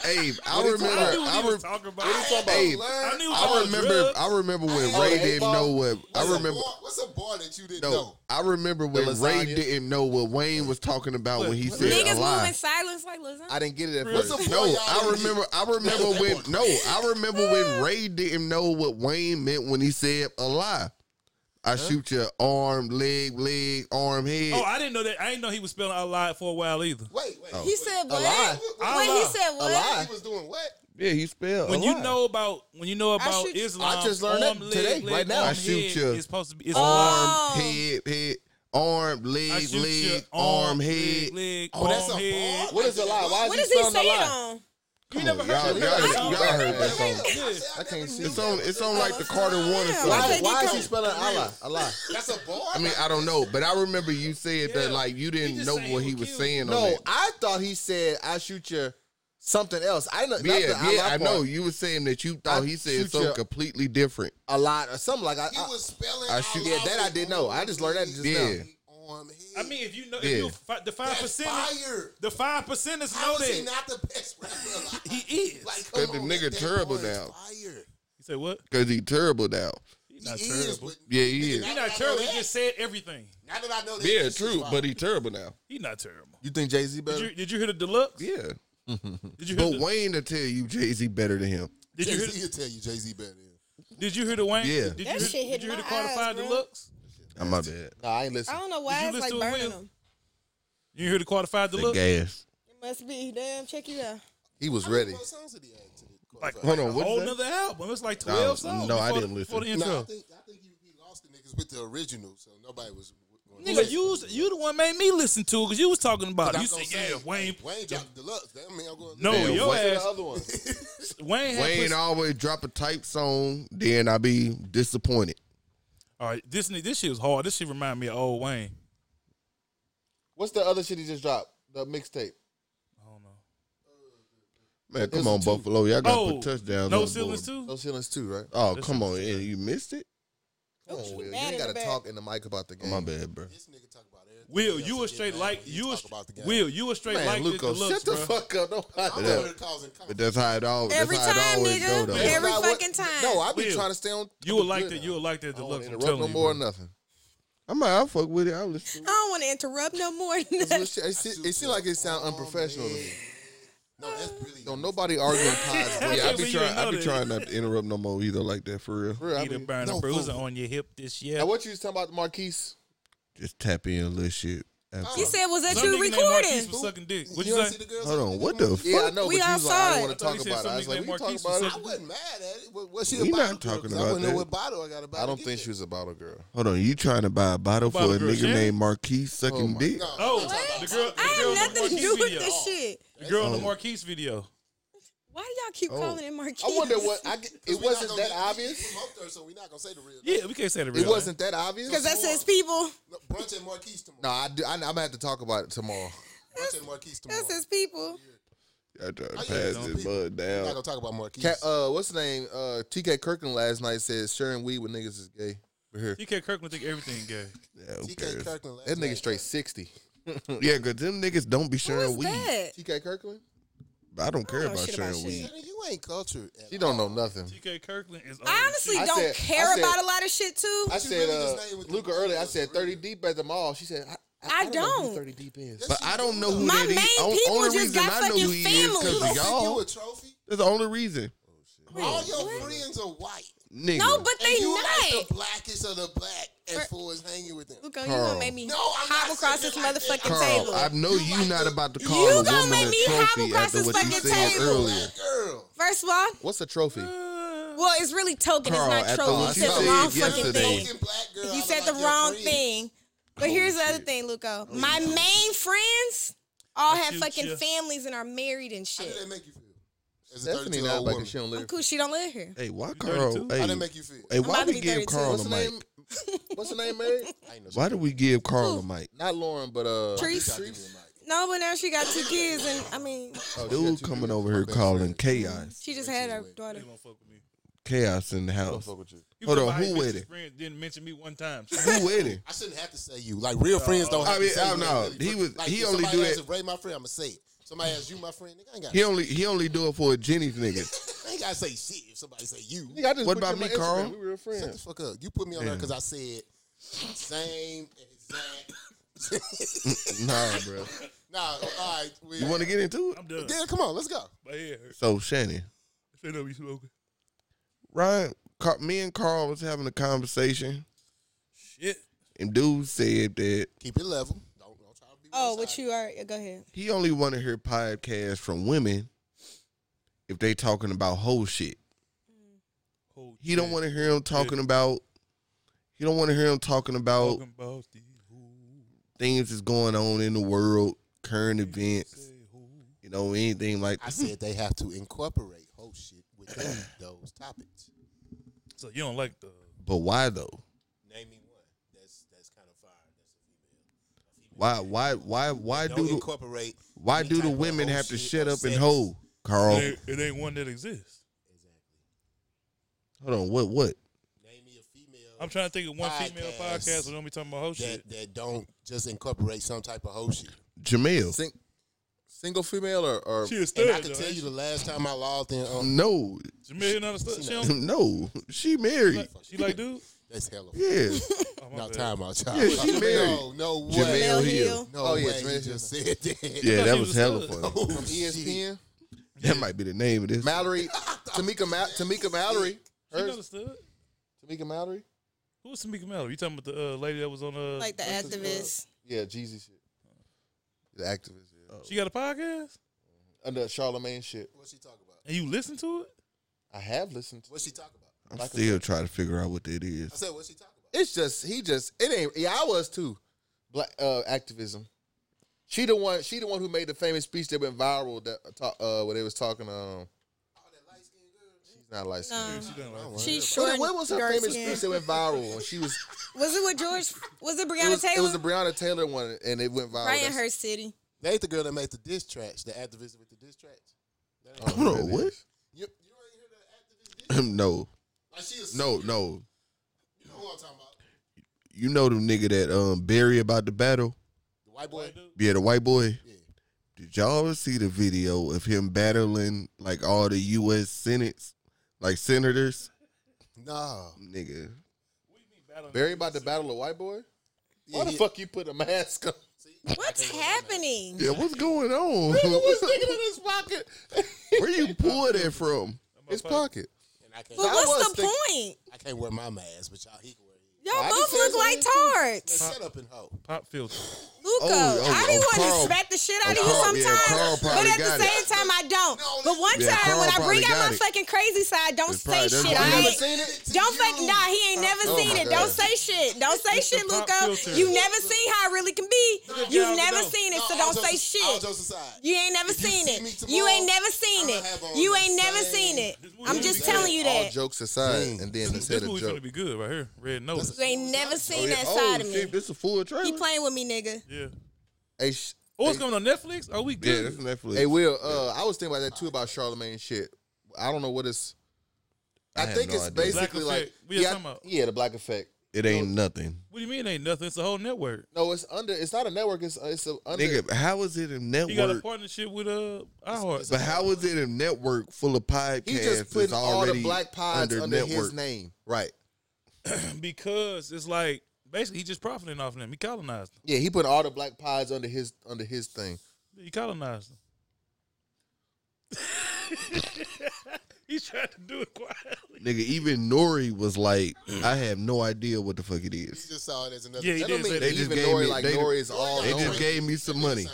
S4: Abe, I remember.
S1: I knew what
S4: I,
S1: he was
S4: re-
S1: talking about.
S4: Abe,
S1: I knew
S4: I remember. I remember when
S3: Oh,
S4: Ray
S3: eight
S4: didn't
S3: ball.
S4: know what. I
S3: What's a
S4: remember.
S3: bar- what's a bar that you didn't
S4: No,
S3: know?
S4: I remember
S5: The
S4: when Ray
S5: lasagna.
S4: didn't know what Wayne was talking about when he said a
S2: Niggas
S4: lie.
S2: moving silence like lasagna.
S5: I didn't get it at
S1: What's
S5: first.
S3: up?
S4: No,
S3: Boy, y'all
S4: I
S3: didn't
S4: remember. I remember when. No, I remember when Ray didn't know what Wayne meant when he said a lie. I shoot your arm, leg, leg, arm, head.
S1: Oh, I didn't know that. I didn't know he was spelling out loud for a while either.
S3: Wait, wait.
S2: He said what?
S5: Oh. lie.
S1: A
S2: Wait, he
S1: lie.
S2: said what?
S5: lie.
S3: He was doing what?
S4: yeah, he spelled.
S1: When
S4: a
S1: you
S4: lie.
S1: know about when you know about
S2: shoot-
S1: Islam,
S5: I just learned
S1: arm,
S5: that
S1: leg,
S5: today,
S1: leg,
S5: right now.
S1: arm,
S4: I shoot
S1: head
S4: you.
S1: is supposed to be. It's
S2: Oh.
S1: arm.
S2: Oh.
S4: head, head, arm,
S1: um, I
S4: leg,
S1: shoot you.
S4: leg,
S1: Arm,
S4: arm,
S1: leg,
S4: head.
S1: leg,
S3: Oh, that's
S1: arm,
S3: a
S1: head.
S3: bar?
S5: What is a lie? Why is
S2: What
S5: he
S2: does he
S5: spelling
S2: say
S5: a
S2: it
S5: lie?
S2: on?
S4: Come on, y'all, y'all, y'all, heard that song.
S5: I can't see.
S4: It's on. It's on like the Carter One or
S2: Yeah,
S4: something.
S5: Why,
S2: Okay,
S5: why
S2: you
S5: is he
S2: come-
S5: spelling a lie? A lie.
S3: That's a bar.
S4: I mean, I don't know, but I remember you said
S1: Yeah.
S4: that like you
S1: He
S4: didn't
S1: just
S4: know
S1: saying
S4: what
S1: he
S4: he
S1: would
S4: was
S1: kill you.
S4: saying. on
S5: No,
S4: that.
S5: I thought he said I shoot you something else. I know.
S4: yeah, yeah, I know.
S5: you
S4: You were saying that you thought he said
S5: shoot
S4: something
S5: ya.
S4: completely different.
S5: a lot or something like I.
S3: he
S5: I
S3: was spelling.
S4: I shoot-
S3: out
S5: yeah,
S3: loud
S5: that I
S3: with
S5: didn't know. I just learned that just
S4: Yeah.
S5: now.
S3: Arm, head.
S1: I mean, if you know, if
S4: Yeah.
S1: you fi- the five
S3: that's
S1: percent,
S3: fire.
S1: the five percenters
S3: How
S1: know
S3: is he
S1: that
S3: not the best rapper alive?
S1: he is.
S3: Like,
S4: Cause
S3: come
S4: the
S3: on,
S4: nigga
S3: that- that
S4: terrible
S3: boy is
S4: now.
S3: Fire.
S1: you say what?
S4: Cause he terrible now.
S1: He's not
S3: he is,
S1: terrible.
S3: but
S4: Yeah, he is.
S1: He's not terrible. He just said everything.
S3: now that I know that,
S4: Yeah,
S3: this is
S4: true,
S3: fire.
S4: but he terrible now.
S1: He's not terrible.
S5: You think Jay
S1: Did
S5: Z
S1: you,
S5: better?
S1: did you hear the deluxe?
S4: Yeah,
S1: Did you hear
S4: but
S1: the,
S4: Wayne will tell you Jay Z better than him.
S1: did you hear
S3: Jay-Z will tell you Jay Z better. than him.
S1: did you hear the Wayne?
S4: Yeah.
S1: Did you
S2: That
S1: hear,
S2: shit hit
S1: did you hear
S2: my
S1: the Carter
S2: eyes,
S1: Five
S2: bro.
S1: deluxe?
S4: I'm my bad.
S5: Nah, I ain't
S2: I
S5: listening.
S2: don't know
S1: Did
S2: why
S1: you
S2: it's like
S1: listen to
S2: burning
S1: Will?
S2: them.
S1: You hear the Carter Five
S4: The
S1: deluxe?
S4: gas.
S2: It must be. Damn, check you out.
S5: He was ready.
S3: What songs did he add to the
S1: Like,
S3: Qualifier?
S4: Hold on,
S1: a
S4: what is
S1: whole
S4: that?
S1: nother album. It's like twelve
S4: No,
S1: songs.
S4: no, I
S1: before
S4: didn't
S1: the- Before the
S4: listen.
S1: intro,
S3: No, I think I think he, he lost the niggas with the original, so nobody was. going to
S1: Nigga, you was, you the one made me listen to it because you was talking about it. You said, yeah, Wayne.
S3: Wayne dropped deluxe. That mean I'm going.
S1: No,
S4: Damn,
S1: your
S4: Wayne-
S1: ass.
S5: The other one.
S1: Wayne had
S4: Wayne
S1: pushed-
S4: always drop a type song, then I be disappointed.
S1: All right, this ni- this shit was hard. This shit remind me of old Wayne.
S5: What's the other shit he just dropped? The mixtape.
S1: I don't know.
S4: Man,
S5: There's
S4: come
S5: a
S4: on,
S5: two.
S4: Buffalo, y'all got to
S1: Oh,
S4: put touchdowns.
S1: no
S4: on the
S1: ceilings
S4: board.
S1: too.
S5: Those feelings too, right?
S4: Oh,
S1: That's
S4: come
S1: a-
S4: on, yeah, you missed it.
S5: Come
S2: Oh,
S5: on,
S2: she
S5: Will. You
S2: mad
S5: ain't
S2: in
S5: gotta
S2: the back.
S5: talk in the mic about the game.
S4: My bad, bro.
S3: This nigga talk about everything.
S1: Will,
S3: else
S1: you
S3: and
S1: was
S3: get
S1: straight
S3: mad
S1: like
S3: when he
S1: you
S3: talk
S1: was
S3: about the game.
S1: Will, you was straight
S5: Man,
S1: like
S5: Luco,
S1: this deluxe,
S5: shut the
S1: bruh.
S5: fuck up. Don't
S3: I'm
S4: Yeah.
S3: over here causing
S4: But
S3: conflict.
S4: that's how it always.
S2: Every
S4: that's how
S2: time,
S4: it always
S2: nigga.
S4: go though.
S1: Yeah.
S2: Every
S5: Nah, what-
S2: fucking time.
S5: No, I be
S1: Will,
S5: trying to stay on.
S1: You
S5: with
S1: would
S5: the
S1: like
S5: good
S1: that.
S5: now.
S1: You would like that
S5: I don't wanna
S1: deluxe. I'm
S5: interrupt
S1: telling
S5: no
S1: you,
S5: more or
S1: bruh.
S5: nothing.
S4: I'm like, I fuck with it. I listen.
S2: I don't want to interrupt no more.
S5: It seems like it sound unprofessional to me.
S3: No, that's really.
S5: Don't nobody arguing positive.
S1: Yeah,
S4: Yeah, I
S1: but
S4: be
S1: you
S4: trying. I
S1: know
S4: be
S1: that.
S4: trying not to interrupt no more either, like that for real.
S5: For real, I
S1: Need to
S5: mean-
S1: burn
S3: no,
S1: a bruiser
S3: fool.
S1: on your hip this year.
S5: Now, what you was talking about, Marquise?
S4: Just tap in a little shit. after.
S2: You said, was that
S1: Some
S2: you
S1: nigga named Marquise
S2: recording?
S1: was sucking dick. What
S3: you
S1: you,
S3: don't see
S1: say?
S3: the girls?
S4: Hold on, what the? Fuck?
S5: Yeah, I know, but
S2: We
S5: you was like, I
S2: outside.
S5: don't want to
S1: I thought
S5: talk
S1: you said
S5: about it. I was
S1: something
S5: like,
S1: like
S5: we can talk
S1: Marquise
S5: about
S1: was
S3: I
S5: it.
S3: wasn't mad at it. What, was she
S4: We
S3: a bottle
S4: not
S3: girl?
S4: talking
S3: 'Cause
S4: about
S3: I wouldn't
S4: that.
S3: know what bottle I got to buy.
S5: I
S3: to
S5: don't
S3: get
S5: think
S3: that.
S5: she was a bottle girl.
S4: Hold on, you trying to buy a bottle
S1: Bottle
S4: for a
S1: girl,
S4: nigga
S1: Shannon?
S4: named Marquis sucking
S5: my
S4: dick?
S3: No,
S1: Oh,
S3: I'm talking
S2: What?
S1: the girl, the girl
S2: I have
S1: on the
S2: nothing to
S1: Marquise
S2: do with
S1: video.
S2: this shit.
S1: The girl on the Marquise video.
S2: Why do y'all keep calling it Marquise?
S5: I wonder what I get,
S3: We
S5: it
S3: not
S5: wasn't
S3: gonna
S5: that
S3: get-
S5: obvious.
S3: We smoked her, so we not gonna say the real. name.
S1: Yeah, we can't say the real.
S5: It
S1: name.
S5: wasn't that obvious.
S2: Because that's his people.
S3: No, brunch at Marquise tomorrow.
S5: no, I do, I, I'm gonna have to talk about it tomorrow.
S3: Brunch at Marquise tomorrow.
S2: That's his people.
S4: I trying to
S3: I
S4: pass
S3: get it, don't
S4: this
S3: people.
S4: bud
S3: We're not
S4: down.
S3: gonna talk about Marquise.
S5: Ca uh, what's the name? Uh, TK Kirkland last night said sharing weed with niggas is gay. But here,
S1: TK Kirkland think everything gay.
S4: Yeah, who
S3: TK
S4: cares?
S3: Kirkland. last
S5: that nigga
S3: night.
S5: straight sixty.
S4: Yeah, cause them niggas don't be
S2: Who
S4: sharing
S2: is
S4: weed.
S2: that?
S5: TK Kirkland,
S4: I don't care
S2: don't know
S4: about
S2: shit
S4: sharing
S2: about
S4: weed.
S2: shit.
S3: Shannon, You ain't cultured. at
S5: she
S3: all.
S5: don't know nothing.
S1: TK Kirkland is.
S2: I honestly
S5: I
S2: don't
S5: said-
S2: care
S5: I said-
S2: about a lot of shit too.
S5: I
S3: She
S5: said,
S3: really
S5: uh,
S3: just named with the
S5: Luca
S3: word
S5: earlier, I
S3: is
S5: said
S3: real.
S5: thirty deep at the mall. She said, I,
S2: I
S5: know who
S2: don't.
S5: Thirty deep is.
S3: Yes,
S4: But
S3: she
S4: I don't
S3: do
S4: know who
S2: My
S4: that is.
S2: main
S4: O-
S2: people
S4: only
S2: just
S4: reason
S2: got
S4: I know who
S2: fucking
S4: he is
S2: families.
S4: because
S3: Don't
S4: of
S2: Don't
S3: think you
S4: y'all.
S3: a trophy?
S4: That's the only reason,
S3: All your
S2: What?
S3: friends are white.
S4: nigga.
S2: No, but
S3: and
S2: they
S3: you
S2: not.
S3: like the blackest of the black as
S2: Right.
S3: far as hanging with them.
S2: Luca, you gonna make me
S3: No, I'm
S2: hop
S3: not
S2: across
S3: saying
S2: this
S3: like that.
S2: motherfucking
S3: Carl,
S2: table.
S4: Carl, I know you
S3: like
S4: not
S3: the-
S4: about to
S3: You
S4: call a
S2: gonna
S4: woman
S2: make
S4: a
S2: me hobble
S4: trophy
S2: across
S4: after
S2: this
S4: what you
S2: fucking
S4: said
S2: table.
S4: earlier.
S3: Black girl.
S2: First of all,
S5: What's a trophy?
S2: well, it's really token.
S4: Carl,
S2: it's not
S4: after
S2: trophy.
S4: what
S2: You
S4: you
S2: said
S4: said
S2: the wrong fucking
S4: yesterday-
S2: thing.
S3: Token black girl,
S2: You
S3: I
S2: said
S3: like
S2: the
S3: your
S2: wrong
S3: friends.
S2: thing. But here's the other thing, Luco. My main friends all have
S1: shoot
S2: fucking
S1: ya.
S2: families and are married and
S3: How did
S2: shit.
S3: that make you feel? As a
S5: Stephanie
S3: 32
S5: not
S3: old
S5: like
S3: woman.
S5: she don't
S2: I'm
S5: live.
S2: cool. She don't live here.
S4: Hey, why
S1: 32?
S4: Carl?
S3: How did
S4: Hey,
S3: that make you feel?
S4: hey, why
S2: about to
S4: we
S2: be
S4: give
S2: 32.
S4: Carl
S5: What's
S4: a
S5: the
S4: mic?
S5: name? What's the name, Mary?
S3: I ain't no
S4: Why do we give Carl a
S2: Who?
S4: mic?
S5: Not Lauren, but uh,
S2: Trees.
S3: shot to give me a mic.
S2: No, but now she got two kids, and I mean,
S5: Oh, she got
S4: Dude
S5: two
S4: coming
S5: kids.
S4: over here
S5: Okay.
S4: calling chaos.
S2: she just had her daughter.
S1: He don't fuck with me.
S4: Chaos in the
S5: Don't
S4: house.
S5: fuck with you.
S1: He
S4: Hold
S1: was
S4: on,
S1: somebody
S4: who
S1: bitch's
S4: with it?
S1: friend Didn't mention me one time.
S4: Who wedding?
S3: I shouldn't have to say you. Like real friends don't. Have
S4: I mean,
S3: to say
S4: I
S3: you.
S4: know. He was-
S3: Like,
S4: he
S3: if
S4: only
S3: somebody
S4: do
S3: asks
S4: that-
S3: if Ray, my friend. I'ma say it. Somebody asks you, my friend. Nigga, I ain't got.
S4: He only he only do it for Jenny's niggas.
S3: I ain't gotta say shit if somebody say you.
S5: Nigga, I just
S4: What
S5: put
S4: about
S5: you
S4: me,
S5: on my
S4: Carl?
S5: Instagram. We were
S3: Shut the
S5: friends.
S3: fuck up. You put me on there because I said same exact.
S4: nah, bro.
S3: nah, all right. We,
S4: You want to get into it?
S1: I'm done.
S3: yeah, come on, let's go.
S1: My head hurts.
S4: So Shannon,
S1: They know we smoking.
S4: Ryan, Car- me and Carl was having a conversation,
S1: Shit.
S4: and dude said that
S3: Keep it level. Don't, don't try to be.
S2: Oh,
S3: one-sided.
S2: what you are? Go ahead.
S4: he only want to hear podcasts from women if they talking about whole shit.
S1: Hold
S4: He don't want to hear him talking about. He don't want to hear him talking about
S1: Talking about the who,
S4: things that's going on in the world, current events.
S1: say who.
S4: You know anything like
S3: I said they have to incorporate whole shit within those topics.
S1: So you don't like the
S4: But why though?
S3: Name me one. That's that's kind of fire. That's a female.
S4: Why why why why
S3: Don't
S4: do the,
S3: incorporate.
S4: why
S3: any
S4: do the
S3: type of
S4: women
S3: whole
S4: have to
S3: shit
S4: shut
S3: or
S4: up and
S3: sex.
S4: hoe, Carl?
S1: it, ain't- it ain't one that exists.
S4: Hold on, what what?
S3: Name me a female.
S1: I'm trying to think of one female
S3: Podcast.
S1: podcast that don't be talking about whole shit.
S3: that, that don't just incorporate some type of whole shit.
S4: Jamel.
S5: Sing, single female or, or
S1: She a stud.
S3: And I can
S1: though,
S3: tell
S1: ain't
S3: you the last time I logged in, um,
S4: No.
S1: she? Jamil, not a stud. She don't.
S4: No. She married.
S1: She like dude.
S3: that's hella.
S4: Yeah.
S1: Oh, my
S3: No
S1: bad.
S3: time out, y'all.
S4: Yeah, she
S3: No,
S4: married.
S3: no way.
S4: Jamel
S2: Mel
S4: Hill.
S2: Hill.
S3: No
S5: Oh,
S3: way.
S5: yeah,
S3: you
S5: Jamel
S3: just said that.
S4: Yeah,
S1: thought
S4: that
S1: she
S4: was
S1: was
S4: hella
S1: good.
S4: funny.
S3: Oh,
S5: from E ESPN.
S4: That might be the name of this.
S5: Mallory, Tamika, Ma- Tamika Mallory,
S1: She not
S5: hers,
S1: a stud.
S5: Tamika Mallory.
S1: Who was Tamika Mallory? You talking about the uh, lady that was on uh,
S2: Like the
S1: what's this
S2: activist.
S5: Yeah, Jeezy shit. The activist. Yeah.
S1: called? She got a podcast,
S5: Under Charlemagne shit.
S3: What's she talk about?
S1: and you listen to it.
S5: I have listened to.
S3: What's she talk about?
S4: I'm still trying to figure out what that is.
S3: I said, what's she talk about?
S5: It's just he just it ain't. Yeah, I was too. Black uh, activism. She the one. She the one who made the famous speech that went viral. That uh, talk, uh where they was talking. Um, she's not like.
S2: No,
S1: She done like
S2: Um, she's short.
S5: What, what was her
S2: dark
S5: famous
S2: skin.
S5: speech that went viral? When she was,
S2: Was it with George? Was it
S5: it
S2: Breonna
S5: was,
S2: Taylor?
S5: it was the Breonna Taylor one, and it went viral.
S4: oh,
S2: Ryan
S5: That's-
S2: Hurst City.
S3: They ain't the girl that made the diss tracks, the activist with the diss tracks. That
S5: Oh.
S3: ain't-
S4: Hold on, what?
S3: You, you ain't hear the activist diss?
S4: no.
S3: Like she is,
S4: No, no.
S3: You know who I'm talking about?
S4: You know the nigga that um Barry about the battle?
S3: The white boy.
S4: Yeah, the white boy.
S3: Yeah.
S4: Did y'all see the video of him battling like all the US senates, like senators?
S3: No.
S4: Nigga.
S5: Barry about to battle a white boy.
S3: Yeah,
S5: Why the
S3: he-
S5: fuck you put a mask on?
S2: What's happening?
S4: Yeah, what's going on?
S5: Nigga was sticking in his pocket.
S4: Where you pull that from?
S5: his pocket.
S3: And I can't,
S2: But
S5: I was
S2: what's the
S5: thinking-
S2: point?
S3: I can't wear my mask, but y'all he can wear his.
S2: Y'all
S5: I
S2: both
S5: can say
S2: look like tards.
S3: Man, shut up and hoe.
S1: Pop filter.
S2: Luca,
S4: Oh, oh,
S2: I be
S4: oh,
S2: wanting
S4: Carl.
S2: to smack the shit out of you
S4: Oh, Carl, yeah,
S2: sometimes,
S4: Carl
S2: but
S4: probably
S2: at the
S4: got it.
S2: same time I don't. but one
S4: Yeah,
S2: time when
S4: Carl
S2: I bring
S4: probably
S2: out my
S4: got it.
S2: fucking crazy side, don't
S4: It's
S2: say
S4: probably- that's
S2: shit.
S4: why
S2: all
S4: you
S2: right?
S4: never
S3: seen it to
S2: Don't
S3: you.
S2: fake. Nah, he ain't never
S4: Oh
S2: seen
S4: my
S2: it. Don't
S4: God.
S2: say shit. Don't say shit,
S1: the pop
S2: Luca.
S1: filter.
S2: You never seen how it really can be.
S1: at y'all,
S2: You've never
S1: no.
S2: seen it,
S3: No,
S2: so
S3: all
S2: don't
S3: jokes-
S2: say
S3: All
S2: shit.
S3: jokes aside.
S2: You ain't never
S3: If you
S2: seen
S3: see me
S2: it.
S3: tomorrow,
S2: You ain't never seen
S3: I'ma
S2: it.
S3: have on
S2: You
S3: the
S2: ain't never
S3: same-
S2: seen it.
S1: This
S2: I'm
S1: movie
S2: just
S1: gonna be
S2: telling you
S5: All
S2: that.
S5: jokes aside, and then
S1: This,
S5: instead
S1: movie's gonna
S5: of joke.
S1: be good right here. Red
S2: You
S1: Notice.
S2: ain't never seen that
S4: oh,
S2: side of
S4: shit,
S2: me.
S4: this a full trailer.
S2: He playing with me, nigga.
S1: Yeah.
S5: Hey, sh-
S1: Oh, it's coming on Netflix. Are we
S4: yeah, that's
S1: good?
S4: Netflix.
S5: hey, Will. Uh, I was thinking about that too about Charlemagne shit. I don't know what it's.
S4: I
S5: I,
S4: have
S5: think
S4: no
S5: it's
S4: idea. Black
S5: basically like
S1: Effect. We are
S5: yeah,
S1: talking about-
S5: yeah, the black effect.
S4: it ain't nothing.
S1: what do you mean? Ain't nothing. It's a whole network.
S5: No, it's under. It's not a network. It's it's a under.
S4: Nigga, how is it a
S1: He got a
S4: network?
S1: partnership with uh iHeart.
S4: But how is it a network full of podcasts?
S5: He just
S4: that's
S5: putting all the
S4: already
S5: black pods under, his
S4: network?
S5: name, right?
S1: because it's like basically he just profiting off of them. He colonized them.
S5: Yeah, he put all the black pods under his under his thing.
S1: He colonized them. He's trying to do it quietly.
S4: Nigga, even Nori was like, I have no idea what the fuck it
S3: He
S4: is.
S3: just saw it as another.
S1: Yeah, he
S5: That
S1: did
S5: don't
S1: say
S5: mean
S1: that.
S4: They just
S5: even
S4: gave
S5: Nori
S4: me-
S5: like
S4: they just-
S5: Nori is all.
S4: They
S5: knowing.
S4: just gave me some money.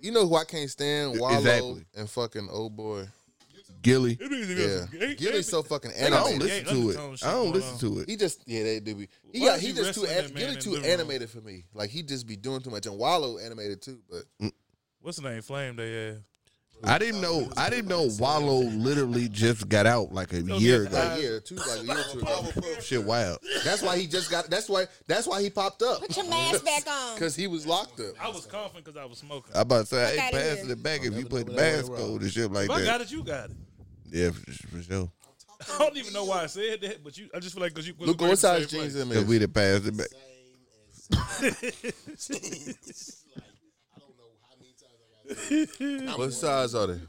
S5: you know who I can't stand? Wallow
S4: E Exactly.
S5: and fucking old boy.
S4: Gilly.
S1: It means he got
S5: Yeah,
S1: some gay-
S5: Gilly's
S1: gay-
S5: so fucking
S4: I
S5: animated.
S4: don't listen to it. I don't listen to it.
S5: He just yeah, they do be. He
S1: Why
S5: got
S1: is
S5: he
S1: you
S5: just too
S1: wrestling that
S5: an-
S1: man
S5: Gilly
S1: in
S5: too
S1: Liberal?
S5: animated for me. Like he just be doing too much. And Wallow animated too, but
S1: What's the name? Flame they ass.
S4: I didn't know. I didn't know Wallow literally just got out like a year
S1: yeah,
S4: ago.
S5: like yeah, two like a year or two ago.
S3: Powerpuff.
S4: Shit, wild.
S5: That's why he just got. That's why. That's why he popped up
S2: Put your mask back on.
S5: because he was locked up.
S1: I was coughing because I was smoking.
S4: I about to say, I ain't
S2: outta here.
S4: passing it back if you put the
S3: know where
S4: mask
S3: they were.
S4: on and shit like
S1: If I got
S4: that.
S1: it, you got it.
S4: Yeah, for, for sure.
S1: I don't even know why I said that, but you, I just feel like because you. 'cause
S5: Look
S1: we're
S5: what
S1: in the
S5: size
S1: same
S5: jeans
S1: place.
S5: them
S4: Cause
S5: is.
S4: we done passed it back.
S5: What size are they?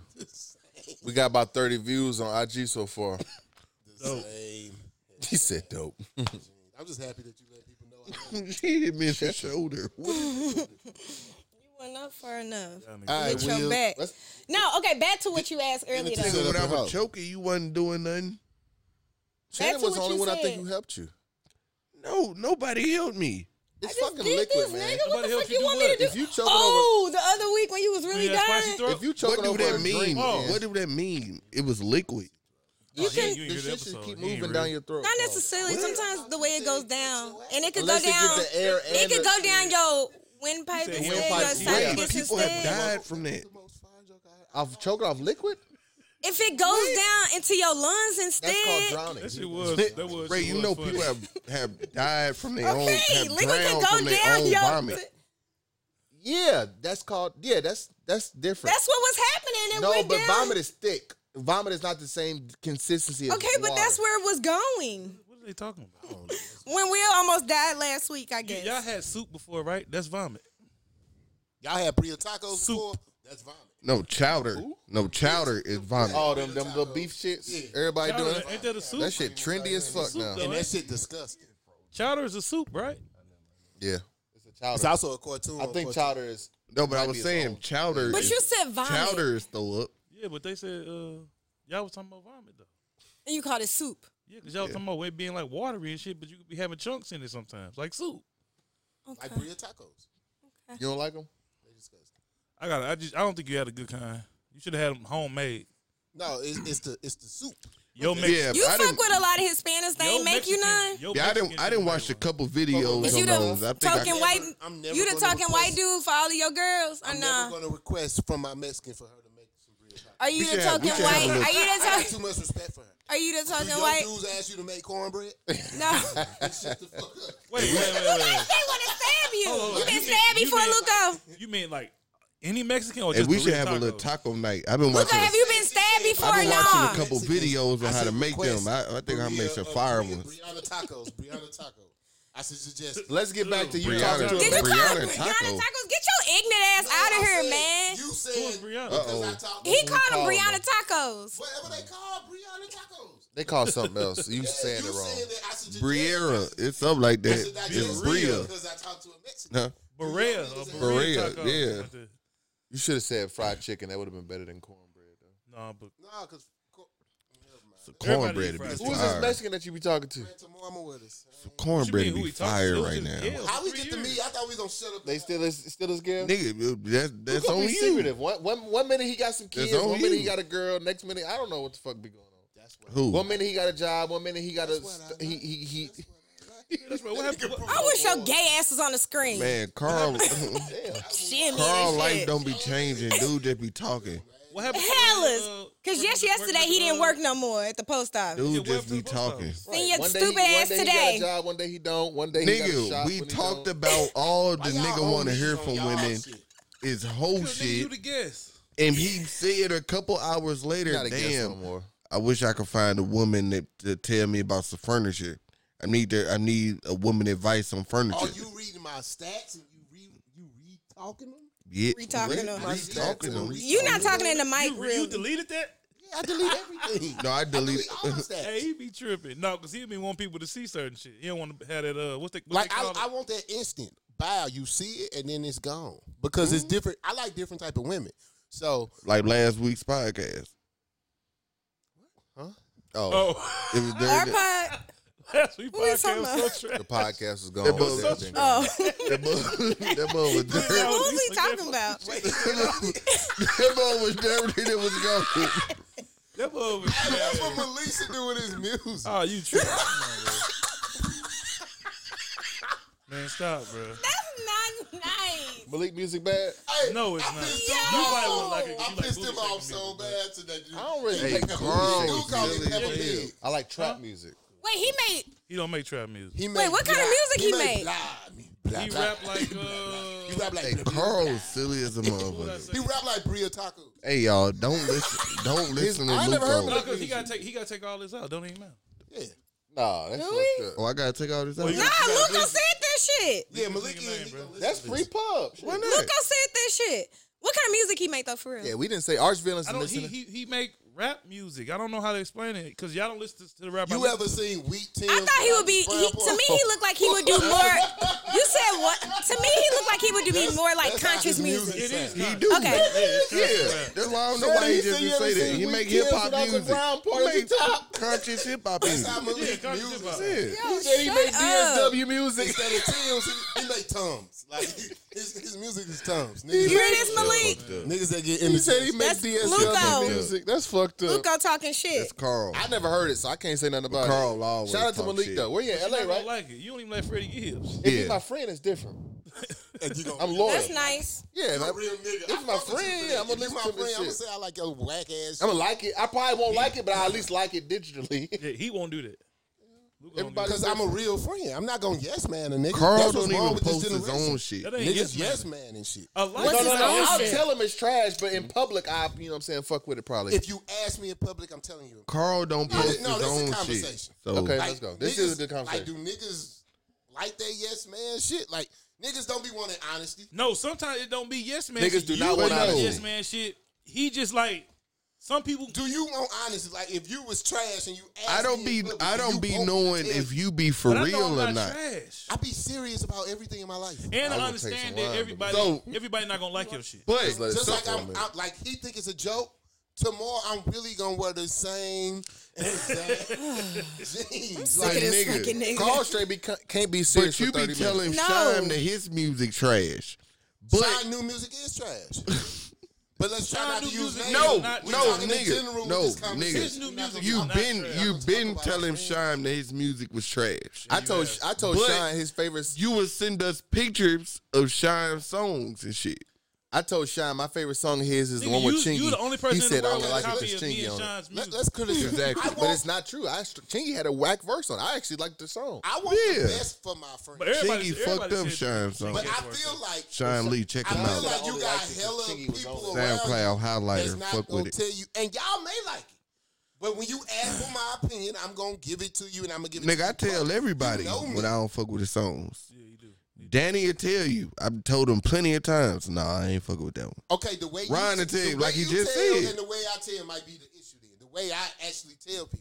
S5: We got about thirty views on IG so far.
S3: Same.
S5: He said dope.
S3: I'm just happy that you let people know. I
S4: he hit me in the shoulder.
S2: You went up far enough.
S5: All
S2: Get your back. No, okay, back to what you asked earlier
S3: Entertainment
S2: though.
S4: Nigga, when I
S5: up and
S4: was
S5: out.
S4: choking, you wasn't doing nothing.
S5: Shannon
S2: to
S5: was
S2: what
S5: the only
S2: you
S5: one I think
S2: said.
S5: who helped you.
S4: No, nobody helped me.
S5: It's
S2: just
S5: fucking
S2: did
S5: liquid,
S2: this,
S5: man.
S2: nigga. What
S1: Nobody
S2: the
S1: helped
S2: fuck
S1: you
S2: you
S1: do
S2: want
S1: what?
S2: me to do?
S5: If you choking
S2: oh, the other week when you was really
S1: Yeah, spicy
S2: dying,
S1: throat.
S5: over, if you
S4: What
S5: choking
S4: do
S5: over
S4: that
S5: a
S4: mean?
S5: drink,
S1: Oh.
S4: What do that mean? It was liquid.
S1: he
S2: you
S1: ain't you
S2: can
S5: the
S1: hear the
S5: shit just
S1: episode.
S5: keep
S1: He ain't
S5: moving
S1: real.
S5: down your throat.
S2: not necessarily. Sometimes the way it goes down, and it could
S5: Unless
S2: go
S5: it get
S2: down.
S5: the air
S2: it
S5: and
S2: could
S5: the-
S2: go down your windpipe
S1: said
S2: instead,
S5: windpipe.
S2: your
S5: Yeah,
S2: esophagus
S4: people have
S2: instead.
S4: died from that.
S5: I've choked off liquid.
S2: If it goes down into your lungs
S5: That's called
S2: instead,
S5: drowning.
S1: That shit was. That was.
S4: Ray,
S1: shit
S4: you
S1: was
S4: know
S1: funny.
S4: people have, have died from their own,
S2: okay,
S4: have
S2: liquor can
S4: drowned from
S2: go
S4: their
S2: down
S4: own
S2: your.
S4: vomit.
S5: Yeah, that's called. Yeah, that's that's different.
S2: That's what was happening. It
S5: no,
S2: went
S5: but
S2: down.
S5: vomit is thick. Vomit is not the same consistency. As
S2: Okay, but that's
S5: water.
S2: where it was going.
S1: What are they talking about?
S2: When Will almost died last week, I
S1: Y-
S2: guess.
S1: Y'all had soup before, right? That's vomit.
S3: Y'all had Priya tacos
S1: Soup.
S3: before? That's vomit.
S4: No, chowder. No, chowder is vomit.
S5: all them them little beef shits. Everybody
S1: Chowder,
S5: doing
S1: ain't
S5: it.
S1: that a soup?
S5: That shit trendy as fuck now.
S1: though.
S3: And that shit disgusting.
S1: Chowder is a soup, right?
S5: Yeah, it's a
S3: It's
S5: chowder.
S3: also a cartoon.
S5: I
S3: on cartoon.
S5: think chowder is.
S4: No, but I
S5: might
S4: was
S5: be
S4: saying
S5: its
S4: chowder.
S2: But
S4: is-
S2: you said vomit.
S4: chowder is throw up.
S1: Yeah, but they said uh, y'all was talking about vomit though.
S2: And you called it soup.
S1: Yeah, because y'all was talking about it being like watery and shit, but you could be having chunks in it sometimes, like soup.
S2: Okay.
S3: Like Priya tacos.
S5: You don't like them?
S3: They disgusting.
S1: I got. I just. I don't think you had a good kind. You should have had them homemade.
S3: No, it's, it's the it's the soup.
S1: Yo, Mex-
S4: Yeah,
S2: You
S4: I
S2: fuck
S4: didn't.
S2: with a lot of Hispanics. They
S1: yo
S2: ain't make
S1: Mexican-
S2: you none.
S1: yo
S4: Yeah, I didn't.
S1: Mexican
S4: I didn't
S1: made
S4: watch a
S1: one.
S4: couple videos
S2: Is
S4: on
S2: you
S4: those. I
S2: the
S4: think I
S2: talking
S3: never-
S2: white?
S3: I'm never
S2: You the
S3: gonna
S2: talking
S3: replace-
S2: white dude for all of your girls? Or
S3: I'm
S2: nah?
S3: never gonna request from my Mexican for her to make some real tacos.
S2: Are you
S4: should
S2: the
S4: have- we
S2: talking
S4: should have
S2: white?
S4: a little-
S2: Are you the
S3: I got
S2: talking?
S3: too much respect for her.
S2: Are you the
S3: Do
S2: talking
S3: your
S2: white?
S3: dudes ask you to make cornbread?
S2: No.
S3: Shut the fuck up.
S1: Wait, wait, wait,
S2: They
S1: wait.
S2: want to stab
S1: Hold
S2: you.
S1: on,
S2: You
S1: you
S2: been
S1: mean-
S2: stabbed
S1: you
S2: before,
S1: mean-
S2: Luca.
S1: You mean like any Mexican or just
S4: and we should
S1: burrito
S4: have a little
S1: tacos?
S4: taco night. I've been
S2: Luca,
S4: watching.
S2: have you been stabbed before?
S4: I've been watching a
S2: Nah.
S4: couple videos
S3: I
S4: on how
S3: said
S4: to make
S3: request
S4: them. I, I think I'll make
S3: Bria-
S4: some
S3: uh,
S4: fire
S3: Bria-
S4: ones.
S3: Brianna tacos. Brianna taco. I should suggest.
S5: Let's get back to you
S1: Brianna.
S5: talking to
S1: Did
S5: a
S1: you
S2: Did you
S5: Mexican.
S2: call
S4: Brianna
S2: him
S4: Taco.
S2: Brianna Tacos? Get your ignorant ass out
S3: I
S2: of here,
S3: said,
S2: man.
S3: You
S1: Who is
S3: said
S1: Brianna?
S3: because I
S4: Uh-oh.
S3: talked
S2: He
S3: before.
S2: called
S5: call
S2: him
S5: him?
S2: Brianna Tacos.
S3: whatever they call Brianna tacos.
S5: They call something else. You
S3: Yeah,
S5: saying
S3: you
S5: it wrong.
S3: said that I should suggest-
S4: Briera, it's something like
S3: I
S4: that.
S3: should digest
S4: It's
S3: Bria
S4: Bria.
S3: because I talked to a Mexican.
S4: Huh?
S1: Berea. or
S5: Berea,
S1: taco.
S5: yeah.
S1: What the-
S5: You should have said fried chicken. That would have been better than cornbread. Though.
S1: Nah, but
S3: Nah, cause co- never mind.
S4: So
S1: Everybody
S4: cornbread
S1: eat
S4: would be
S1: fries.
S5: Who is this
S4: fire.
S5: Mexican that you be talking to?
S3: Ran to Mama with us.
S1: you
S4: Cornbread
S1: mean
S4: would
S1: who
S4: be
S1: he talking to?
S4: fire
S1: It was
S4: right
S1: just-
S4: now.
S1: yeah, it was
S3: How we
S1: three
S3: get to
S1: years.
S3: me? I thought we was gonna shut up.
S5: They still is still this girl.
S4: Nigga, that's
S5: Who
S4: that's
S5: gonna
S4: on
S5: be
S4: you.
S5: secretive? One, one one minute he got some
S4: That's
S5: kids,
S4: on
S5: one minute
S4: you.
S5: he got a girl, next minute I don't know what the fuck be going on.
S3: That's what.
S4: Who?
S5: One minute he got a job, one minute he got a
S3: That's what
S5: st-
S3: I
S5: he
S3: like.
S5: he he.
S3: That's what I like.
S1: That's right. What happened?
S2: I wish your gay ass was on the screen.
S4: Man, Carl,
S5: Damn.
S2: Shimmy
S4: Carl
S2: and
S4: life
S2: shit.
S4: don't be changing. Dude, just be talking.
S1: What happened? uh,
S2: Hellas. Because just yesterday he didn't work no more at the post office.
S4: Dude,
S1: Yeah,
S4: just be
S1: where from the
S4: talking.
S1: post
S2: Seen your
S5: One day
S2: stupid
S5: he,
S2: ass
S5: one day He
S2: today.
S5: got a job, one day he don't. One day he got a
S4: Nigga,
S5: shop
S4: we
S5: when he
S4: talked
S5: don't.
S4: about all the
S3: Why y'all
S4: nigga want to
S3: always
S4: hear
S3: on
S4: from
S3: y'all
S4: women
S3: shit?
S4: is
S1: Nigga,
S4: whole
S1: you
S4: shit,
S1: the guest.
S4: and he said a couple hours later,
S5: Not a guest no
S4: "Damn,
S5: more.
S4: I wish I could find a woman that to tell me about some furniture. I need to, I need a woman advice on furniture.
S3: Are Oh, you reading my stats and you re you re talking them?
S4: yeah,
S2: Re-talking
S4: re-
S2: them.
S4: re-talking them.
S3: Re-
S2: You not talking in the mic,
S1: You,
S2: real.
S1: you deleted that?
S3: Yeah, I delete everything.
S4: No, I
S3: I
S4: delete.
S3: delete all my stats.
S1: Hey, he be tripping. No, because he be want people to see certain shit. He don't want to have that. Uh, what's that? What
S3: Like
S1: they
S3: I,
S1: call
S3: I
S1: it?
S3: want that instant bow. You see it and then it's gone because
S1: Mm-hmm.
S3: it's different. I like different type of women. So
S4: like last week's podcast.
S5: Huh?
S4: Oh,
S1: oh,
S4: it was
S2: Our
S4: during the,
S2: pod.
S1: that's what we
S2: What we
S1: podcast
S2: talking about?
S1: was so trash.
S5: The podcast was gone.
S4: That was-
S5: Everything gone.
S2: Oh.
S4: that mother- that mother was
S1: Put it
S4: dirty.
S1: out.
S2: Who's he talking about?
S4: that mother was dirty. That was going.
S1: That boy was trash.
S3: what Melissa do with his music.
S1: Oh, you tripping? Come on, bro. Man, stop, bro.
S2: That's not nice.
S5: Malik music bad.
S3: Hey,
S1: No, it's
S3: I
S1: not.
S3: pissed
S1: You
S3: him
S1: might
S3: off.
S1: look like a- you
S3: I
S1: like
S3: pissed
S1: booty
S3: him off
S1: shaking
S3: so
S1: nigga, but-
S3: bad today.
S5: I don't really.
S4: Hey,
S5: like that
S4: Carl
S5: music.
S3: You call it
S4: really
S3: Peppa
S4: chill.
S3: Pig.
S5: I like trap music.
S2: Wait, he made.
S1: He don't make trap music.
S3: He
S2: Wait, what kind of music he made?
S3: Blah,
S1: He
S3: blah.
S1: rap like
S3: He
S1: uh.
S3: rap like
S4: Hey, Carl was silly as a
S1: what I
S4: motherfucker.
S1: say?
S3: He rap like Bria Taco.
S4: Hey y'all, don't listen. Don't listen to
S5: I never heard
S1: No,
S4: Luke.
S5: Malik.
S1: cause he gotta take he gotta take all this out. Don't even matter.
S3: Yeah,
S5: Nah, that's
S2: Really?
S5: fucked up.
S4: Oh, I gotta take all this out.
S1: Well, you-
S2: Nah, Luca said that shit.
S3: yeah.
S1: his
S3: Malik,
S1: nigga
S3: is-
S1: name,
S3: he
S1: bro.
S3: gonna listen
S5: That's
S3: to
S5: free
S3: this.
S5: pub. Shit.
S4: Why not?
S2: Luca said that shit. What kind of music he made though for real?
S5: Yeah, we didn't say arch villains.
S1: I don't. He,
S5: listening.
S1: he he make rap music. I don't know how to explain it because y'all don't listen to the rap. I
S3: You
S1: listen
S3: ever seen Wheat Tim?
S2: I thought he would be. He, to me, he looked like he would do more. You said what? To me, he looked like he would do be more like conscious music.
S1: It is.
S4: He
S1: not.
S4: do.
S2: Okay.
S1: Yeah, it's not
S4: Yeah,
S1: rap.
S4: that's why I don't know why he just didn't say that. He make hip hop music. He make conscious hip hop music.
S3: That's how
S1: Yeah,
S3: Malik
S1: conscious
S3: music.
S1: about
S4: Yeah.
S1: it.
S2: Yo,
S5: said he made
S2: shut up.
S5: DSW music.
S3: Instead of Tim's, he, he make Tums. Like his, his music is Tums. Niggas,
S2: You hear this, Malik?
S3: niggas that get
S5: He
S3: in
S5: said he made
S2: That's
S5: DSW
S2: Luco.
S5: music. That's fucked up.
S2: Luca talking shit.
S4: That's Carl.
S5: I never heard it, so I can't say nothing about
S4: Carl
S5: it.
S4: always
S5: Shout out to
S4: talk
S5: Malik
S4: shit.
S5: though. Where you at?
S1: You
S5: LA,
S1: don't
S5: right?
S1: like it. You don't even like Freddie Gibbs.
S5: If he's
S4: Yeah.
S5: my friend, it's different.
S3: You gonna-
S5: I'm loyal.
S2: That's nice.
S5: Yeah,
S3: You
S5: man.
S3: a real nigga.
S5: This
S3: I
S5: my
S3: fuck with you,
S5: friend.
S3: man.
S5: I'm gonna
S3: You
S5: listen
S3: my
S5: to
S3: friend.
S5: this
S3: I'm gonna
S5: shit.
S3: say I like your whack ass.
S5: I'm gonna like it. I probably won't like it, but I at least like it digitally.
S1: Yeah, he won't do that. Luke
S5: Everybody-
S1: don't
S3: Because I'm a real friend. I'm not gonna yes man a nigga.
S4: Carl
S3: That's
S4: don't
S3: what's
S4: even
S3: wrong with this
S4: post his
S3: generation.
S4: own shit.
S1: do that. That ain't
S3: Niggas
S1: yes,
S3: yes,
S1: man.
S3: man and shit.
S1: I like
S5: No,
S2: What's
S5: no,
S2: his
S5: no.
S2: own
S5: I'll
S2: shit?
S5: tell him it's trash, but in public, I, you know what I'm saying, fuck with it probably.
S3: If you ask me in public, I'm telling you.
S4: Carl don't
S3: No,
S4: post
S3: this- no,
S4: his
S3: this is
S4: own shit.
S3: conversation.
S4: So
S5: Okay.
S3: Like,
S5: let's go. This is a good
S3: Like, do
S5: conversation.
S3: niggas like they yes man shit? Like niggas don't be wanting honesty.
S1: No, sometimes it don't be yes man.
S5: Niggas
S1: shit.
S5: do
S1: You
S5: not
S1: want
S5: want
S1: that
S5: honesty.
S1: yes man shit. He just like some people.
S3: Do you want honesty? Like if you was trash and you asked
S4: I don't
S3: me
S4: be
S3: in public,
S4: I
S3: do
S4: don't
S3: you
S4: be
S3: want me to
S4: knowing
S3: tell
S4: if
S3: you?
S4: you be for
S1: But I know
S4: real
S1: I'm
S4: or not.
S1: Trash.
S3: I be serious about everything in my life.
S1: And
S5: I
S1: I,
S5: would take some
S1: understand that
S5: wine,
S1: everybody
S4: but-
S1: everybody not gonna like your shit.
S4: But
S5: Just let it
S3: Just
S5: sit
S3: like
S5: for a
S3: I'm,
S5: minute.
S3: I'm like he think it's a joke. Tomorrow I'm really gonna wear the same exact jeans.
S2: Look
S3: Like
S2: at this
S4: nigga,
S2: fucking nigga.
S5: Carl straight be, can't be serious.
S4: but you
S5: for
S4: be
S5: 30 minutes.
S4: telling
S2: minutes.
S4: Shime
S2: No.
S4: that his music trash.
S3: Shine
S4: But
S3: new music is trash. But let's try
S1: Shine
S3: not to
S1: new
S3: use
S1: music
S3: names.
S1: is
S4: no,
S1: not
S3: We
S4: no,
S3: talking in
S4: nigga,
S3: general
S4: no,
S3: with this conversation.
S1: His new
S3: We're not
S1: music
S4: nigga.
S1: is
S3: gonna
S4: You've
S1: not
S4: been
S1: trash.
S4: you've been
S3: about
S4: telling
S3: it.
S4: Shime that his music was trash.
S5: I told
S1: Yeah.
S5: I told
S4: But-
S5: Shine his favorite.
S4: You would send us pictures of Shime's songs and shit.
S5: I told Shine my favorite song of his is the
S1: Nigga,
S5: one with
S1: you,
S5: Chingy.
S1: you the only person
S5: he
S1: in
S5: said
S1: the world
S5: I
S1: with
S5: would like
S1: a
S5: it if
S1: copy
S5: there's
S1: of me
S5: Chingy
S1: and
S5: on it.
S1: Sean's
S3: Let,
S1: music.
S3: let's criticize.
S4: Exactly.
S3: I
S5: But
S3: want,
S5: it's not true. I Chingy had a whack verse on. it. I actually liked the song.
S3: I want
S4: Yeah.
S3: the best for my friend.
S1: but
S3: But,
S1: everybody,
S4: Chingy fucked
S1: everybody
S4: up
S1: said-
S4: Shime's song.
S1: Chingy
S3: I
S1: worked
S3: feel
S1: up.
S3: like
S4: Shime Lee, check
S3: I
S4: him
S3: feel
S4: out.
S3: like you
S5: Only
S3: got
S5: liked it 'cause
S3: hella
S5: Chingy was on
S3: people
S5: it.
S3: around you
S4: SoundCloud highlighter.
S3: that's not
S4: Fuck
S3: gonna
S4: with it.
S3: tell you, and y'all may like it. But when you ask for my opinion, I'm gonna give it to you, and I'm gonna give it.
S4: Nigga, I
S3: to you
S4: tell
S3: public.
S4: everybody
S3: You know me.
S4: when I don't fuck with his songs.
S1: Yeah, you do.
S4: Danny will tell you. I've told him plenty of times. Nah, I ain't fucking with that one.
S3: Okay, the way
S4: Ryan
S3: you,
S4: to tell you,
S3: the way
S4: like he
S3: you
S4: just
S3: tell
S4: said.
S3: and the way I tell might be the issue. Then the way I actually tell people,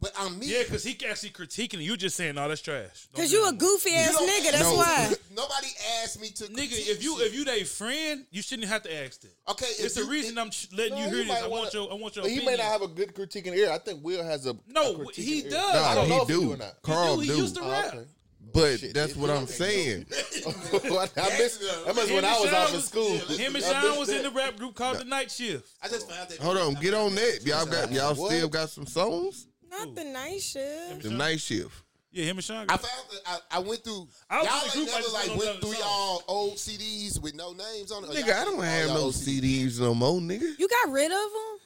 S3: But I'm me.
S1: Yeah, because he actually critiquing it. You just saying, no, that's trash. Don't
S2: Cause
S1: do
S2: you
S1: that
S2: a
S1: no more."
S2: goofy ass
S3: don't-
S2: nigga. That's
S4: No.
S2: why.
S3: Nobody asked me to.
S1: Nigga, if you if you they friend, you shouldn't have to ask that.
S3: okay, if
S1: It's the
S3: you-
S1: reason I'm ch- letting you
S5: No,
S1: hear
S5: he
S1: this.
S5: might
S1: I want
S5: wanna-
S1: your I want your
S5: But he
S1: opinion.
S5: may not have a good critique in the ear. I think Will has a
S1: No,
S5: a critique
S1: he
S5: in the ear.
S1: does.
S5: I
S4: Nah,
S5: don't know
S4: he
S5: if do
S4: do.
S5: or not.
S4: Carl
S1: He
S4: do.
S1: do, he used to rap.
S5: okay.
S4: But
S5: Shit,
S4: that's
S5: if
S4: what
S5: you
S4: I'm
S5: don't
S4: saying.
S5: I miss, that
S1: Him
S5: was when
S1: and
S5: I was out
S1: Sean
S5: of school.
S1: Him and
S5: I
S1: Sean
S5: missed
S1: was
S5: that.
S1: in the rap group called the Night Shift.
S3: I just found that.
S4: Hold on, get on that. Y'all got y'all
S5: What?
S4: still got some songs?
S2: Not the night shift.
S4: The night shift.
S1: Yeah, him and Sean.
S3: I found that I, I went through.
S1: I was
S3: y'all
S1: in the group,
S3: ain't
S1: I
S3: never
S1: just
S3: like
S1: don't know
S3: went
S1: the
S3: through y'all old CDs with no names on it. or Oh, y'all
S4: Nigga, I don't
S3: keep all
S4: have
S3: y'all
S4: no
S3: old
S4: CDs no more, nigga.
S2: You got rid of them?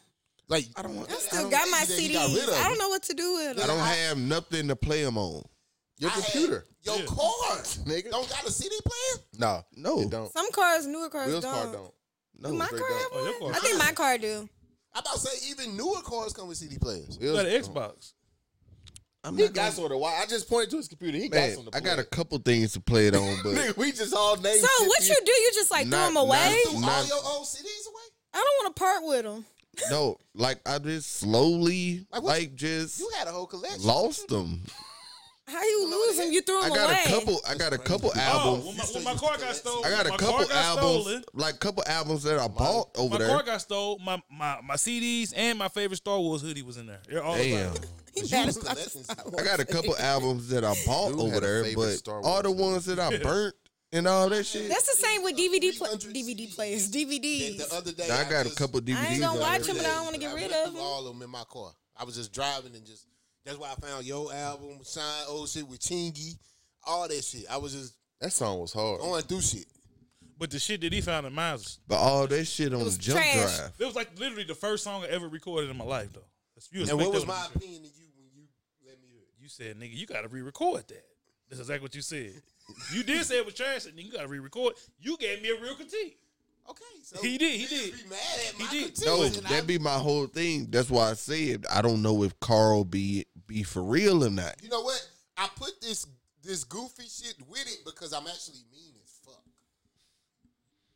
S3: Like
S4: I don't want.
S2: I
S3: I
S2: still
S3: don't
S2: got my
S3: think you got rid
S2: CDs.
S3: of
S2: I
S3: them.
S2: don't know what to do with
S4: I
S2: them.
S4: don't have nothing to play them on.
S5: Your
S3: I had
S5: computer,
S3: your
S1: Yeah.
S3: card,
S5: nigga.
S3: don't got a CD player.
S5: No,
S4: No.
S5: it don't.
S2: Some cars, newer cars
S5: Will's
S2: don't.
S5: car don't.
S4: No,
S2: my
S5: they
S2: car
S5: don't.
S2: have
S1: Oh, your
S2: one?
S1: car
S2: I think my car do.
S3: I about to say even newer cards come with CD players.
S1: got
S5: Will's,
S1: an Xbox.
S4: I'm
S5: he
S4: not
S5: got
S4: gonna,
S5: some of the wire. I just pointed to his computer. He got
S4: man,
S5: some. to
S4: I got
S5: play.
S4: a couple things to play it on, but
S5: Nigga, we just all named.
S2: So
S5: shit
S2: what
S5: to
S2: you do? You just like throw
S4: Not-
S2: them away?
S4: not-
S3: Threw all
S4: Nah.
S3: your old CDs away.
S2: I don't want to part with them.
S4: no, like I just slowly,
S3: Like,
S4: like,
S3: what-
S4: just
S3: You had a whole collection.
S4: lost them.
S2: How you lose them? You threw
S4: I
S2: them
S4: got
S2: away.
S4: a couple. I got a couple
S1: Oh, when
S4: albums.
S1: my, when my car got stolen,
S4: I got
S1: my
S4: a
S1: car
S4: couple
S1: got
S4: albums,
S1: Stolen,
S4: like couple albums that I bought over
S1: my car
S4: there.
S1: got stole. My, my my CDs and my favorite Star Wars hoodie was in there. They're all
S4: Damn.
S1: about-
S2: He
S3: You
S2: mad
S3: was
S2: as I
S3: collecting
S2: just-
S3: stuff.
S4: I got a couple albums that I bought
S5: Dude
S4: over
S5: had a
S4: there,
S5: favorite
S4: but
S5: Star
S4: all the
S5: Wars
S4: ones that I burnt and all that shit.
S2: That's the same with DVD pla-
S3: 300
S2: DVD
S3: CDs.
S2: players.
S3: And the
S2: DVDs.
S3: other day,
S4: I got a
S3: just-
S4: couple DVDs.
S2: ain't gonna
S4: out
S2: watch
S4: there.
S2: them, but I don't wanna get
S3: I
S2: rid
S3: went
S2: of
S3: through
S2: them.
S3: All of them in my car. I was just driving and just. That's why I found your album, Shine Old Shit with Chingy, all that shit. I was just
S5: That song was hard.
S3: going through shit.
S1: But the shit that he found in mine was
S4: But all that shit on
S2: was
S4: jump
S2: trash.
S4: drive.
S1: it was like literally the first song I ever recorded in my life though. That's- you
S3: And
S1: expect
S3: what was
S1: that
S3: my
S1: to be true.
S3: opinion to you when you let me hear it?
S1: You said, nigga, you got to re-record that. That's exactly what you said. you did say it was trash, and then you got to re-record. You gave me a real critique.
S3: Okay, so
S1: He did, he
S3: you just
S1: did.
S3: Be mad at
S1: He
S3: my
S1: did.
S3: critiques
S4: No,
S3: and I-
S4: that be my whole thing. That's why I said I don't know if Carl be be for real or not.
S3: You know what? I put this this goofy shit with it because I'm actually mean as fuck.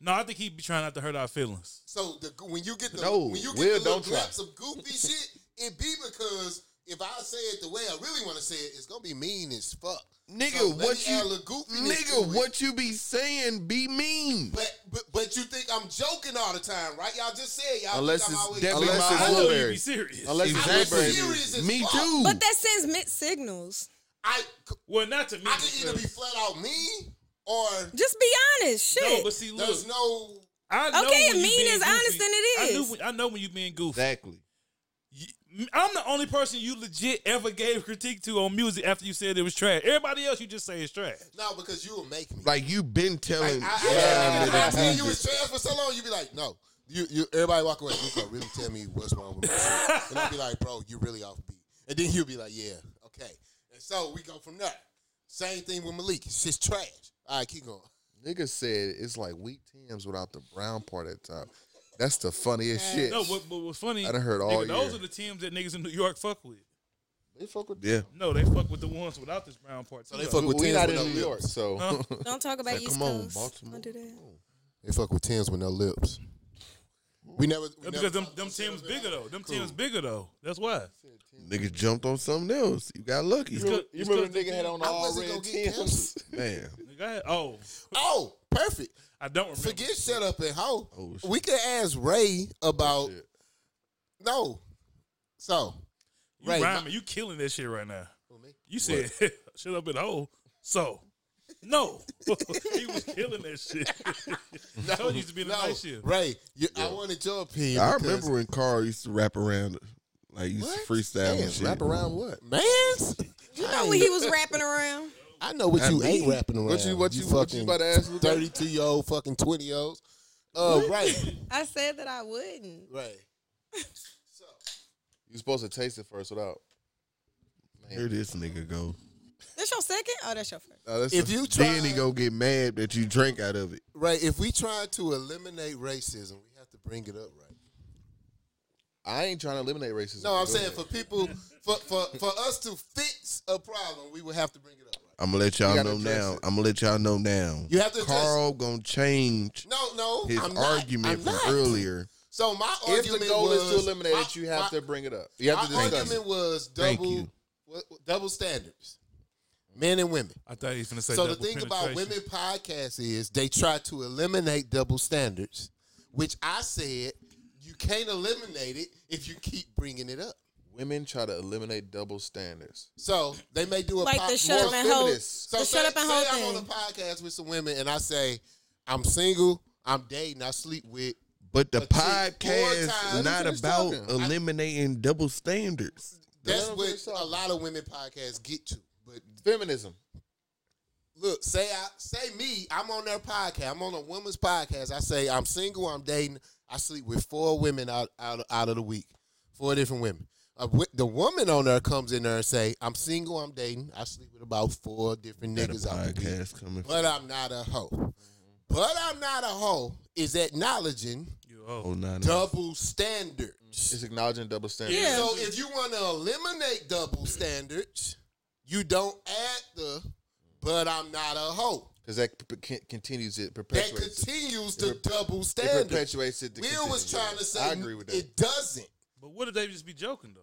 S1: No, I think he be trying not to hurt our feelings.
S3: So the, when you get the
S4: No,
S3: when you get
S5: Will,
S3: the little
S5: don't try.
S3: glimpse of goofy shit, it be because if I say it the way I really want to say it, it's gonna be mean as fuck.
S4: Nigga,
S3: So let
S4: what
S3: me
S4: you
S3: add a little goofiness to
S4: nigga,
S3: it.
S4: what you be saying be mean.
S3: But, but but you think I'm joking all the time, right? Y'all just said y'all
S5: Unless
S3: think
S5: it's
S3: I'm always
S5: Debbie
S4: Unless
S5: Miles
S4: it's
S1: I know you
S5: Blueberry.
S1: be serious.
S5: Unless it's
S3: I was
S5: Blackberry.
S3: serious as
S4: Me
S3: fuck.
S4: too.
S2: But that sends mixed signals.
S3: I
S1: well, not to me.
S3: I can either be
S1: because-
S3: flat out mean or
S2: Just be honest. Shit.
S1: no, but see, look,
S3: there's no
S1: I know
S2: Okay,
S1: when you
S2: mean
S1: being
S2: is
S1: goofy.
S2: honest than it
S1: I, knew
S2: is.
S1: when, I know when you being goofy.
S4: Exactly.
S1: You- I'm the only person you legit ever gave critique to on music after you said it was trash. Everybody else, you just say it's trash.
S3: no because you will make me.
S4: Like you been telling
S3: I, I,
S4: Shannon
S3: I, I, I
S4: that
S3: tell
S4: it
S3: you
S4: was-
S3: was trash for so long, you be like, no. You, you, everybody walk away. Luca, really tell me what's wrong with my shit. And I'll be like, bro, you really off beat. And then he'll be like, yeah, okay. And so we go from there. Same thing with Malik. It's just trash. All right, keep going.
S5: Nigga said it's like wheat Tim's without the brown part at the top. That's the funniest shit.
S1: No, but, but what's funny?
S5: I done heard
S1: nigga,
S5: all
S1: Those
S5: year.
S1: are the teams that niggas in New York fuck with.
S5: they fuck with
S4: Yeah.
S1: No, they fuck with the ones without this brown part. So
S3: they fuck
S5: We,
S3: with
S5: we
S3: Tim's
S5: not
S3: with
S5: in
S3: no
S5: New
S3: lips.
S5: York, so
S2: Don't talk about East
S4: come on,
S2: Coast.
S4: Baltimore.
S2: Don't do that.
S3: They fuck with tens with no lips. We never we never
S1: Uh, because them
S3: fuck
S1: them
S3: with Tim's
S1: teams
S3: with no
S1: bigger
S3: lips.
S1: though. Them teams bigger though. That's why.
S4: Nigga jumped on something else. You got lucky.
S1: good.
S5: you remember the nigga had on
S3: I
S5: all
S3: wasn't
S5: red
S3: gonna get
S5: Tim's.
S3: canceled.
S4: Man.
S1: Go ahead. Oh,
S3: Oh, perfect.
S1: I don't remember.
S3: Forget shut up and hoe.
S4: Oh, shit. Oh,
S3: we could ask Ray about
S5: shit.
S3: no. So
S1: you
S3: Ray,
S1: rhyming. you killing that shit right now.
S3: me?
S1: You said shut up and hole. So no, he was killing that shit. I told you used to be in the
S3: No,
S1: night shift.
S3: Ray, you, I wanted your opinion.
S4: I
S3: because-
S4: remember when Carl used to rap around like used
S3: What?
S4: to freestyle and shit.
S5: Damn, wrap around what?
S3: Mans?
S2: You know when he was rapping around?
S3: I know what
S4: Not
S3: you
S4: me.
S3: ain't rapping around.
S5: What you- what you- what you about to ask, Luca?
S3: Thirty two year old fucking twenty year olds. Uh, Ray,
S2: I said that I wouldn't.
S3: Ray. So
S5: You supposed to taste it first without.
S4: Here this nigga go.
S2: That's your second? Oh, that's your first.
S5: No, that's
S3: if you try,
S4: Then he go get mad that you drank out of it.
S3: Ray, if we try to eliminate racism, we have to bring it up, right?
S5: I ain't trying to eliminate racism.
S3: No, I'm
S5: Doing
S3: saying
S5: it.
S3: for people, for, for for us to fix a problem, we would have to bring it up. Right?
S4: I'm gonna let y'all
S5: gotta
S4: know
S5: address
S4: now.
S5: it.
S4: I'm gonna let y'all know now.
S3: You have to address-
S4: Carl gonna change
S3: No, no,
S4: his
S3: I'm not.
S4: argument
S3: I'm
S4: from
S3: not.
S4: earlier
S3: So my
S5: If
S3: argument
S5: the goal
S3: was,
S5: is to eliminate
S3: my-
S5: it, you have
S3: my-
S5: to bring it up. You have to
S3: my
S5: discuss it.
S3: argument was
S4: Thank
S3: double
S4: you.
S3: wa- double standards, men and women.
S1: I thought he was gonna say.
S3: So the
S1: double
S3: thing about
S1: penetration.
S3: women podcasts is they try to eliminate double standards, which I said you can't eliminate it if you keep bringing it up.
S5: Women try to eliminate double standards.
S3: So they may do a
S2: Like
S3: pop-
S2: the shut
S3: more
S2: up and hold.
S5: feminists.
S3: So
S2: the
S3: say,
S2: shut up and
S3: say
S2: hold
S3: I'm
S2: thing.
S3: on a podcast with some women and I say I'm single, I'm dating, I sleep with.
S4: But the
S3: But see,
S4: podcast
S3: four
S4: not
S3: times-
S5: Let me finish
S4: about
S5: talking.
S4: eliminating double standards.
S3: That's
S5: Let 'em
S3: what
S5: finish
S3: a
S5: talking.
S3: lot of women podcasts get to. But
S5: Feminism.
S3: look, say I say me, I'm on their podcast. I'm on a woman's podcast. I say I'm single, I'm dating, I sleep with four women out out, out of the week, four different women. Uh, wi- the woman on there comes in there and say, "I'm single, I'm dating, I sleep with about four different
S4: Got a
S3: niggas out the week,
S4: podcast coming.
S3: but I'm not a hoe." But I'm not a hoe is acknowledging
S1: You old.
S4: Oh, nah, nah.
S3: double standards.
S5: It's acknowledging double standards.
S2: Yeah.
S3: So if you want to eliminate double standards, you don't add the "but I'm not a hoe."
S5: Because that p- p- can- continues
S3: that
S5: it, perpetuates it.
S3: continues
S5: It
S3: the
S5: rep-
S3: double
S5: It
S3: standard.
S5: perpetuates it. to
S3: Will
S5: continue.
S3: was trying to say
S5: I agree with that.
S3: it doesn't.
S1: But what if they just be joking though?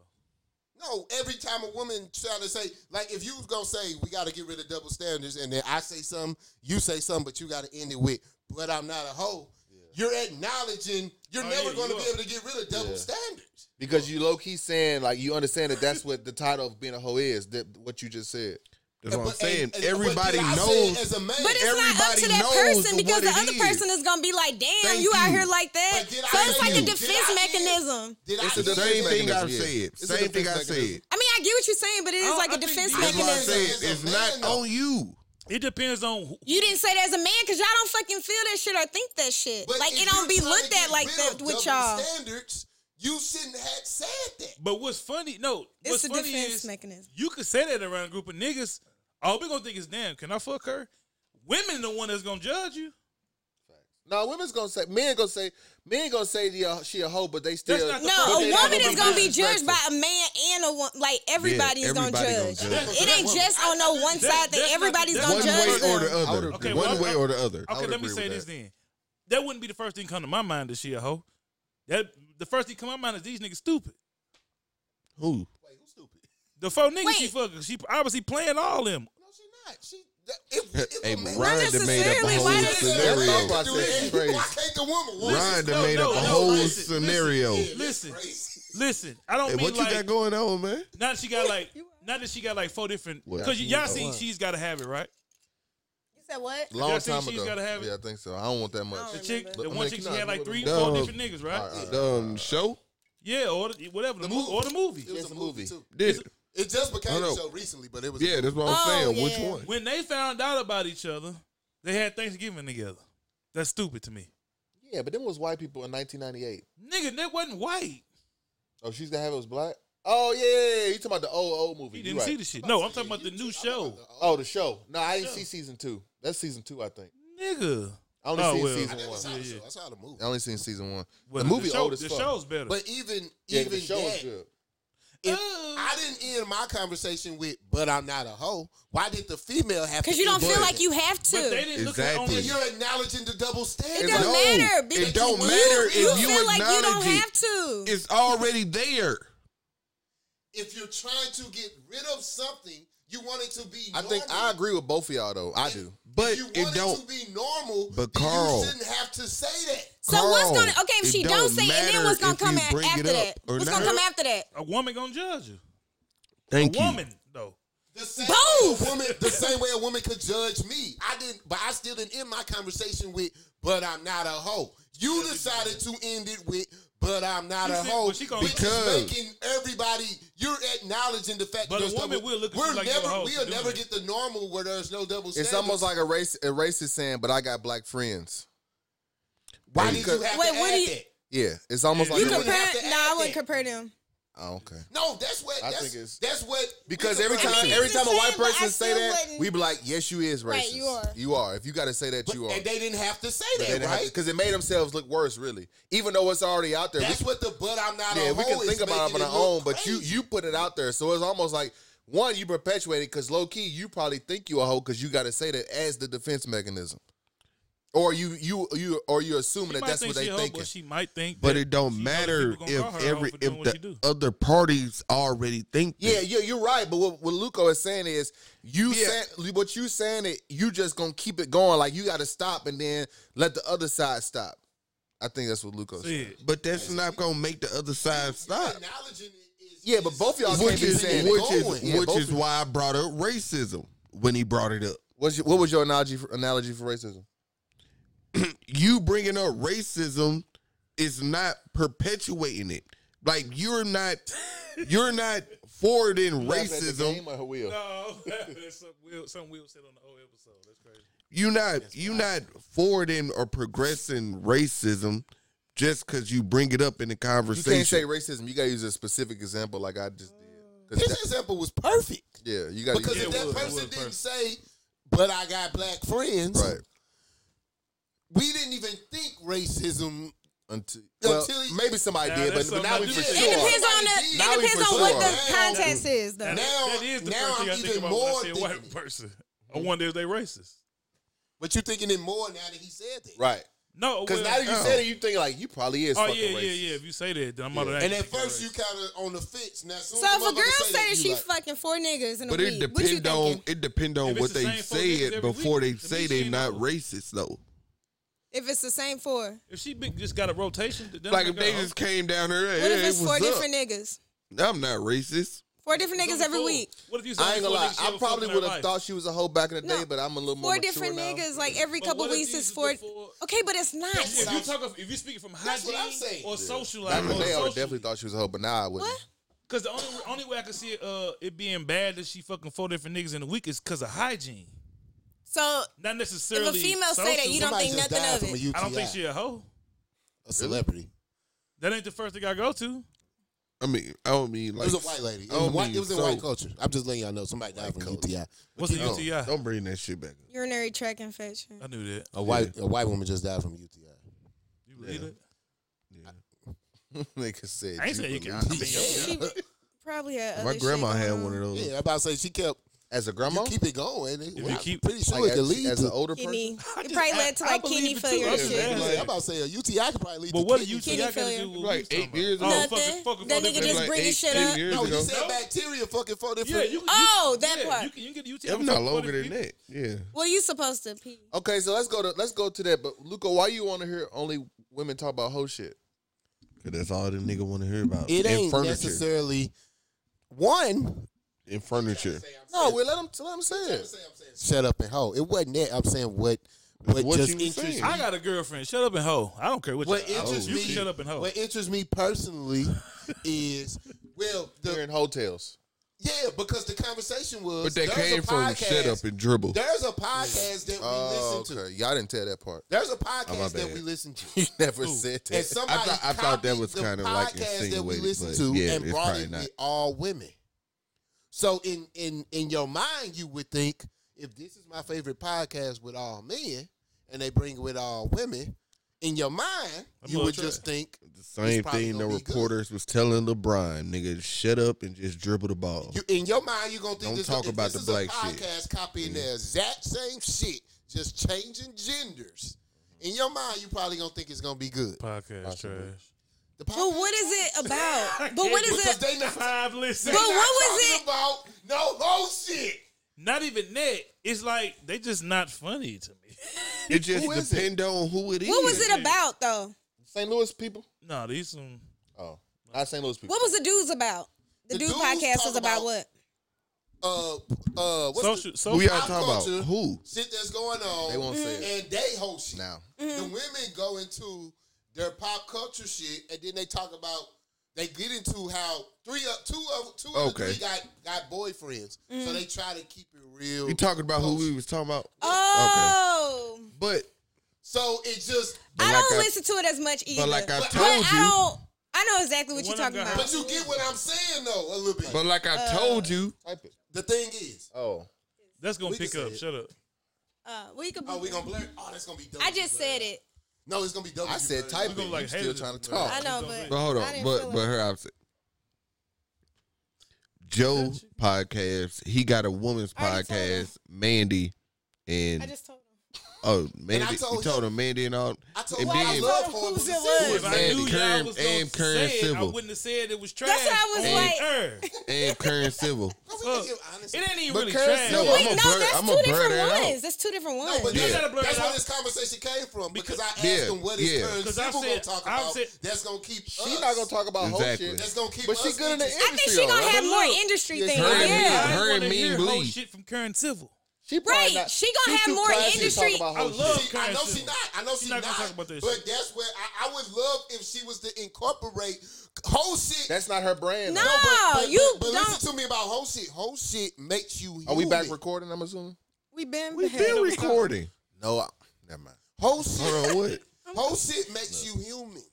S3: No, every time a woman try to say, like, if you was gonna say we got to get rid of double standards, and then I say something, you say something, but you got to end it with, "But I'm not a hoe." You're acknowledging you're
S1: Oh,
S3: never
S1: yeah,
S3: gonna
S1: you
S3: be
S1: are.
S3: able to get rid of double
S5: Yeah.
S3: standards.
S5: because you low key saying, like, you understand that that's what the title of being a hoe is, that what you just said.
S4: That's what I'm
S3: But- and-
S4: saying.
S3: and- but
S4: Everybody
S3: then I said
S4: knows.
S3: as a man.
S2: But it's not up
S4: Everybody
S2: to that
S4: knows
S2: person
S4: what
S2: because the
S4: it
S2: other
S4: is.
S2: person is gonna be like, "Damn,
S4: Thank
S2: you out
S4: you.
S2: here like that."
S3: But
S2: So
S3: did I
S2: it's like
S3: hear
S2: a
S3: you? Did
S2: defense
S3: I hear-
S2: mechanism.
S3: Did I
S5: It's a
S3: hear
S5: defense
S4: Same
S3: that?
S4: thing I
S5: mechanism, yeah.
S4: said.
S5: It's a
S4: Same thing I
S5: defense
S4: said.
S5: mechanism.
S2: I mean, I get what you're saying, but it is
S1: Oh,
S2: like
S1: I
S2: a
S1: think
S2: defense
S1: these-
S4: That's what I
S2: mechanism.
S4: said.
S3: As a
S4: It's
S3: man,
S4: not
S3: though.
S4: on you.
S1: It depends on who,
S2: You didn't say that as a man because y'all don't fucking feel that shit or think that shit.
S3: But
S2: like
S3: if
S2: it don't
S3: you're
S2: be
S3: trying to
S2: looked
S3: get
S2: at like
S3: rid
S2: that
S3: of
S2: with
S3: double
S2: y'all.
S3: Standards. You shouldn't have said that.
S1: But what's funny? No, what's
S2: It's a
S1: funny
S2: defense
S1: is
S2: mechanism.
S1: you could say that around a group of niggas. All we gonna think is, damn, can I fuck her? Women the one that's gonna judge you.
S5: No, women's gonna say, men gonna say, men gonna say the, uh, she a hoe, but they still.
S1: not the
S2: No,
S1: But
S2: a
S1: they're
S2: woman
S1: not gonna
S2: is
S1: be
S2: gonna be
S5: disrespectful.
S2: judged by a man and a woman. Like everybody's gonna
S4: everybody gonna
S2: judge.
S4: judge.
S2: It ain't just on no one
S1: That- that's
S2: side that
S1: not-
S2: everybody's
S1: that's
S2: gonna
S4: One
S1: not-
S4: way
S2: judge
S1: Judge
S4: or
S2: them.
S4: the
S5: I would
S4: other.
S5: agree
S1: with
S4: One
S1: that.
S4: way or the other.
S5: I
S1: Okay,
S5: would
S1: let me
S5: agree
S1: say
S5: with
S1: this
S5: that.
S1: then. That wouldn't be the first thing come to my mind that she a hoe. That the first thing come to my mind is these niggas stupid.
S4: Who?
S3: Wait, who's stupid?
S1: The four niggas she
S2: Wait.
S1: fucking, she obviously playing all them.
S3: No, she not. She. that- If, if
S4: Hey,
S3: a man-
S2: Ron
S4: Rhonda made up
S2: necessarily,
S4: a
S2: why
S4: whole
S2: does-
S5: That's
S4: scenario.
S5: what I said. Crazy.
S3: Why can't the woman? want
S4: Rhonda
S3: this?
S1: No,
S4: made
S1: no,
S4: up a
S1: no,
S4: whole
S1: listen,
S4: scenario.
S1: Listen,
S3: That's
S1: listen,
S3: crazy.
S1: listen. I don't
S4: Hey,
S1: mean
S4: what you
S1: like
S4: got going on, man?
S1: not that she got like not that she got like four different
S4: What?
S1: because y'all seen she's got to have it right.
S2: You said what?
S5: Long
S1: Y'all think
S5: time
S1: she's
S5: ago.
S1: gotta have it?
S5: yeah, I think so. I don't want that
S2: I
S5: much.
S2: don't
S1: The chick, the
S2: remember.
S5: I
S1: one
S5: mean,
S1: chick,
S5: can
S1: she
S5: I-
S1: had like three,
S4: No.
S1: four different niggas, right?
S5: All right, all right.
S4: Um, show
S1: Yeah, or the, whatever the,
S3: The
S1: movie or the movie.
S3: It was
S5: It's
S3: a
S5: a
S3: movie
S5: movie.
S3: too.
S4: this.
S3: It just became
S4: Hold
S3: a
S4: up.
S3: show recently, but it was.
S4: Yeah, that's what I'm
S2: Oh,
S4: saying. Which
S2: yeah.
S4: one?
S1: When they found out about each other, they had Thanksgiving together. That's stupid to me,
S5: Yeah, but then was white people in 1998.
S1: nigga. That wasn't white.
S5: Oh, she's gonna have it was black. Oh yeah, yeah, yeah. you talking about the old old movie?
S1: You
S5: You
S1: didn't
S5: right.
S1: see the shit. No, I'm talking about the new show,
S5: Oh, the show. No, I didn't
S1: Yeah.
S5: see season two. That's season two, I think.
S1: nigga.
S5: I only
S1: Oh,
S5: seen
S1: well.
S3: I
S5: season
S3: never
S5: one.
S3: saw the
S1: Yeah,
S3: show.
S1: yeah.
S3: I saw the movie.
S5: I only seen season one.
S1: Well,
S5: the movie
S1: show,
S5: old as
S1: the
S5: fuck.
S1: show's better.
S3: But even
S5: yeah,
S3: even
S5: the show was
S3: that,
S5: good.
S3: if
S1: Uh.
S3: I didn't end my conversation with "but I'm not a hoe," why did the female have? to
S2: Because you don't
S3: do
S2: feel
S3: that?
S2: like you have
S1: But they
S2: to.
S1: didn't look at
S4: Exactly.
S1: only
S3: Then you're acknowledging the double
S2: It
S3: standard.
S2: doesn't
S4: No,
S2: matter.
S4: it
S2: because
S4: don't
S2: you-
S4: matter if you
S2: feel like you don't
S4: acknowledge it.
S2: have to.
S4: It's already there.
S3: if you're trying to get rid of something, you want it to be.
S5: I think
S3: normal.
S5: I agree with both of y'all though. I do.
S4: But
S3: if you want
S4: it
S3: to
S4: don't.
S3: be normal,
S4: But
S3: then
S4: Carl-
S3: you shouldn't have to say that.
S2: So what's
S4: Carl,
S2: gonna okay if
S4: it
S2: she
S4: don't
S2: don't, say it,
S4: matter
S2: then what's gonna
S4: if you
S2: come at,
S4: bring it
S2: after
S4: up
S2: that?
S4: or
S2: What's
S4: not.
S2: gonna come after that?
S1: a woman gonna judge you.
S4: Thank
S1: a
S4: you.
S1: woman though.
S3: The same
S2: Both.
S3: Way a woman, the same way a woman could judge me. I didn't, but I still didn't end my conversation with, "But I'm not a hoe." You decided to end it with, "But I'm not
S1: She
S3: a
S1: said-
S3: hoe,"
S1: well, she gonna-
S3: which
S4: Because-
S3: is making everybody. You're acknowledging the fact
S1: But
S3: that
S1: a
S3: there's
S1: woman
S3: double,
S1: will look at you
S3: we're
S1: like you're a
S3: never,
S1: hoe for
S3: We'll
S1: doing
S3: never
S1: it.
S3: get the normal where there's no double.
S5: It's
S3: standards.
S5: almost like a race a racist saying, but I got black friends.
S3: why did you
S5: because-
S3: have
S2: Wait,
S3: to
S2: what
S3: add
S2: do you-
S3: that?
S5: Yeah, it's almost
S1: You
S5: like
S2: You
S3: You wouldn't
S2: compare?
S3: have to
S2: No,
S3: add
S2: I wouldn't
S3: that.
S2: compare them.
S5: oh, okay.
S3: No, that's what.
S5: I
S3: that's,
S5: think it's-
S3: that's what. we
S5: Because
S3: could
S5: every
S3: find-
S5: time,
S2: mean,
S5: every
S2: it's
S5: time a
S2: the
S5: white
S2: same, but I
S5: person say
S2: still
S5: that,
S2: wouldn't-
S5: we be like, "Yes, you is racist.
S2: Right, you are.
S5: You are. If you got to say that,
S3: but-
S5: you are."
S3: and they didn't have to say
S5: But
S3: that, right?
S5: Because it made themselves look worse, really. Even though it's already out there,
S3: That's
S5: we,
S3: what the "but I'm not
S5: yeah,
S3: a hoe"
S5: we can
S3: is
S5: think about it on
S3: making
S5: our
S3: look
S5: own. But you
S3: crazy.
S5: you put it out there, so it's almost like one you perpetuate it because low key you probably think you a hoe because you got to say that as the defense mechanism. Or you you you or you assuming that
S1: might
S5: that's
S1: think
S5: what they
S1: she a hoe,
S5: thinking.
S1: but she might think.
S4: But
S1: that
S4: it don't
S1: she know that
S4: matter
S1: people gonna call
S4: if
S1: her a hoe
S4: every
S1: for
S4: if
S1: doing what she
S4: the
S1: do.
S4: other parties already think.
S5: Yeah,
S4: that.
S5: yeah, you're right. But what, what Luco is saying is you
S4: Yeah.
S5: saying what you saying it, you just gonna keep it going. Like you gotta stop and then let the other side stop. I think that's what Luco's
S1: See
S5: saying.
S1: it.
S4: But that's not gonna make the other side stop.
S3: Acknowledging it is
S5: Yeah, but both y'all
S4: Which
S5: can't be
S4: is
S5: saying it.
S4: which is
S5: Going. Yeah,
S4: which
S5: both
S4: is
S5: of-
S4: why I brought up racism when he brought it up.
S5: What's your, what was your analogy for, analogy for racism?
S4: you bringing up racism is not perpetuating it. Like you're not, you're not forwarding racism.
S1: No, that's something Will, something Will said on the whole episode. That's crazy.
S4: You not, you not forwarding or progressing racism just because you bring it up in the
S5: You can't say
S4: conversation.
S5: racism. You gotta use a specific example, like I just did. 'Cause
S3: His example was perfect
S5: that- yeah, you gotta.
S3: because
S5: use-
S1: it
S3: if that
S1: was, it
S3: person
S1: was
S3: didn't
S1: perfect.
S3: say, "But I got black friends,"
S5: right.
S3: we didn't even think racism.
S5: Until, well,
S3: Until he-
S5: maybe somebody
S1: Nah,
S5: did,
S1: that's
S5: but, but now we
S1: something
S5: for
S1: I
S2: It
S1: do.
S5: sure.
S2: depends on the.
S5: Now
S2: It
S5: we
S2: depends
S5: for
S2: on what
S5: sure.
S2: the context is, though.
S1: That,
S3: Now-
S1: that is the
S3: now
S1: first thing
S3: I'm
S1: I think
S3: even
S1: about when I
S3: more
S1: see a white
S3: thinking-
S1: person. I wonder if they racist.
S3: But you're thinking it more now that he said that.
S5: Right.
S1: No,
S5: Because
S1: well,
S5: now that you
S4: no.
S5: said it, you think like you probably is.
S1: Oh
S5: fucking
S1: yeah, yeah,
S5: racist.
S1: yeah. If you say that, then I'm out of that.
S3: And at first you kind of on the fence. Now, soon
S2: So
S3: as
S2: if a
S3: motherfucker
S2: girl
S3: say
S2: say that
S3: you
S2: she
S3: like,
S2: fucking four niggas in a
S4: But it
S2: week, what you
S4: depend on
S2: thinking?
S4: it depend on
S1: If it's the
S4: what they
S1: same four niggas
S4: said
S1: every
S4: before
S1: week,
S4: they
S1: to me,
S4: say
S1: she
S4: they
S1: ain't
S4: not
S1: no-
S4: racist though.
S2: If it's the same four,
S1: if she been, just got a rotation, then
S4: Like
S1: I'm
S4: if they
S1: oh,
S4: just came down here, hey,
S2: what if it's
S4: what's
S2: four
S4: up?
S2: different niggas?
S4: I'm not racist.
S2: Four different
S1: it's
S2: niggas
S1: a
S2: every
S1: fool.
S2: week.
S1: What if you?
S5: I ain't gonna lie. I probably would have
S1: thought.
S5: thought she was a hoe back in the day,
S2: No.
S5: but I'm a little more
S2: Four
S5: mature
S2: different
S5: now.
S2: niggas, like every
S1: But
S2: couple
S1: what if
S2: weeks
S1: these
S2: is
S1: is
S2: four.
S1: before-
S2: Okay, but it's not.
S3: That's
S1: If
S3: what
S1: you
S3: I'm-
S1: talk of, if you speaking from
S3: That's what I'm
S1: hygiene
S3: saying.
S1: or
S3: Yeah.
S1: social
S5: Back
S1: life,
S5: in the
S1: or
S5: day, I would
S1: social-
S5: definitely thought she was a hoe, but now I wouldn't.
S2: What?
S1: Cause the only only way I can see it, uh, it being bad that she fucking four different niggas in a week is cause of hygiene,
S2: So
S1: not necessarily.
S2: female say that,
S1: social.
S2: you don't
S3: somebody
S2: think
S3: just
S2: nothing
S3: died
S2: of
S3: from a
S2: it.
S3: UTI,
S1: I don't think she a hoe.
S3: a celebrity.
S1: That ain't the first thing I go to.
S4: I mean, I don't mean like
S3: It was a white lady. It
S4: I don't
S3: was, white,
S4: mean
S3: it was in
S4: so-
S3: white culture. I'm just letting y'all know somebody died from UTI.
S1: What's a
S4: No,
S1: UTI?
S4: oh, Don't bring that shit back. up.
S2: urinary tract infection.
S1: I knew that.
S3: A white a white woman just died from UTI.
S1: You believe it?
S5: Nigga said.
S1: I ain't
S5: you
S1: saying you can.
S5: believe-
S1: I mean, yeah.
S2: She probably had. Other
S4: My grandma
S2: shit
S4: had
S2: going
S4: one of
S2: on.
S4: those.
S3: Yeah, I'm about to say she kept
S5: As a
S3: you
S5: grandma,
S3: keep it going. If
S1: you keep-
S3: pretty sure
S5: like,
S3: it could
S5: as,
S3: lead
S5: as an
S3: to.
S5: older person.
S2: Kidney. It probably led to
S1: I
S2: like
S1: believe
S2: kidney
S1: it too.
S2: failure
S1: I
S2: and
S1: was
S2: shit.
S1: mad.
S3: Yeah, I'm about to say a UTI could probably lead
S1: But
S3: to.
S1: what do
S3: kidney
S1: you
S2: Kidney
S1: think I gotta
S2: failure.
S1: do? with
S4: Like,
S1: what you talking
S4: eight
S1: about?
S4: years
S1: Oh,
S2: ago.
S1: fucking, fucking
S2: That
S1: four
S2: nigga
S1: different-
S2: just
S4: Like
S2: bringing
S4: eight-
S2: shit
S4: eight
S2: up.
S4: years
S3: No, you
S4: ago.
S3: said bacteria fucking for different.
S1: Yeah, you, you,
S2: Oh, that
S1: yeah,
S2: part.
S1: You can, you can get a UTI.
S4: I'm
S1: for
S4: not
S1: fucking four
S4: longer than
S1: different
S4: that. Yeah.
S2: Well, you supposed to pee.
S5: Okay, so let's go to let's go to that. But Luca, why you want to hear only women talk about hoe shit?
S4: Cause that's all the nigga want to hear about.
S3: Mm. It
S4: and
S3: ain't
S4: furniture.
S3: necessarily one.
S4: And furniture.
S5: No, we let them let them say it.
S3: Shut up and hoe. It wasn't that. I'm saying what. What,
S4: What
S3: just
S4: you was
S3: interests
S4: saying.
S1: I got a girlfriend. Shut up and hoe. I don't care what.
S3: What
S1: you
S3: interests
S1: you
S3: me,
S1: can shut up and hoe.
S3: What interests me personally is well,
S5: They're
S3: the,
S5: in hotels.
S3: yeah, because the conversation was.
S4: But that
S3: there's
S4: came
S3: a
S4: from
S3: podcast,
S4: shut up and dribble.
S3: There's a podcast that we
S5: Oh,
S3: listen to.
S5: okay. Y'all didn't tell that part.
S3: There's a
S4: Oh, my
S3: podcast that
S4: bad.
S3: we listen to.
S5: You never
S1: Ooh.
S5: said
S3: And
S5: that.
S3: somebody
S4: I thought- I thought
S3: copied
S4: that was
S3: the
S4: kinda like
S3: podcast that we
S4: insinuated,
S3: listened
S4: but
S3: to
S4: yeah,
S3: and
S4: it's
S3: brought
S4: probably
S3: it
S4: not.
S3: with all women. So in in in your mind, you would think if this is my favorite podcast with all men, and they bring it with all women, in your mind
S1: I'm
S3: you
S1: gonna
S3: would
S1: try.
S3: just think
S4: The same
S3: probably
S4: thing the
S3: gonna be good.
S4: reporters was telling LeBron, nigga, shut up and just dribble the ball.
S3: you in your mind you're gonna think
S4: Don't
S3: this,
S4: talk
S3: if
S4: about
S3: this
S4: the
S3: is
S4: black
S3: a
S4: shit. Mm-hmm.
S3: podcast copying the exact same shit, just changing genders. In your mind, you probably gonna think it's gonna be good.
S1: Podcast trash.
S3: The
S2: But what is it about? But what is
S3: because
S2: it?
S3: they not
S1: Five listen.
S2: But what was
S3: talking
S2: it?
S3: about no whole shit.
S1: Not even that. It's like they just not funny to me.
S4: It just
S5: Who is it?
S4: depend on who it is.
S2: What was it about though?
S5: St. Louis people.
S1: no, these some.
S5: Oh, not St. Louis people.
S2: What was the dudes about? The,
S3: The
S2: dude
S3: dudes
S2: podcast
S3: talk
S2: was about,
S3: about-
S2: what?
S3: Uh, uh, what's
S1: social,
S3: the
S1: social,
S4: Who y'all
S3: Pop
S4: talking
S3: culture.
S4: about? Who?
S3: shit that's going on?
S5: They won't say it.
S3: And they whole shit.
S5: Now,
S3: The
S2: Mm-hmm.
S3: women go into their pop culture shit, and then they talk about they get into how three of two of two of the
S4: Okay.
S3: three got got boyfriends, so they
S2: Mm-hmm.
S3: try to keep it real.
S4: You talking about who we was talking about?
S2: Oh,
S4: But
S3: so it just,
S4: But
S2: I
S4: like
S2: don't
S4: I-
S2: listen to it as much either.
S4: but like I
S3: But
S2: But
S4: told
S2: I
S4: you,
S2: don't. I know exactly what
S1: The
S2: you're
S1: one I
S2: talking
S1: got-
S2: about.
S3: but you get what I'm saying though a little bit.
S4: but like I told you,
S2: Uh,
S5: type it.
S3: the thing is,
S5: Oh,
S1: that's gonna
S3: We can
S1: pick
S3: say
S1: up.
S3: it.
S1: Shut up.
S2: Uh, we could.
S3: oh, we gonna blur? Oh, that's gonna be dope.
S2: I just said it.
S3: No, it's gonna be dope.
S5: I said type
S1: We
S5: it.
S1: gonna, like,
S5: you
S1: hate
S5: still
S1: it.
S5: trying to
S1: Nah.
S5: talk?
S2: I know,
S1: Don't
S2: but
S4: but hold on,
S2: I didn't
S4: but
S2: feel
S4: but
S2: it.
S4: her opposite. Joe podcast, he got a woman's
S2: I already told him.
S4: podcast, Mandy, and
S2: I just told him.
S4: Oh, Mandy,
S3: I told
S4: you told him
S3: him-
S4: Mandy and all.
S3: I told
S4: and
S3: you I
S4: then,
S3: love
S2: Who's
S3: horrible
S2: it
S3: decisions.
S2: was?
S1: If I
S4: And
S1: knew y'all
S4: Curran-
S1: was gonna
S4: and Curran
S1: say it, I
S4: Civil.
S1: wouldn't have said it was trash.
S2: That's what I was
S1: on
S2: like.
S1: air.
S4: and Current Civil.
S3: But we
S1: Fuck.
S3: can give honest-
S1: It ain't even
S4: But
S1: really
S4: Curran
S1: trash.
S4: Civil-
S2: Wait,
S4: I'ma
S2: no,
S4: blur-
S2: that's
S4: I'ma
S2: two
S4: blur
S2: different
S4: that out.
S2: ones. That's two different ones.
S3: No, but
S4: Yeah.
S3: that's,
S1: gotta blur
S3: that's
S1: it
S3: where
S1: out.
S3: this conversation came from because,
S1: Because-
S3: I asked
S4: Yeah,
S3: him what is
S4: yeah.
S3: current
S1: Because I
S3: people gonna
S1: said-
S3: talk
S1: I
S3: about.
S1: said-
S3: that's gonna keep
S5: She
S3: us.
S5: not gonna talk about
S4: Exactly.
S5: whole shit.
S3: That's gonna keep.
S5: But she
S3: us
S5: good in the
S3: interested.
S2: I think she
S5: Industry,
S2: gonna
S5: though.
S2: have more
S1: Look,
S2: industry
S5: yeah,
S2: things.
S5: her and
S2: Yeah.
S1: I
S4: Her
S1: want
S4: and
S1: to
S4: Mean
S1: hear whole
S4: Bleed.
S1: shit from Curran Civil.
S5: She probably
S2: Right,
S5: not-
S2: she gonna
S5: she
S2: have
S5: too
S2: more
S5: classy to
S2: industry-
S5: Talk about
S1: I
S5: whole
S1: love
S5: shit.
S3: She, I know
S1: Current
S3: she
S1: Civil.
S3: not. I know
S1: She
S3: she,
S1: not
S3: not.
S1: gonna talk about that
S3: but
S1: shit.
S3: that's where I, I would love if she was to incorporate whole shit.
S5: That's not her brand.
S2: No,
S5: though.
S2: Oh,
S3: but,
S2: you
S3: but, but
S2: don't-
S3: listen to me about whole shit. Whole shit makes you. Human.
S5: Are we back recording? I'm assuming.
S2: We been
S4: We've been recording.
S5: No, I, never mind.
S3: Whole shit.
S4: Hold on, what?
S3: Whole shit makes you human.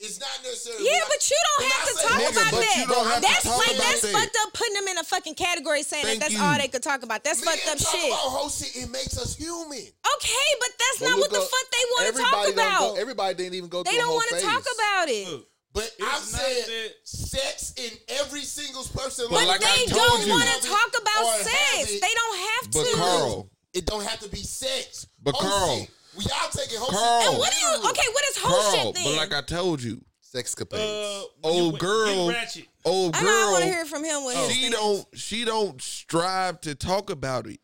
S3: It's not necessarily.
S2: Yeah, but you don't
S3: When
S2: have
S3: I
S2: to
S3: say-
S2: talk
S3: Nigga,
S2: about
S4: but
S2: that.
S4: you don't have to
S2: that's
S4: talk
S2: like
S4: about
S2: that's
S4: that.
S2: fucked up putting them in a fucking category saying
S4: Thank
S2: that that's
S4: you.
S2: all they could talk about. That's
S3: Men
S2: fucked up
S3: talk
S2: shit.
S3: about whole shit. It makes us human.
S2: Okay, but that's
S5: But
S2: not what
S5: look
S2: the
S5: up-
S2: fuck they want to
S5: everybody
S2: talk
S5: don't
S2: about.
S5: Go, everybody didn't even go.
S2: They
S5: through a
S2: don't
S5: whole
S2: want to
S5: phase.
S2: talk about it.
S1: Look,
S3: But
S1: It's
S3: I
S1: not
S3: said
S1: that-
S3: sex in every single person.
S2: But
S4: like I
S2: they
S4: told
S2: don't
S4: you-
S2: want to talk
S3: Or
S2: about
S3: have
S2: sex.
S3: it-
S2: They don't have
S4: But
S2: to.
S4: Carl,
S3: It don't have to be sex.
S4: But
S3: Whole
S4: Carl.
S3: shit. we all taking whole
S4: Carl.
S3: shit.
S2: And what do you? Okay, what is whole
S4: Carl,
S2: shit
S4: but
S2: then?
S4: like I told you,
S5: Sex capades.
S1: uh, when you
S4: old
S1: went-
S4: girl,
S1: Get ratchet.
S4: old
S2: I know I want to
S4: girl,
S2: hear from him. What his
S4: she
S2: thing
S4: don't she don't strive to talk about it.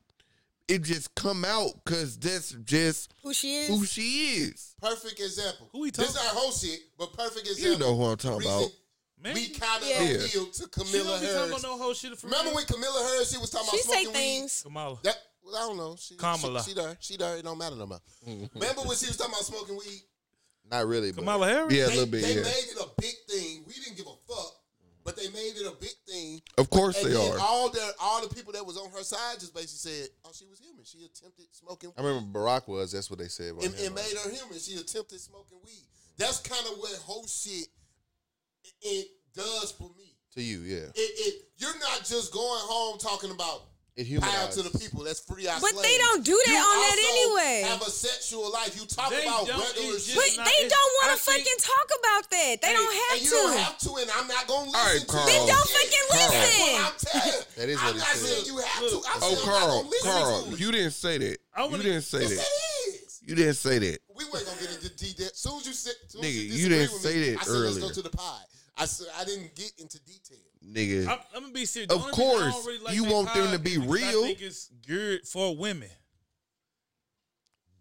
S4: It just come out because that's just
S2: who she is?
S4: who she is.
S3: Perfect example.
S1: Who he
S3: This
S1: talking-
S3: not whole shit, but perfect example.
S4: You know who I'm talking
S3: Reason
S4: about.
S1: Man,
S3: We kind of
S2: Yeah.
S4: Yeah.
S3: appealed to
S1: she
S3: Camilla
S1: don't be talking about
S3: Harris.
S1: no whole shit from
S3: Remember when Camilla Harris she was talking
S2: she
S3: about
S2: say
S3: smoking weed?
S2: things.
S1: Kamala.
S3: That well, I don't know. She,
S1: Kamala.
S3: She, she there. She there. It don't matter no more.
S4: Mm-hmm.
S3: Remember when she was talking about smoking weed?
S5: not really. But
S1: Kamala Harris?
S4: Yeah, a
S3: They,
S4: little bit.
S3: they
S4: Yeah,
S3: made it a big thing. We didn't give a fuck, but they made it a big thing.
S4: of course
S3: And
S4: they
S3: then
S4: are.
S3: all the all the people that was on her side just basically said, "Oh, she was human. She attempted smoking.
S5: I remember Barack was. That's what they said. About
S3: It,
S5: him,
S3: it
S5: like,
S3: made her human. She attempted smoking weed. That's kind of what whole shit it, it does for me.
S5: to you, yeah.
S3: It, it you're not just going home talking about
S5: It
S3: power
S5: humanized.
S3: to the people. That's free. Our
S2: But
S3: slaves.
S2: they don't do that
S3: You
S2: on that
S3: also
S2: anyway.
S3: Have a sexual life. You talk
S1: They
S3: about
S1: don't.
S3: regular
S1: It's
S3: shit.
S2: But
S1: It's not-
S2: they
S1: it's-
S2: don't want
S1: I
S2: to
S1: think-
S2: fucking talk about that. They
S1: Hey,
S2: don't have
S3: and you
S2: to.
S3: don't have to, and I'm not gonna listen
S4: right,
S3: to
S4: Carl.
S3: it.
S4: Then
S2: don't
S3: Shit.
S2: fucking
S3: That's
S2: listen.
S3: what I'm telling you.
S5: That is
S3: I'm
S5: what he
S3: not
S5: said.
S3: saying you have
S1: Look,
S3: to. I'm
S4: Oh,
S3: saying I'm
S4: Carl,
S3: not gonna listen
S4: Carl,
S3: to it.
S4: you didn't say that.
S1: I
S4: You
S1: wanna-
S4: didn't say
S3: Yes,
S4: that.
S3: it is.
S4: You didn't say that.
S3: We weren't gonna get into detail. Soon as you said, soon as
S4: Nigga, you
S3: disagree
S4: didn't
S3: with
S4: say that
S3: me, I said, Let's go
S4: earlier.
S3: to the pie. I said I didn't get into detail.
S4: Nigga,
S1: I'm, I'm gonna be serious.
S4: Of
S1: The only reason I don't
S4: course,
S1: really like
S4: you
S1: that
S4: want them to
S1: podcast
S4: be
S1: is because
S4: real.
S1: I think it's good for women.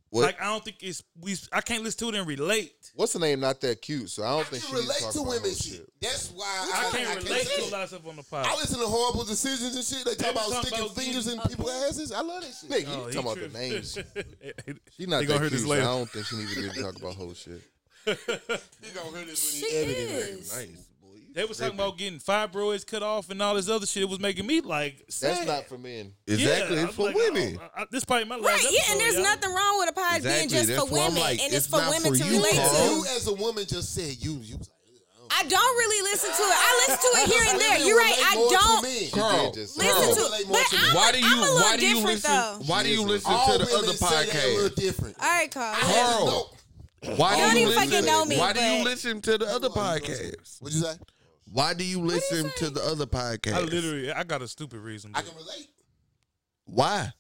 S4: what?
S1: Like I don't think it's we. I can't listen to it and relate.
S5: What's the name? Not that cute. So I don't
S3: I
S5: think
S3: can
S5: she
S3: relate
S5: talk
S3: to
S5: about
S3: women
S5: whole
S3: shit. That's why
S1: I
S3: I,
S1: can't
S3: I
S1: relate
S3: say
S1: to a
S3: it.
S1: lot of stuff on the
S3: I
S1: podcast.
S3: listen to horrible decisions and shit. They
S1: They
S3: talk about
S1: talking
S3: sticking
S1: about
S3: fingers in
S1: getting-
S3: people's asses. I love that shit.
S5: Nigga,
S1: Oh,
S5: you
S1: he
S5: talking about the
S1: tripped.
S5: names? She
S1: They gonna
S5: not that
S1: hear
S5: cute.
S1: this
S5: so I
S1: later.
S5: don't think she needs to really talk about whole shit.
S3: You gonna hear this
S2: she is.
S4: nice, boy.
S1: They was talking about getting fibroids cut off and all this other shit. It was making me like
S5: That's
S1: sad.
S5: not for men.
S1: Yeah,
S4: Exactly,
S1: I'm
S4: it's for
S1: like,
S4: women.
S1: oh, I- I- this probably my last
S2: Right, yeah, and
S1: episode,
S2: there's
S1: y'all.
S2: nothing wrong with a pod being
S4: Exactly,
S2: just
S4: that's
S2: for
S4: why I'm
S2: women,
S4: like,
S2: and
S4: it's
S2: it's for
S4: not
S2: women
S4: for
S2: to
S4: you,
S2: relate
S4: Carl.
S2: to.
S3: You as a woman just said you. You was like,
S2: I don't really listen to it. I listen to it
S3: "Ugh."
S2: here and there.
S3: Women
S2: You're right.
S3: relate
S2: I
S3: more to
S2: don't
S3: men.
S5: She
S4: Carl,
S5: did just
S4: Carl.
S2: listen to
S3: Relate
S2: it,
S3: more
S2: but
S3: to
S2: I'm,
S3: me.
S4: Why do
S2: I'm
S4: you?
S2: a little
S4: Why do you
S2: different
S4: listen?
S2: though.
S4: Why do you listen
S3: All
S4: to the
S3: women
S4: other
S3: say they a little
S4: podcast?
S3: different.
S2: All right, Carl.
S3: I had to
S4: Carl.
S3: know.
S2: Y'all
S4: Why do you
S2: didn't
S4: listen?
S2: fucking know me,
S4: why do you
S2: but-
S4: listen to the other podcast?
S3: What'd you say?
S4: Why do you listen to the other podcast?
S1: I literally, I got a stupid reason.
S3: I
S1: dude.
S3: can relate.
S4: Why?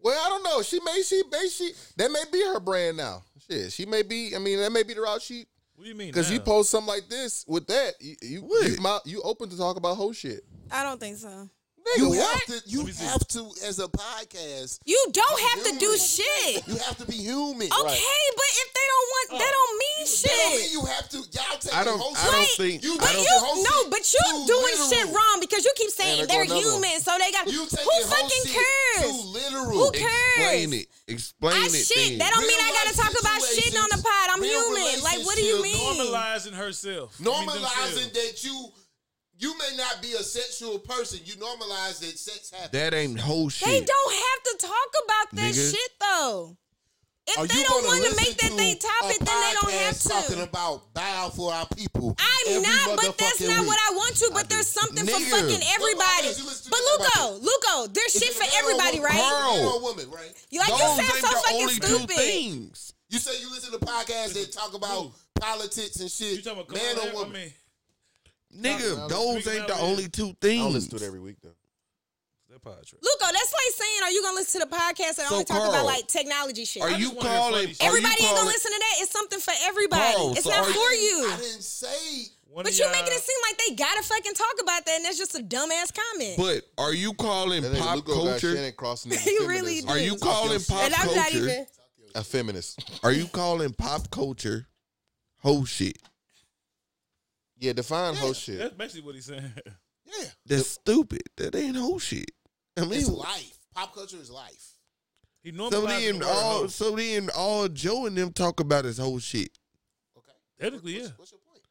S5: Well, I don't know. She may she may she that may be her brand now. Shit, she may be. I mean, that may be the route she
S1: What do you mean?
S5: because you
S1: now?
S5: post something like this with that. You you,
S4: What?
S5: you, mou- you open to talk about whole shit.
S2: I don't think so.
S3: You
S5: Nigga,
S3: have
S5: what?
S3: to. You
S1: me see.
S3: have to as a podcast.
S2: You don't have to do
S3: Human.
S2: shit.
S3: You have to be human.
S2: Okay, but if they don't want, that
S4: Uh,
S2: don't mean
S3: That don't mean
S2: shit.
S3: you have to. Y'all take
S4: I don't.
S3: Whole
S4: I don't
S2: Wait,
S4: think.
S3: you-
S4: I
S2: But
S4: don't.
S3: taking whole
S2: you no,
S3: shit
S2: but you
S3: too
S2: doing
S3: literal.
S2: shit wrong because you keep saying
S5: there go
S2: they're
S5: another one.
S2: human, so they got.
S3: You
S2: Who
S3: taking whole
S2: fucking
S3: shit
S2: cares?
S3: Too literal.
S2: Who cares?
S4: Explain it. Explain
S2: I
S3: Ah,
S4: it.
S2: shit.
S4: then.
S2: That don't mean I
S3: Real
S2: gotta
S3: life
S2: talk about shitting on the
S3: situations,
S2: pod. I'm
S3: real
S2: human. Like, what do you
S3: relationships,
S2: mean?
S1: normalizing herself, I mean,
S3: Normalizing
S1: themselves.
S3: that you you may not be a sexual person. You normalize that sex happens.
S4: That ain't whole shit.
S2: They don't have to talk about that
S4: Nigga.
S2: shit though. If
S3: Are
S2: they
S3: you
S2: don't
S3: gonna
S2: want to
S3: listen
S2: make that
S3: to
S2: they topic,
S3: a
S2: then they don't have
S3: podcast Talking
S2: to.
S3: about bow for our people.
S2: I'm
S3: every
S2: not, but that's
S3: motherfucking
S2: not
S3: week.
S2: what I want to. But there's something for
S4: Nigga.
S2: fucking
S3: why
S2: everybody.
S3: can't you listen to
S2: But
S3: this about
S2: Luco, Luco, there's
S3: It's
S2: shit for
S3: a man or
S2: everybody,
S3: woman.
S2: right?
S4: Carl.
S3: Man or woman, right?
S2: You like you
S4: Those
S2: sound
S4: ain't
S2: so
S4: the
S2: fucking
S4: only two
S2: stupid.
S4: things.
S3: You say you listen to podcasts that talk about politics and shit.
S1: You talking about
S3: man or
S1: Kamala? I
S3: woman?
S1: mean,
S4: Nigga,
S5: about
S4: those
S1: Speaking
S4: ain't the
S1: about it.
S4: only two
S5: I
S4: things.
S5: don't listen to it every week though.
S1: that that pod trip.
S2: Luco, that's like saying, are you gonna listen to the podcast and
S4: So,
S2: only talk
S4: Carl,
S2: about like technology shit?
S4: Are
S1: just
S4: you
S1: wanna hear
S4: calling?
S1: funny shit.
S4: are you
S2: Everybody ain't
S4: calling-
S2: gonna listen to that. It's something for everybody.
S4: Carl,
S2: it's
S4: so
S2: not
S4: are you-
S2: for
S3: I
S2: you.
S3: didn't say
S1: One
S2: But
S1: of
S2: you
S1: y'all-
S2: making it seem like they gotta fucking talk about that, and that's just a dumbass comment.
S4: But are you calling
S5: That nigga
S4: pop
S5: Lugo got
S4: culture?
S5: Shannon crossing into
S2: He really
S5: feminism.
S4: Are you
S2: Dude,
S4: calling
S5: talking
S4: pop
S2: and I'm not
S4: culture?
S2: even.
S5: a feminist?
S4: Are you calling pop culture whole shit?
S5: Yeah, define whole shit.
S1: That's basically what he's saying.
S3: yeah.
S4: That's stupid. That ain't whole shit. I mean,
S3: It's life. Pop culture is life.
S1: He
S4: so
S1: normalized
S4: then
S1: the word
S4: all
S1: host.
S4: so then all Joe and them talk about is whole shit.
S3: Okay.
S1: Technically,
S3: What's-
S1: yeah.
S3: What's your point?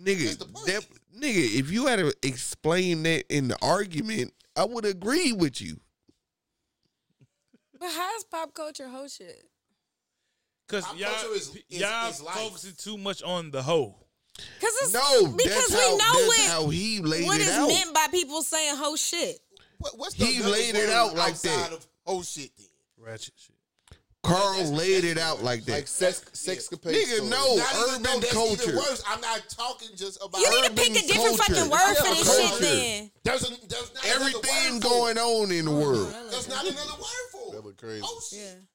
S4: Nigga,
S3: That's the point.
S4: that, nigga, if you had to explain that in the argument, I would agree with you.
S2: But how is pop culture whole shit?
S1: Because
S3: Pop
S1: y'all,
S3: culture is- is-
S1: y'all
S3: is life.
S1: focusing too much on the hoe.
S2: Because it's
S4: No,
S2: because
S4: that's
S2: we
S4: how,
S2: know
S4: that's
S2: what
S4: how he laid
S2: what
S4: it
S2: is
S4: out.
S2: meant by people saying whole shit.
S3: What, what's the
S4: He
S3: another
S4: laid it
S3: word
S4: out like
S3: outside
S4: that.
S3: Of whole shit then.
S1: Ratchet shit.
S4: Carl
S3: That's-
S4: laid
S3: that's
S4: it out like that.
S5: Like sex, sex
S4: Nigga, no. Oh,
S3: Not even
S4: urban
S3: though that's
S4: culture.
S3: Even worse. I'm not talking just about.
S2: You need to
S4: urban
S2: pick a different
S4: culture.
S2: fucking word for
S5: Yeah,
S2: this shit
S4: culture.
S2: then.
S3: There's, a, there's not another
S4: Everything
S3: word for
S4: going
S3: it.
S4: on in the world.
S3: There's not another word for. it.
S5: That was crazy.
S3: Oh shit.
S2: Yeah.